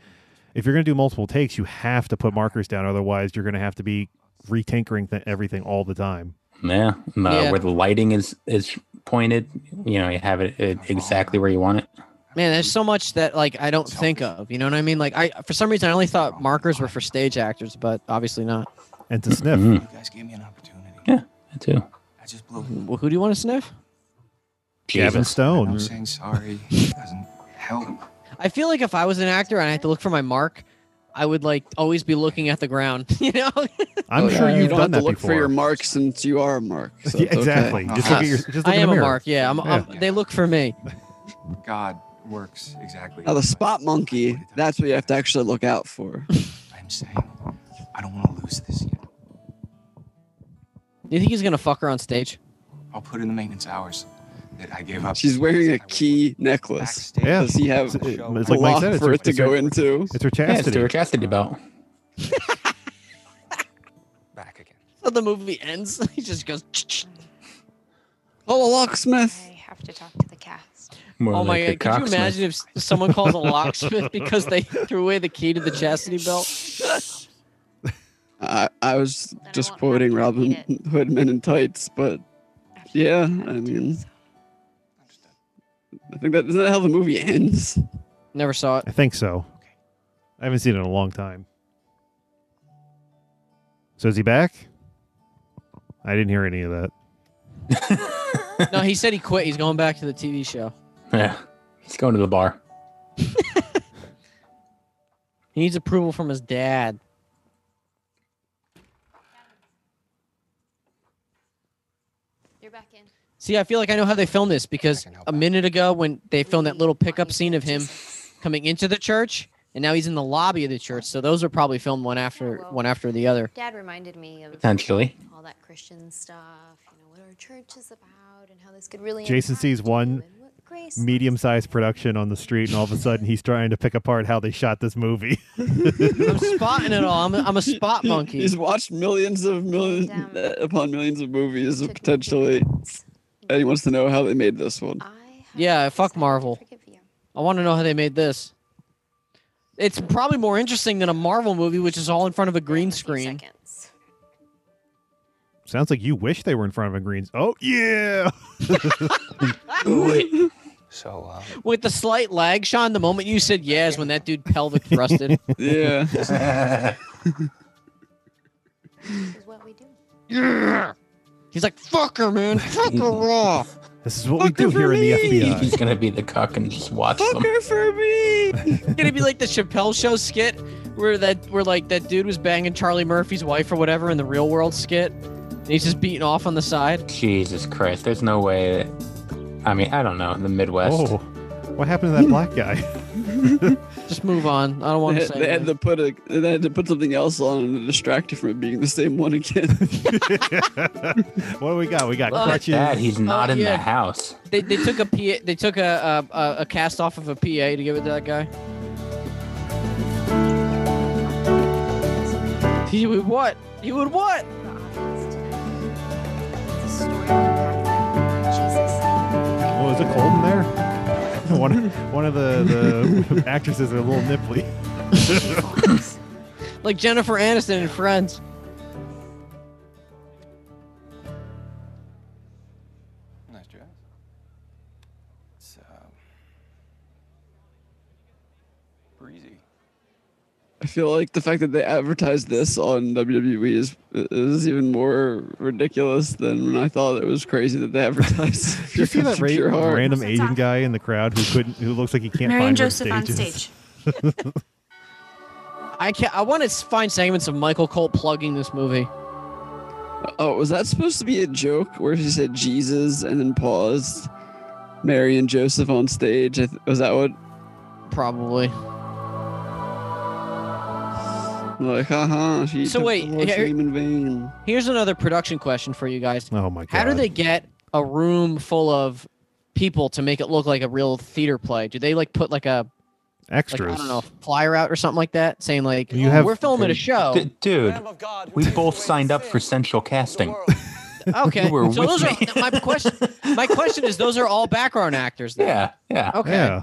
Speaker 6: if you're going to do multiple takes, you have to put markers down. Otherwise, you're going to have to be retinkering th- everything all the time.
Speaker 5: Yeah. and, uh,
Speaker 6: Yeah.
Speaker 5: Where the lighting is is pointed, you know, you have it, it exactly where you want it.
Speaker 4: Man, there's so much that like I don't think of. You know what I mean? Like I for some reason I only thought markers were for stage actors, but obviously not.
Speaker 6: And to sniff.
Speaker 4: Mhm.
Speaker 13: You guys gave me an opportunity.
Speaker 5: I do.
Speaker 13: I just blew it.
Speaker 4: Well, who do you want to sniff?
Speaker 6: Gavin Stone.
Speaker 13: I'm saying
Speaker 6: (laughs)
Speaker 13: sorry. It doesn't help.
Speaker 4: I feel like if I was an actor and I had to look for my mark, I would like always be looking at the ground. (laughs) You know?
Speaker 6: I'm
Speaker 7: Oh,
Speaker 6: sure
Speaker 7: yeah.
Speaker 6: you've
Speaker 7: you
Speaker 6: done
Speaker 7: don't have
Speaker 6: that
Speaker 7: to look
Speaker 6: before.
Speaker 7: for your mark since you are a mark.
Speaker 6: (laughs)
Speaker 7: so
Speaker 6: Yeah,
Speaker 7: it's okay.
Speaker 6: exactly. Just look at your- just look
Speaker 4: I
Speaker 6: in
Speaker 4: am
Speaker 6: the
Speaker 4: a
Speaker 6: mirror.
Speaker 4: mark. Yeah, I'm, I'm- they look for me.
Speaker 10: God works exactly.
Speaker 7: Now the spot monkey, that's what you have to actually look
Speaker 4: (laughs)
Speaker 7: out for.
Speaker 13: I'm saying I don't want to lose this yet.
Speaker 4: Do you think he's gonna fuck her on stage?
Speaker 13: I'll put in the maintenance hours that I gave up.
Speaker 7: She's wearing a key necklace.
Speaker 6: Yeah.
Speaker 7: Does he
Speaker 6: It's-
Speaker 7: have
Speaker 6: it-
Speaker 7: a
Speaker 6: it's like Mike
Speaker 7: lock
Speaker 6: said, it's
Speaker 7: for
Speaker 6: her-
Speaker 7: it to
Speaker 6: it's her-
Speaker 7: go into?
Speaker 6: it's her Yeah, it's chastity.
Speaker 5: Your chastity
Speaker 6: Uh-huh.
Speaker 5: belt.
Speaker 4: So the movie ends. he just goes.
Speaker 7: Oh, a locksmith.
Speaker 22: I have to talk to the cast.
Speaker 5: More
Speaker 4: oh my
Speaker 5: like
Speaker 4: god!
Speaker 5: a
Speaker 4: Could you imagine if s- someone calls
Speaker 6: (laughs)
Speaker 4: a locksmith because they threw away the key to the chastity belt?
Speaker 7: I, I was just quoting Robin Hood Men in Tights, but yeah, I mean, I think that isn't that how the movie ends.
Speaker 4: Never saw it.
Speaker 6: I think so. I haven't seen it in a long time. So is he back? I didn't hear any of that.
Speaker 4: (laughs) no, he said he quit. He's going back to the TV show.
Speaker 5: Yeah. He's going to the bar.
Speaker 4: He needs approval from his dad.
Speaker 22: You're back in.
Speaker 4: See, I feel like I know how they filmed this because a minute ago when they filmed that little pickup scene of him coming into the church and and now he's in the lobby of the church. So those are probably filmed one
Speaker 22: Oh,
Speaker 4: after one after the other.
Speaker 12: Dad reminded me of
Speaker 4: Potentially.
Speaker 12: all that Christian stuff, you know, what our church is about and how this could really
Speaker 6: Jason
Speaker 12: impact
Speaker 6: sees one
Speaker 12: Grace.
Speaker 6: medium-sized production on the street, and (laughs) all of a sudden he's trying to pick apart how they shot this movie.
Speaker 4: I'm spotting it all. I'm a, I'm a
Speaker 7: (laughs)
Speaker 4: spot monkey.
Speaker 7: He's watched millions of millions upon millions of movies potentially, and he wants to know how they made this one.
Speaker 4: Yeah, fuck Marvel. I want to know how they made this. It's probably more interesting than a Marvel movie, which is all in front of a green screen.
Speaker 6: Sounds like you wish they were in front of a greens.
Speaker 4: (laughs)
Speaker 6: Oh yeah.
Speaker 3: So, uh,
Speaker 4: With the slight lag, Sean, the moment you said yes when that dude
Speaker 6: (laughs)
Speaker 4: pelvic (laughs) thrusted.
Speaker 3: (laughs)
Speaker 7: Yeah.
Speaker 4: Yeah. He's like, fuck her, man. Fuck her raw.
Speaker 6: This is what we do here in the FBI.
Speaker 5: He's gonna be the cuck and just watch them.
Speaker 4: Fucker for me. Gonna be like the Chappelle Show skit where that where like that dude was banging Charlie Murphy's wife or whatever in the real world skit. And he's just beating off on the side.
Speaker 5: Jesus Christ, there's no way. That, I mean, I don't know. The Midwest.
Speaker 6: Oh, what happened to that black guy?
Speaker 4: Just move on. I don't want
Speaker 7: They
Speaker 4: to
Speaker 7: had,
Speaker 4: say.
Speaker 7: they had
Speaker 4: anything.
Speaker 7: to put a they had to put something else on to distract you from it being the same one again.
Speaker 6: (laughs) what do we got? We got
Speaker 4: Look at crutches. that, he's not Oh, in the yeah.
Speaker 5: house.
Speaker 4: They, they took a PA, they took a, a- a a cast off of a PA to give it to that guy. He would what? He would what?
Speaker 6: Oh, is it cold in there? (laughs) One, one of the, the actresses are a little nipply.
Speaker 4: (laughs) Like Jennifer Aniston and Friends.
Speaker 10: Nice dress. It's uh, breezy.
Speaker 7: I feel like the fact that they advertised this on WWE is is even more ridiculous than when I thought it was crazy that they advertised.
Speaker 6: (laughs) Did you see
Speaker 7: (laughs)
Speaker 6: that
Speaker 7: Pure
Speaker 6: ra-
Speaker 7: Heart.
Speaker 6: random Asian guy in the crowd who couldn't, who looks like he can't
Speaker 4: Marion
Speaker 6: find her
Speaker 4: Joseph on
Speaker 6: stages?
Speaker 4: I can I want to find segments of Michael Colt plugging this movie.
Speaker 7: Oh, was that supposed to be a joke where she said Jesus and then paused? Mary and Joseph on stage. I th- Was that what?
Speaker 4: Probably.
Speaker 7: Like, haha. She
Speaker 4: So
Speaker 7: took the
Speaker 4: wait,
Speaker 7: Lord's
Speaker 4: here-
Speaker 7: name in vain.
Speaker 4: Here's another production question for you guys.
Speaker 6: Oh my
Speaker 4: How do they get a room full of people to make it look like a real theater play? Do they like put like a
Speaker 6: extras?
Speaker 4: Like, I don't know, a flyer out or something like that, saying like,
Speaker 5: You
Speaker 4: "Oh,
Speaker 5: have-
Speaker 4: "We're filming
Speaker 5: (laughs)
Speaker 4: a show."
Speaker 5: D- dude, we both signed up for central casting.
Speaker 4: Okay,
Speaker 5: You were
Speaker 4: so
Speaker 5: with
Speaker 4: those
Speaker 5: me.
Speaker 4: are my question. My question is, those are all background actors. Then.
Speaker 5: Yeah, (laughs) yeah.
Speaker 4: Okay.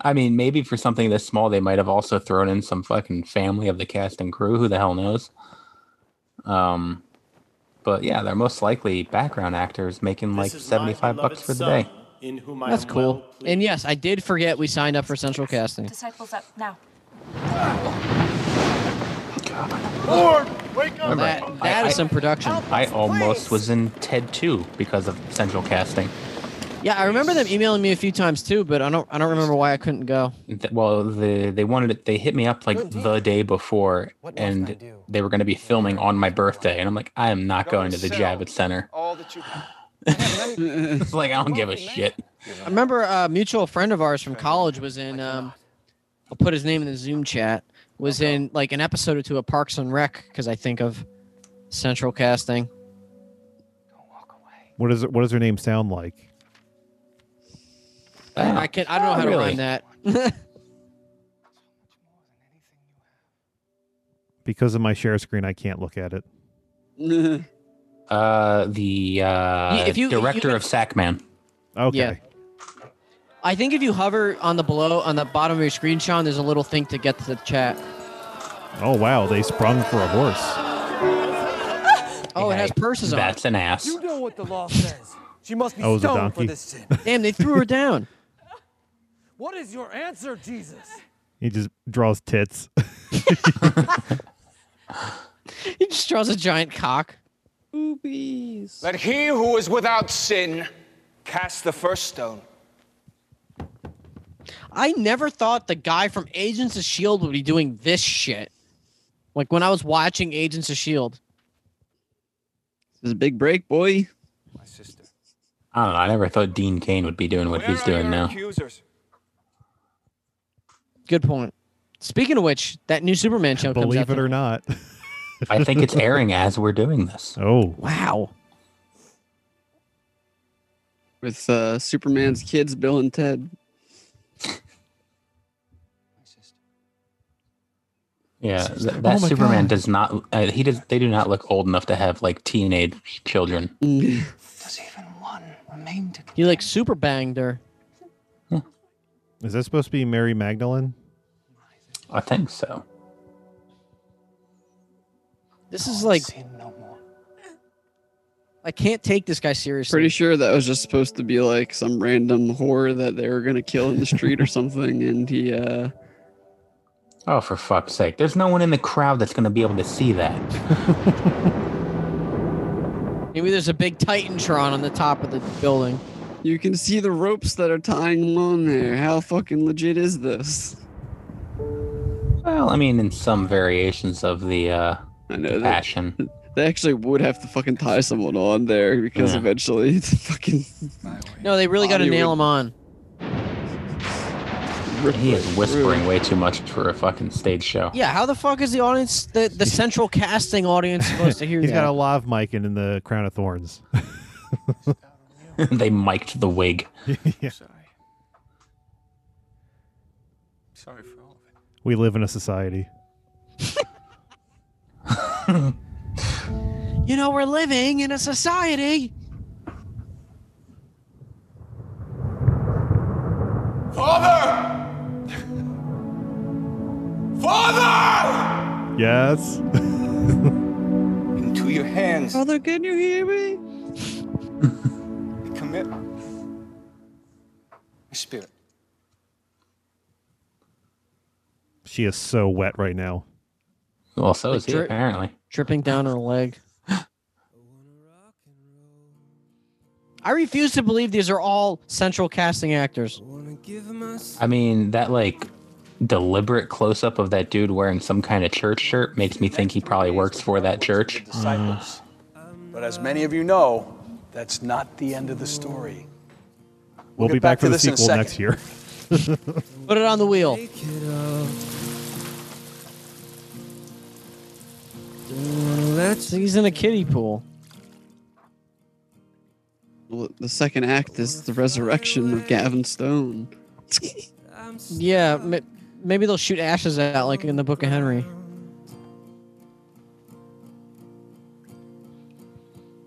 Speaker 5: I mean, maybe for something this small, they might have also thrown in some fucking family of the cast and crew. Who the hell knows? Um, but yeah, they're most likely background actors making like seventy-five bucks for the day.
Speaker 21: In whom
Speaker 4: That's cool. and yes, I did forget we signed up for central casting.
Speaker 21: Disciples up now.
Speaker 15: Lord, wake
Speaker 4: Well, that- that is some production.
Speaker 5: I almost was in Ted Two because of central casting.
Speaker 4: Yeah, I remember them emailing me a few times too, but I don't. I don't remember why I couldn't go.
Speaker 5: Th- well the, they wanted it they hit me up like the day before and they were going to be filming on my birthday and i'm like i am not going to the javits
Speaker 4: (laughs)
Speaker 5: center
Speaker 4: Oh,
Speaker 10: All that you have.
Speaker 5: (laughs) it's like i don't give a shit
Speaker 4: I remember a mutual friend of ours from college was in. Um, I'll put his name in the Zoom chat. Was in like an episode or two of Parks and Rec because I think of central casting.
Speaker 6: What is it? What does her name sound like?
Speaker 4: I can. I don't know how
Speaker 6: Really?
Speaker 4: to rhyme that.
Speaker 7: (laughs)
Speaker 6: Because of my share screen, I can't look at it.
Speaker 5: uh the uh
Speaker 4: if you-
Speaker 5: director
Speaker 4: you-
Speaker 5: of sackman
Speaker 6: okay
Speaker 4: Yeah. I think if you hover on the below on the bottom of your screen, Sean, there's a little thing to get to the chat.
Speaker 6: Oh wow, they sprung for a horse.
Speaker 4: Oh, it has purses on.
Speaker 5: that's an ass
Speaker 20: You know what the law says. She must be
Speaker 6: Oh, it was a
Speaker 20: stoned for
Speaker 6: donkey.
Speaker 20: this sin.
Speaker 4: Damn, they threw her down.
Speaker 20: What is your answer, Jesus?
Speaker 6: He just draws tits. (laughs)
Speaker 4: He just draws a giant cock.
Speaker 7: Oobies.
Speaker 10: Let he who is without sin cast the first stone.
Speaker 4: I never thought the guy from Agents of Shield E would be doing this shit. Like when I was watching Agents of Shield.
Speaker 7: This is a big break, boy.
Speaker 5: i don't know i never thought dean kane would be doing what he's doing now
Speaker 10: Accusers.
Speaker 4: Good point. Speaking of which, that new Superman show comes out.
Speaker 6: Believe it or not.
Speaker 5: I think it's airing as we're doing this.
Speaker 6: Oh.
Speaker 4: Wow.
Speaker 7: with uh, Superman's kids, Bill and Ted.
Speaker 5: Yeah, th-
Speaker 7: Oh
Speaker 5: that
Speaker 7: my
Speaker 5: Superman
Speaker 7: God.
Speaker 5: does not. Uh, he does. They do not look old enough to have like teenage children.
Speaker 7: Remain to
Speaker 4: He like super banged her.
Speaker 6: Is that supposed to be Mary Magdalene?
Speaker 5: I think so.
Speaker 4: This is like. I can't take this guy seriously.
Speaker 7: Pretty sure that was just supposed to be like some random whore that they were gonna kill in the street
Speaker 4: (laughs)
Speaker 7: or something, and he uh
Speaker 5: Oh, for fuck's sake! There's no one in the crowd that's going to be able to see that.
Speaker 4: Maybe there's a big Titantron on the top of the building.
Speaker 7: you can see the ropes that are tying him on there. How fucking legit is this?
Speaker 5: well, I mean, in some variations of the uh,
Speaker 7: know, that-
Speaker 5: passion.
Speaker 7: They actually would have to fucking tie someone on there because
Speaker 5: Yeah.
Speaker 7: eventually (laughs) it's fucking
Speaker 4: No, they really got to
Speaker 7: Body
Speaker 4: nail
Speaker 7: would-
Speaker 4: him on.
Speaker 5: He is whispering way too much for a fucking stage show.
Speaker 4: Yeah, how the fuck is the audience, the, the central casting audience, supposed to
Speaker 6: (laughs)
Speaker 4: hear
Speaker 6: He's
Speaker 4: that?
Speaker 6: got a lav mic in, in the crown of thorns.
Speaker 5: (laughs) they mic'd the wig.
Speaker 6: (laughs) yeah.
Speaker 13: Sorry for all.
Speaker 6: We live in a society. (laughs)
Speaker 4: You know, we're living in a society.
Speaker 15: Father! Father!
Speaker 6: Yes. (laughs)
Speaker 10: Into your hands.
Speaker 7: Father, can you hear me?
Speaker 10: (laughs) Commit. My spirit.
Speaker 6: She is so wet right now.
Speaker 5: Well, so
Speaker 4: Like dri- Dripping down her leg. (gasps) I refuse to believe these are all central casting actors.
Speaker 5: I mean, that like deliberate close up of that dude wearing some kind of church shirt makes me think he probably works for that church.
Speaker 17: disciples. But as many of you know, that's not the end of the story.
Speaker 6: We'll,
Speaker 17: get
Speaker 6: be
Speaker 17: back
Speaker 6: back,
Speaker 17: to
Speaker 6: for the
Speaker 17: this in a
Speaker 6: sequel next year. (laughs)
Speaker 4: Put it on the wheel. That's he's in a kiddie pool.
Speaker 7: Well, the second act is the resurrection of Gavin Stone. (laughs)
Speaker 4: Yeah, ma- maybe they'll shoot ashes out like in the Book of Henry.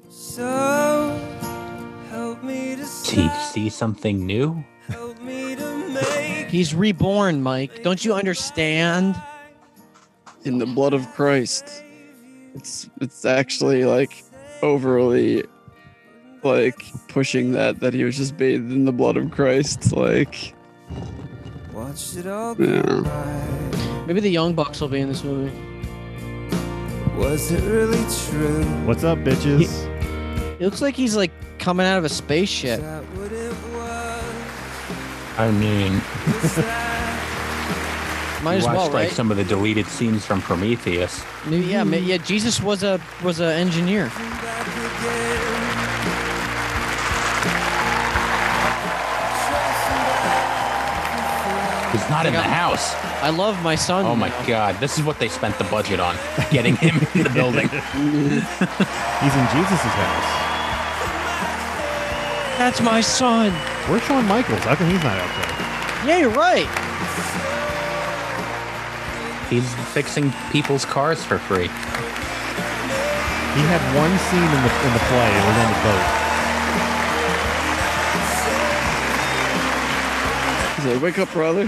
Speaker 19: So help me to s-
Speaker 5: Did you see something new?
Speaker 19: help me to make
Speaker 4: He's reborn, Mike. Don't you understand?
Speaker 7: in the blood of Christ. It's it's actually like overly like pushing that that he was just bathed in the blood of Christ. Like
Speaker 10: (laughs)
Speaker 19: watch it all
Speaker 7: Yeah.
Speaker 4: Maybe the Young Bucks will be in this movie.
Speaker 19: Was it really true?
Speaker 6: What's up, bitches?
Speaker 4: It looks like he's like coming out of a spaceship.
Speaker 5: I mean,
Speaker 4: (laughs) Might
Speaker 5: you
Speaker 4: as
Speaker 5: watched
Speaker 4: well,
Speaker 5: like
Speaker 4: right?
Speaker 5: some of the deleted scenes from Prometheus.
Speaker 4: Maybe- yeah, ma- yeah. Jesus was a was an engineer.
Speaker 5: He's not in the house.
Speaker 4: I love my son.
Speaker 5: Oh my god, this is what they spent the budget on getting him in the
Speaker 6: (laughs)
Speaker 4: (laughs)
Speaker 5: building.
Speaker 6: He's in Jesus' house.
Speaker 4: That's my son.
Speaker 6: Where's Shawn Michaels? How come he's not out there?
Speaker 4: Yeah, you're right.
Speaker 5: He's fixing people's cars for free.
Speaker 6: He had one scene in the in the play. It was on the boat.
Speaker 7: he's like, wake up,
Speaker 4: (laughs)
Speaker 7: brother.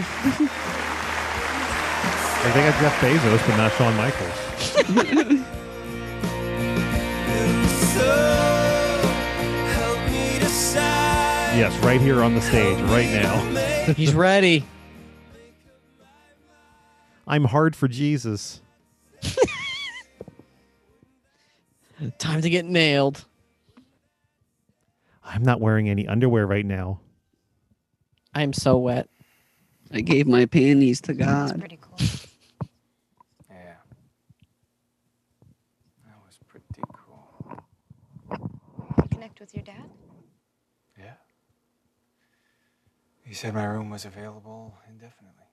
Speaker 6: I think I Jeff Bezos, but not Shawn Michaels.
Speaker 19: So help me decide.
Speaker 6: yes, right here on the stage, right now. (laughs)
Speaker 4: he's ready.
Speaker 6: I'm hard for Jesus.
Speaker 4: Time to get nailed.
Speaker 6: I'm not wearing any underwear right now.
Speaker 4: I'm so wet.
Speaker 7: I gave my panties to God.
Speaker 22: pretty cool. You connect with your dad?
Speaker 10: He said my room was available indefinitely.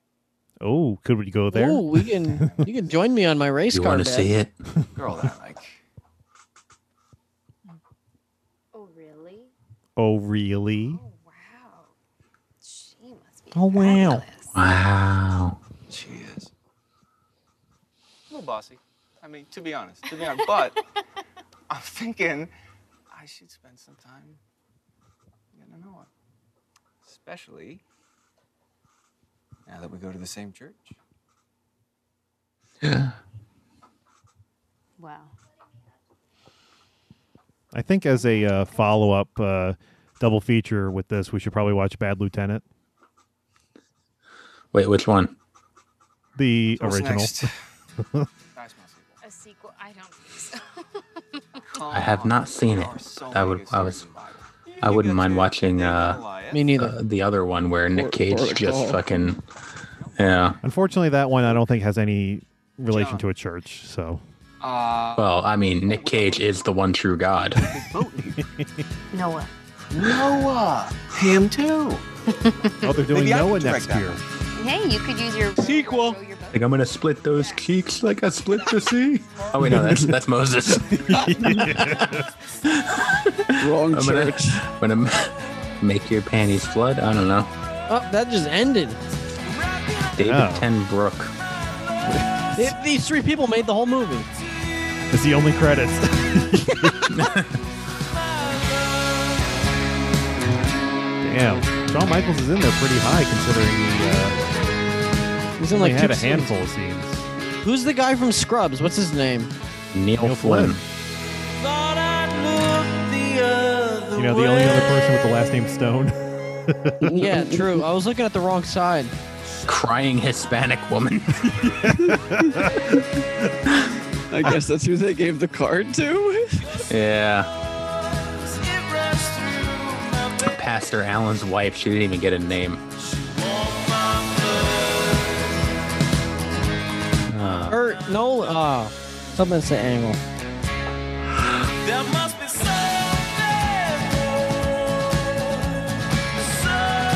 Speaker 6: Oh, could we go there?
Speaker 4: Ooh,
Speaker 6: (laughs)
Speaker 4: we can. you can join me on my race
Speaker 5: You
Speaker 4: car.
Speaker 5: wanna
Speaker 4: bet.
Speaker 5: see it?
Speaker 10: Girl, that like.
Speaker 6: oh, really?
Speaker 4: Oh wow!
Speaker 5: Wow.
Speaker 10: She is. A little bossy. I mean, to be honest, to be honest. But I'm thinking I should spend some time getting to know her. Especially now that we go to the same church.
Speaker 22: Wow.
Speaker 6: I think as a uh, follow up uh, double feature with this, we should probably watch Bad Lieutenant,
Speaker 5: Wait, which one?
Speaker 6: the
Speaker 5: So what's
Speaker 6: original.
Speaker 5: next?
Speaker 22: A sequel? I don't think so.
Speaker 5: I have not seen it. I would. I was. I wouldn't mind watching. Uh,
Speaker 4: Me neither.
Speaker 5: the other one where Nick Cage
Speaker 4: Protocol.
Speaker 5: just fucking. Yeah.
Speaker 6: Unfortunately, that one I don't think has any relation to a church. So
Speaker 10: Uh,
Speaker 5: Well, I mean, Nick Cage is the one true (laughs) God.
Speaker 22: Noah.
Speaker 17: Noah. Him too.
Speaker 6: oh, they're
Speaker 5: doing
Speaker 17: Maybe I can
Speaker 5: Noah
Speaker 17: direct
Speaker 5: next
Speaker 17: that
Speaker 5: year.
Speaker 22: Hey, you could use your sequel.
Speaker 5: Like I'm gonna split those cheeks like I split the sea. (laughs) Oh wait, no, that's that's (laughs) Moses.
Speaker 7: Wrong
Speaker 5: I'm gonna,
Speaker 7: church.
Speaker 5: I'm gonna make your panties flood. I don't know.
Speaker 4: Oh, that just ended.
Speaker 5: David
Speaker 6: Oh.
Speaker 5: Ten Brook.
Speaker 4: Th- these three people made the whole movie.
Speaker 6: it's the only credits. (laughs) Damn, Shawn Michaels is in there pretty high considering he. Uh,
Speaker 4: He's in, like,
Speaker 6: only had
Speaker 4: two
Speaker 6: a
Speaker 4: scenes.
Speaker 6: handful of scenes.
Speaker 4: Who's the guy from Scrubs? What's his name?
Speaker 5: Neil, Flynn.
Speaker 6: You know, the only other person with the last name
Speaker 7: (laughs)
Speaker 6: Stone.
Speaker 4: yeah, true. I was looking at the wrong side.
Speaker 5: Crying Hispanic
Speaker 4: (laughs)
Speaker 5: woman.
Speaker 7: (laughs) I guess that's who they gave the card to.
Speaker 5: Yeah. Pastor Allen's wife. She didn't even get a name. Uh,
Speaker 4: Or no, uh, something said angle.
Speaker 19: There must be something more. Sunrise,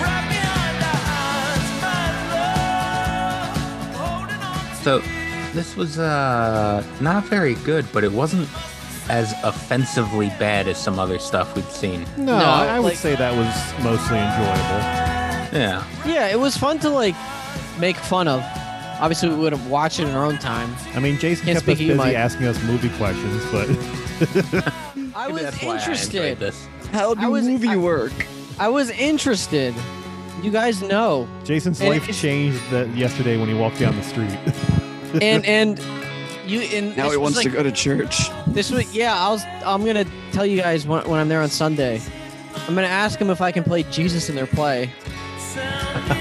Speaker 19: right behind our eyes, my love. Holding on
Speaker 5: so, this was uh not very good, but it wasn't as offensively bad as some other stuff we'd seen.
Speaker 6: No,
Speaker 4: No,
Speaker 6: I I would
Speaker 4: like-
Speaker 6: say that was mostly enjoyable.
Speaker 5: Yeah.
Speaker 4: Yeah, it was fun to like make fun of. Obviously, we would have watched it in our own time.
Speaker 6: I mean, Jason kept
Speaker 4: Can't
Speaker 6: us
Speaker 4: speak to you,
Speaker 6: busy
Speaker 4: Mike.
Speaker 6: asking us movie questions, but (laughs)
Speaker 4: I was interested.
Speaker 5: this.
Speaker 7: How do movie work?
Speaker 4: I was interested. You guys know.
Speaker 6: Jason's
Speaker 4: And
Speaker 6: life changed that yesterday when he walked down the street.
Speaker 4: And and you and
Speaker 7: (laughs) Now
Speaker 4: this was,
Speaker 7: he wants to
Speaker 4: like-
Speaker 7: go to church.
Speaker 4: This was yeah. I was. I'm gonna tell you guys when, when I'm there on Sunday. I'm gonna ask them if I can play Jesus in their play.
Speaker 7: (laughs)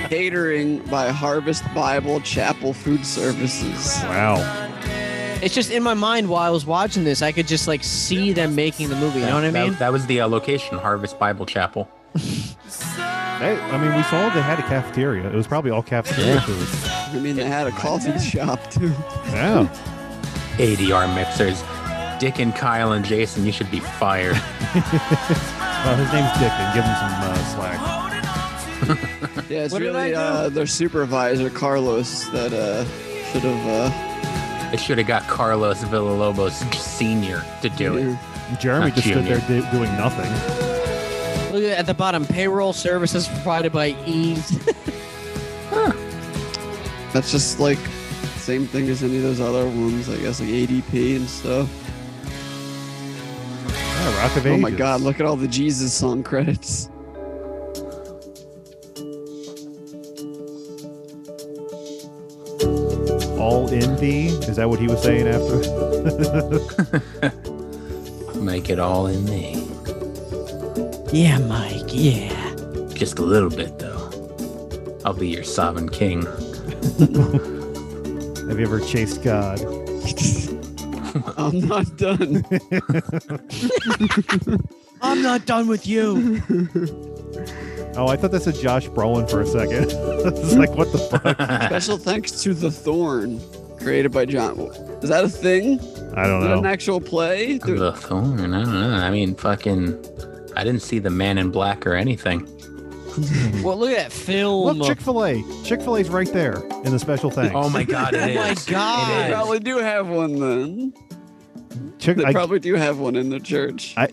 Speaker 7: Catering by Harvest Bible Chapel Food Services.
Speaker 6: Wow.
Speaker 4: It's just in my mind while I was watching this, I could just like see them making the movie. You know what I
Speaker 5: That-
Speaker 4: mean?
Speaker 5: That, was the uh, location, Harvest Bible Chapel.
Speaker 6: Hey, I mean, we saw they had a cafeteria. It was probably all cafeteria
Speaker 5: Yeah.
Speaker 6: food.
Speaker 7: I mean, they had a coffee
Speaker 4: (laughs)
Speaker 7: shop too.
Speaker 6: Yeah.
Speaker 5: ADR mixers. Dick and Kyle and Jason, you should be
Speaker 6: (laughs)
Speaker 5: fired.
Speaker 6: well, Uh, his name's Dick, and give him some uh, slack.
Speaker 7: Yeah, it's
Speaker 4: What did I
Speaker 7: really
Speaker 4: do?
Speaker 7: uh, their supervisor Carlos that uh, should have. uh,
Speaker 5: They should have got Carlos Villalobos Sr. to do it.
Speaker 6: Jeremy
Speaker 5: Not
Speaker 6: just
Speaker 5: junior.
Speaker 6: stood there do- doing nothing.
Speaker 4: Look at, at the bottom. Payroll services provided by Ease.
Speaker 7: Uh, that's just like same thing as any of those other ones, I guess, like ADP and stuff.
Speaker 6: Yeah, Rock of
Speaker 7: Oh my
Speaker 6: Ages.
Speaker 7: God! Look at all the Jesus song credits.
Speaker 6: (laughs) All in thee? Is that what he was
Speaker 5: (laughs)
Speaker 6: saying after?
Speaker 5: Make it all in me.
Speaker 4: yeah, Mike. Yeah.
Speaker 5: Just a little bit, though. I'll be your sovereign king.
Speaker 6: (laughs) Have you ever chased
Speaker 4: (laughs)
Speaker 6: God?
Speaker 7: I'm
Speaker 6: (laughs)
Speaker 7: not done.
Speaker 4: I'm not done with you.
Speaker 6: Oh, I thought that said Josh Brolin for a second. (laughs) it's like, what the fuck?
Speaker 7: Special thanks to the Thorn, created by John. Is that a thing?
Speaker 6: I don't
Speaker 7: Is that an
Speaker 6: know.
Speaker 7: actual play? Do-
Speaker 5: The thorn. I don't know. I mean, fucking. I didn't see the man in black or anything.
Speaker 4: well, look at that film.
Speaker 6: Look, Chick Fil A. Chick Fil A's right there in the special thanks.
Speaker 5: Oh my God,
Speaker 4: (laughs)
Speaker 5: it
Speaker 7: (laughs) Oh my
Speaker 5: is.
Speaker 7: They
Speaker 5: It is.
Speaker 7: probably do have one then.
Speaker 6: Chick-
Speaker 7: they
Speaker 6: I-
Speaker 7: probably do have one in the church.
Speaker 6: I,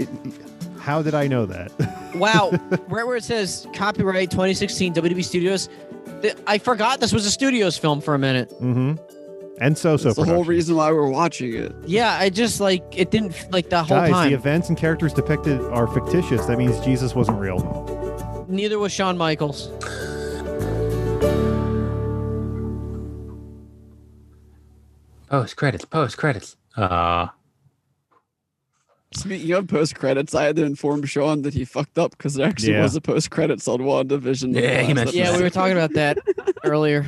Speaker 6: how did I know that?
Speaker 4: (laughs)
Speaker 6: (laughs)
Speaker 4: Wow. right where it says copyright 2016 WB Studios. th- I forgot this was a studios film for a minute.
Speaker 6: mm-hmm. And so so.
Speaker 4: That's the whole
Speaker 7: reason why we're watching it.
Speaker 4: Yeah, I just like it didn't f- like the whole
Speaker 6: Guys,
Speaker 4: time.
Speaker 6: the events and characters depicted are fictitious. That means Jesus wasn't real.
Speaker 4: Neither was Shawn Michaels.
Speaker 5: Post credits. Post credits. Uh,
Speaker 7: Speaking of post credits, I had to inform Sean that he fucked up because there actually
Speaker 5: Yeah.
Speaker 7: was a post credits on WandaVision.
Speaker 5: Yeah, he
Speaker 7: last
Speaker 5: mentioned
Speaker 4: Yeah, we were
Speaker 7: episode.
Speaker 4: talking
Speaker 6: (laughs)
Speaker 4: about that earlier.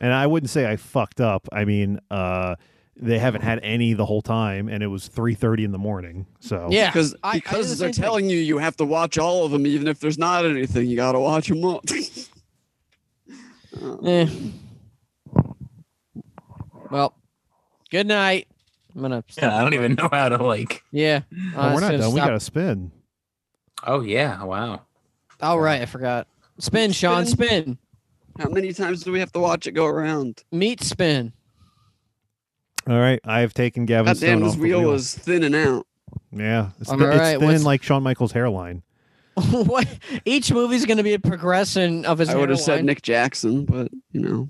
Speaker 6: And I wouldn't say I fucked up. I mean, uh, they haven't had any the whole time, and it was three thirty in the morning. So
Speaker 7: because because they're telling you you have to watch all of them, even if there's not anything, you got to watch them all. (laughs) Oh.
Speaker 4: Eh. Well, good night. I'm gonna.
Speaker 5: yeah, I don't even know how to like.
Speaker 4: Yeah.
Speaker 6: Oh, we're not done. We got to
Speaker 4: to.
Speaker 6: spin.
Speaker 5: Oh yeah! Wow.
Speaker 4: All right, I forgot. Spin, Sean. Spin.
Speaker 7: How many times do we have to watch it go around?
Speaker 4: Meat spin.
Speaker 6: All right, I have taken Gavin
Speaker 7: God damn,
Speaker 6: Stone
Speaker 7: this
Speaker 6: off the wheel.
Speaker 7: wheel is thinning out.
Speaker 6: Yeah, it's,
Speaker 4: All
Speaker 6: thi- it's
Speaker 4: right,
Speaker 6: thin
Speaker 4: what's-
Speaker 6: like Shawn Michaels' hairline.
Speaker 4: (laughs) what? Each movie's gonna be a progression of his.
Speaker 7: I would have said
Speaker 4: hairline.
Speaker 7: Nick Jackson, but you know.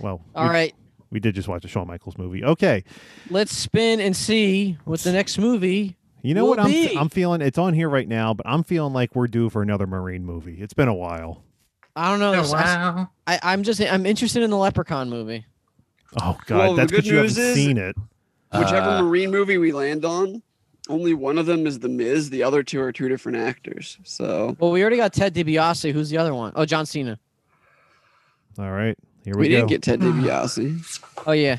Speaker 6: Well,
Speaker 4: All
Speaker 6: we-
Speaker 4: right.
Speaker 6: we did just watch a Shawn Michaels movie. Okay,
Speaker 4: Let's spin and see what the next movie.
Speaker 6: you know
Speaker 4: will
Speaker 6: what I'm
Speaker 4: Be.
Speaker 6: I'm feeling? It's on here right now, but I'm feeling like we're due for another Marine movie. It's been a while.
Speaker 4: I don't know.
Speaker 5: Oh,
Speaker 4: this- I-
Speaker 5: wow.
Speaker 4: I, I'm just. I'm interested in the Leprechaun movie.
Speaker 6: Oh God,
Speaker 7: Well, the
Speaker 6: that's
Speaker 7: good
Speaker 6: because you haven't
Speaker 7: news is-
Speaker 6: seen it.
Speaker 7: Whichever
Speaker 6: Uh,
Speaker 7: Marine movie we land on, only one of them is The Miz. The other two are two different actors. So
Speaker 4: Well, we already got Ted DiBiase. Who's the other one? Oh, John Cena.
Speaker 6: All right, here
Speaker 7: we,
Speaker 6: we,
Speaker 7: didn't
Speaker 6: go.
Speaker 7: get Ted DiBiase.
Speaker 4: Oh yeah.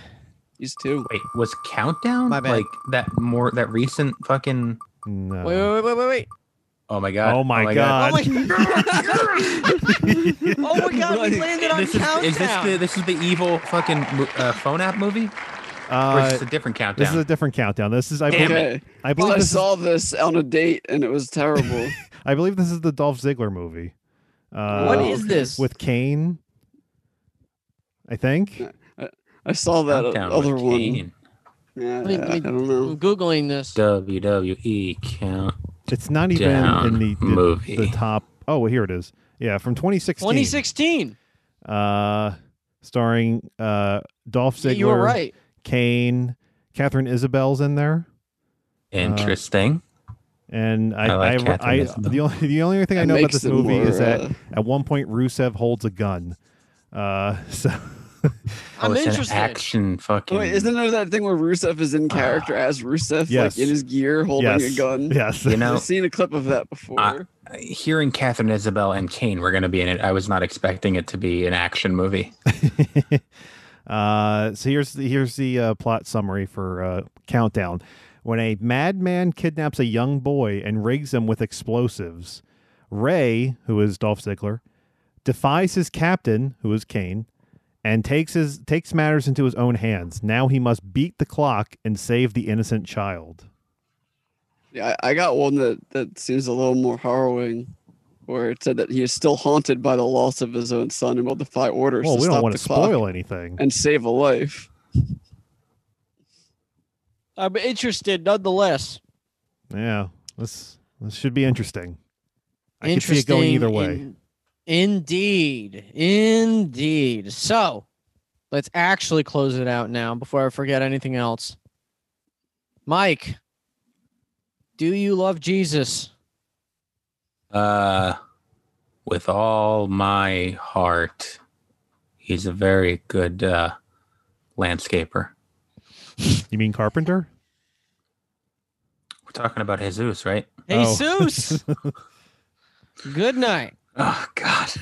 Speaker 7: These two.
Speaker 5: Wait, was Countdown
Speaker 4: My bad.
Speaker 5: like that more that recent fucking?
Speaker 6: No.
Speaker 4: Wait, wait, wait, wait, wait, wait.
Speaker 5: Oh my god!
Speaker 6: Oh my
Speaker 4: Oh
Speaker 6: God. (laughs)
Speaker 4: my oh my god, we landed on
Speaker 5: this is,
Speaker 4: countdown.
Speaker 5: is this the this is the evil fucking mo- uh, phone app movie? or is
Speaker 6: Uh,
Speaker 5: this a different countdown?
Speaker 6: this is a different countdown. This is I
Speaker 5: Damn
Speaker 6: believe.
Speaker 5: it.
Speaker 6: I believe
Speaker 7: I
Speaker 6: this is-
Speaker 7: saw this on a date and it
Speaker 5: (laughs)
Speaker 7: was terrible.
Speaker 6: I believe this is the Dolph Ziggler movie. Uh,
Speaker 4: What is this?
Speaker 6: with Kane? I think.
Speaker 7: Uh, I saw that
Speaker 5: Countdown
Speaker 7: other
Speaker 5: with
Speaker 7: one.
Speaker 5: Kane.
Speaker 7: Yeah,
Speaker 4: Wait,
Speaker 7: I, I
Speaker 4: wait.
Speaker 7: don't know.
Speaker 4: I'm googling this.
Speaker 5: WWE count.
Speaker 6: It's not even
Speaker 5: Down
Speaker 6: in the, the
Speaker 5: E movie.
Speaker 6: the top. Oh, well, here it is. Yeah, from 2016.
Speaker 4: 2016.
Speaker 6: Uh, starring uh, Dolph
Speaker 4: Yeah,
Speaker 6: Ziggler.
Speaker 4: you were right.
Speaker 6: Kane, Catherine Isabel's in there,
Speaker 5: Interesting.
Speaker 6: and I,
Speaker 5: Uh, I like
Speaker 6: I,
Speaker 5: Catherine
Speaker 6: I-
Speaker 5: Isabel.
Speaker 6: the only the only thing I
Speaker 7: That
Speaker 6: know about
Speaker 7: makes
Speaker 6: this
Speaker 7: it
Speaker 6: movie is
Speaker 7: more,
Speaker 6: that
Speaker 7: uh,
Speaker 6: at one point Rusev holds a gun. Uh, (laughs) so
Speaker 4: I'm
Speaker 5: oh, it's
Speaker 4: interested.
Speaker 5: an action fucking.
Speaker 7: Wait, isn't there that thing where Rusev is in
Speaker 5: Ah.
Speaker 7: character as Rusev,
Speaker 6: yes.
Speaker 7: like in his gear holding
Speaker 6: Yes.
Speaker 7: a gun?
Speaker 6: Yes.
Speaker 5: You know-
Speaker 7: I've seen a clip of that before.
Speaker 5: I- hearing Catherine Isabel and Kane were going to be in it, I was not expecting it to be an action movie.
Speaker 6: Uh, so here's the, here's the uh, plot summary for uh, Countdown. When a madman kidnaps a young boy and rigs him with explosives, Ray, who is Dolph Ziggler, defies his captain, who is Kane, and takes his takes matters into his own hands. Now he must beat the clock and save the innocent child.
Speaker 7: Yeah, I I got one that, that seems a little more harrowing, where it said that he is still haunted by the loss of his own son and will defy orders
Speaker 6: Well,
Speaker 7: to
Speaker 6: we
Speaker 7: stop
Speaker 6: don't want
Speaker 7: the
Speaker 6: to
Speaker 7: clock
Speaker 6: spoil anything.
Speaker 7: and save a life.
Speaker 4: (laughs) I'm interested nonetheless.
Speaker 6: Yeah, this this should be interesting. I could see it going either way.
Speaker 4: in- indeed. Indeed. So let's actually close it out now before I forget anything else. Mike, do you love Jesus?
Speaker 5: Uh, with all my heart, he's a very good uh, landscaper.
Speaker 6: You mean Carpenter?
Speaker 5: We're talking about Oh. Jesus, right?
Speaker 6: (laughs)
Speaker 4: Hey,
Speaker 6: Oh.
Speaker 4: Seuss. Good night.
Speaker 5: Oh God.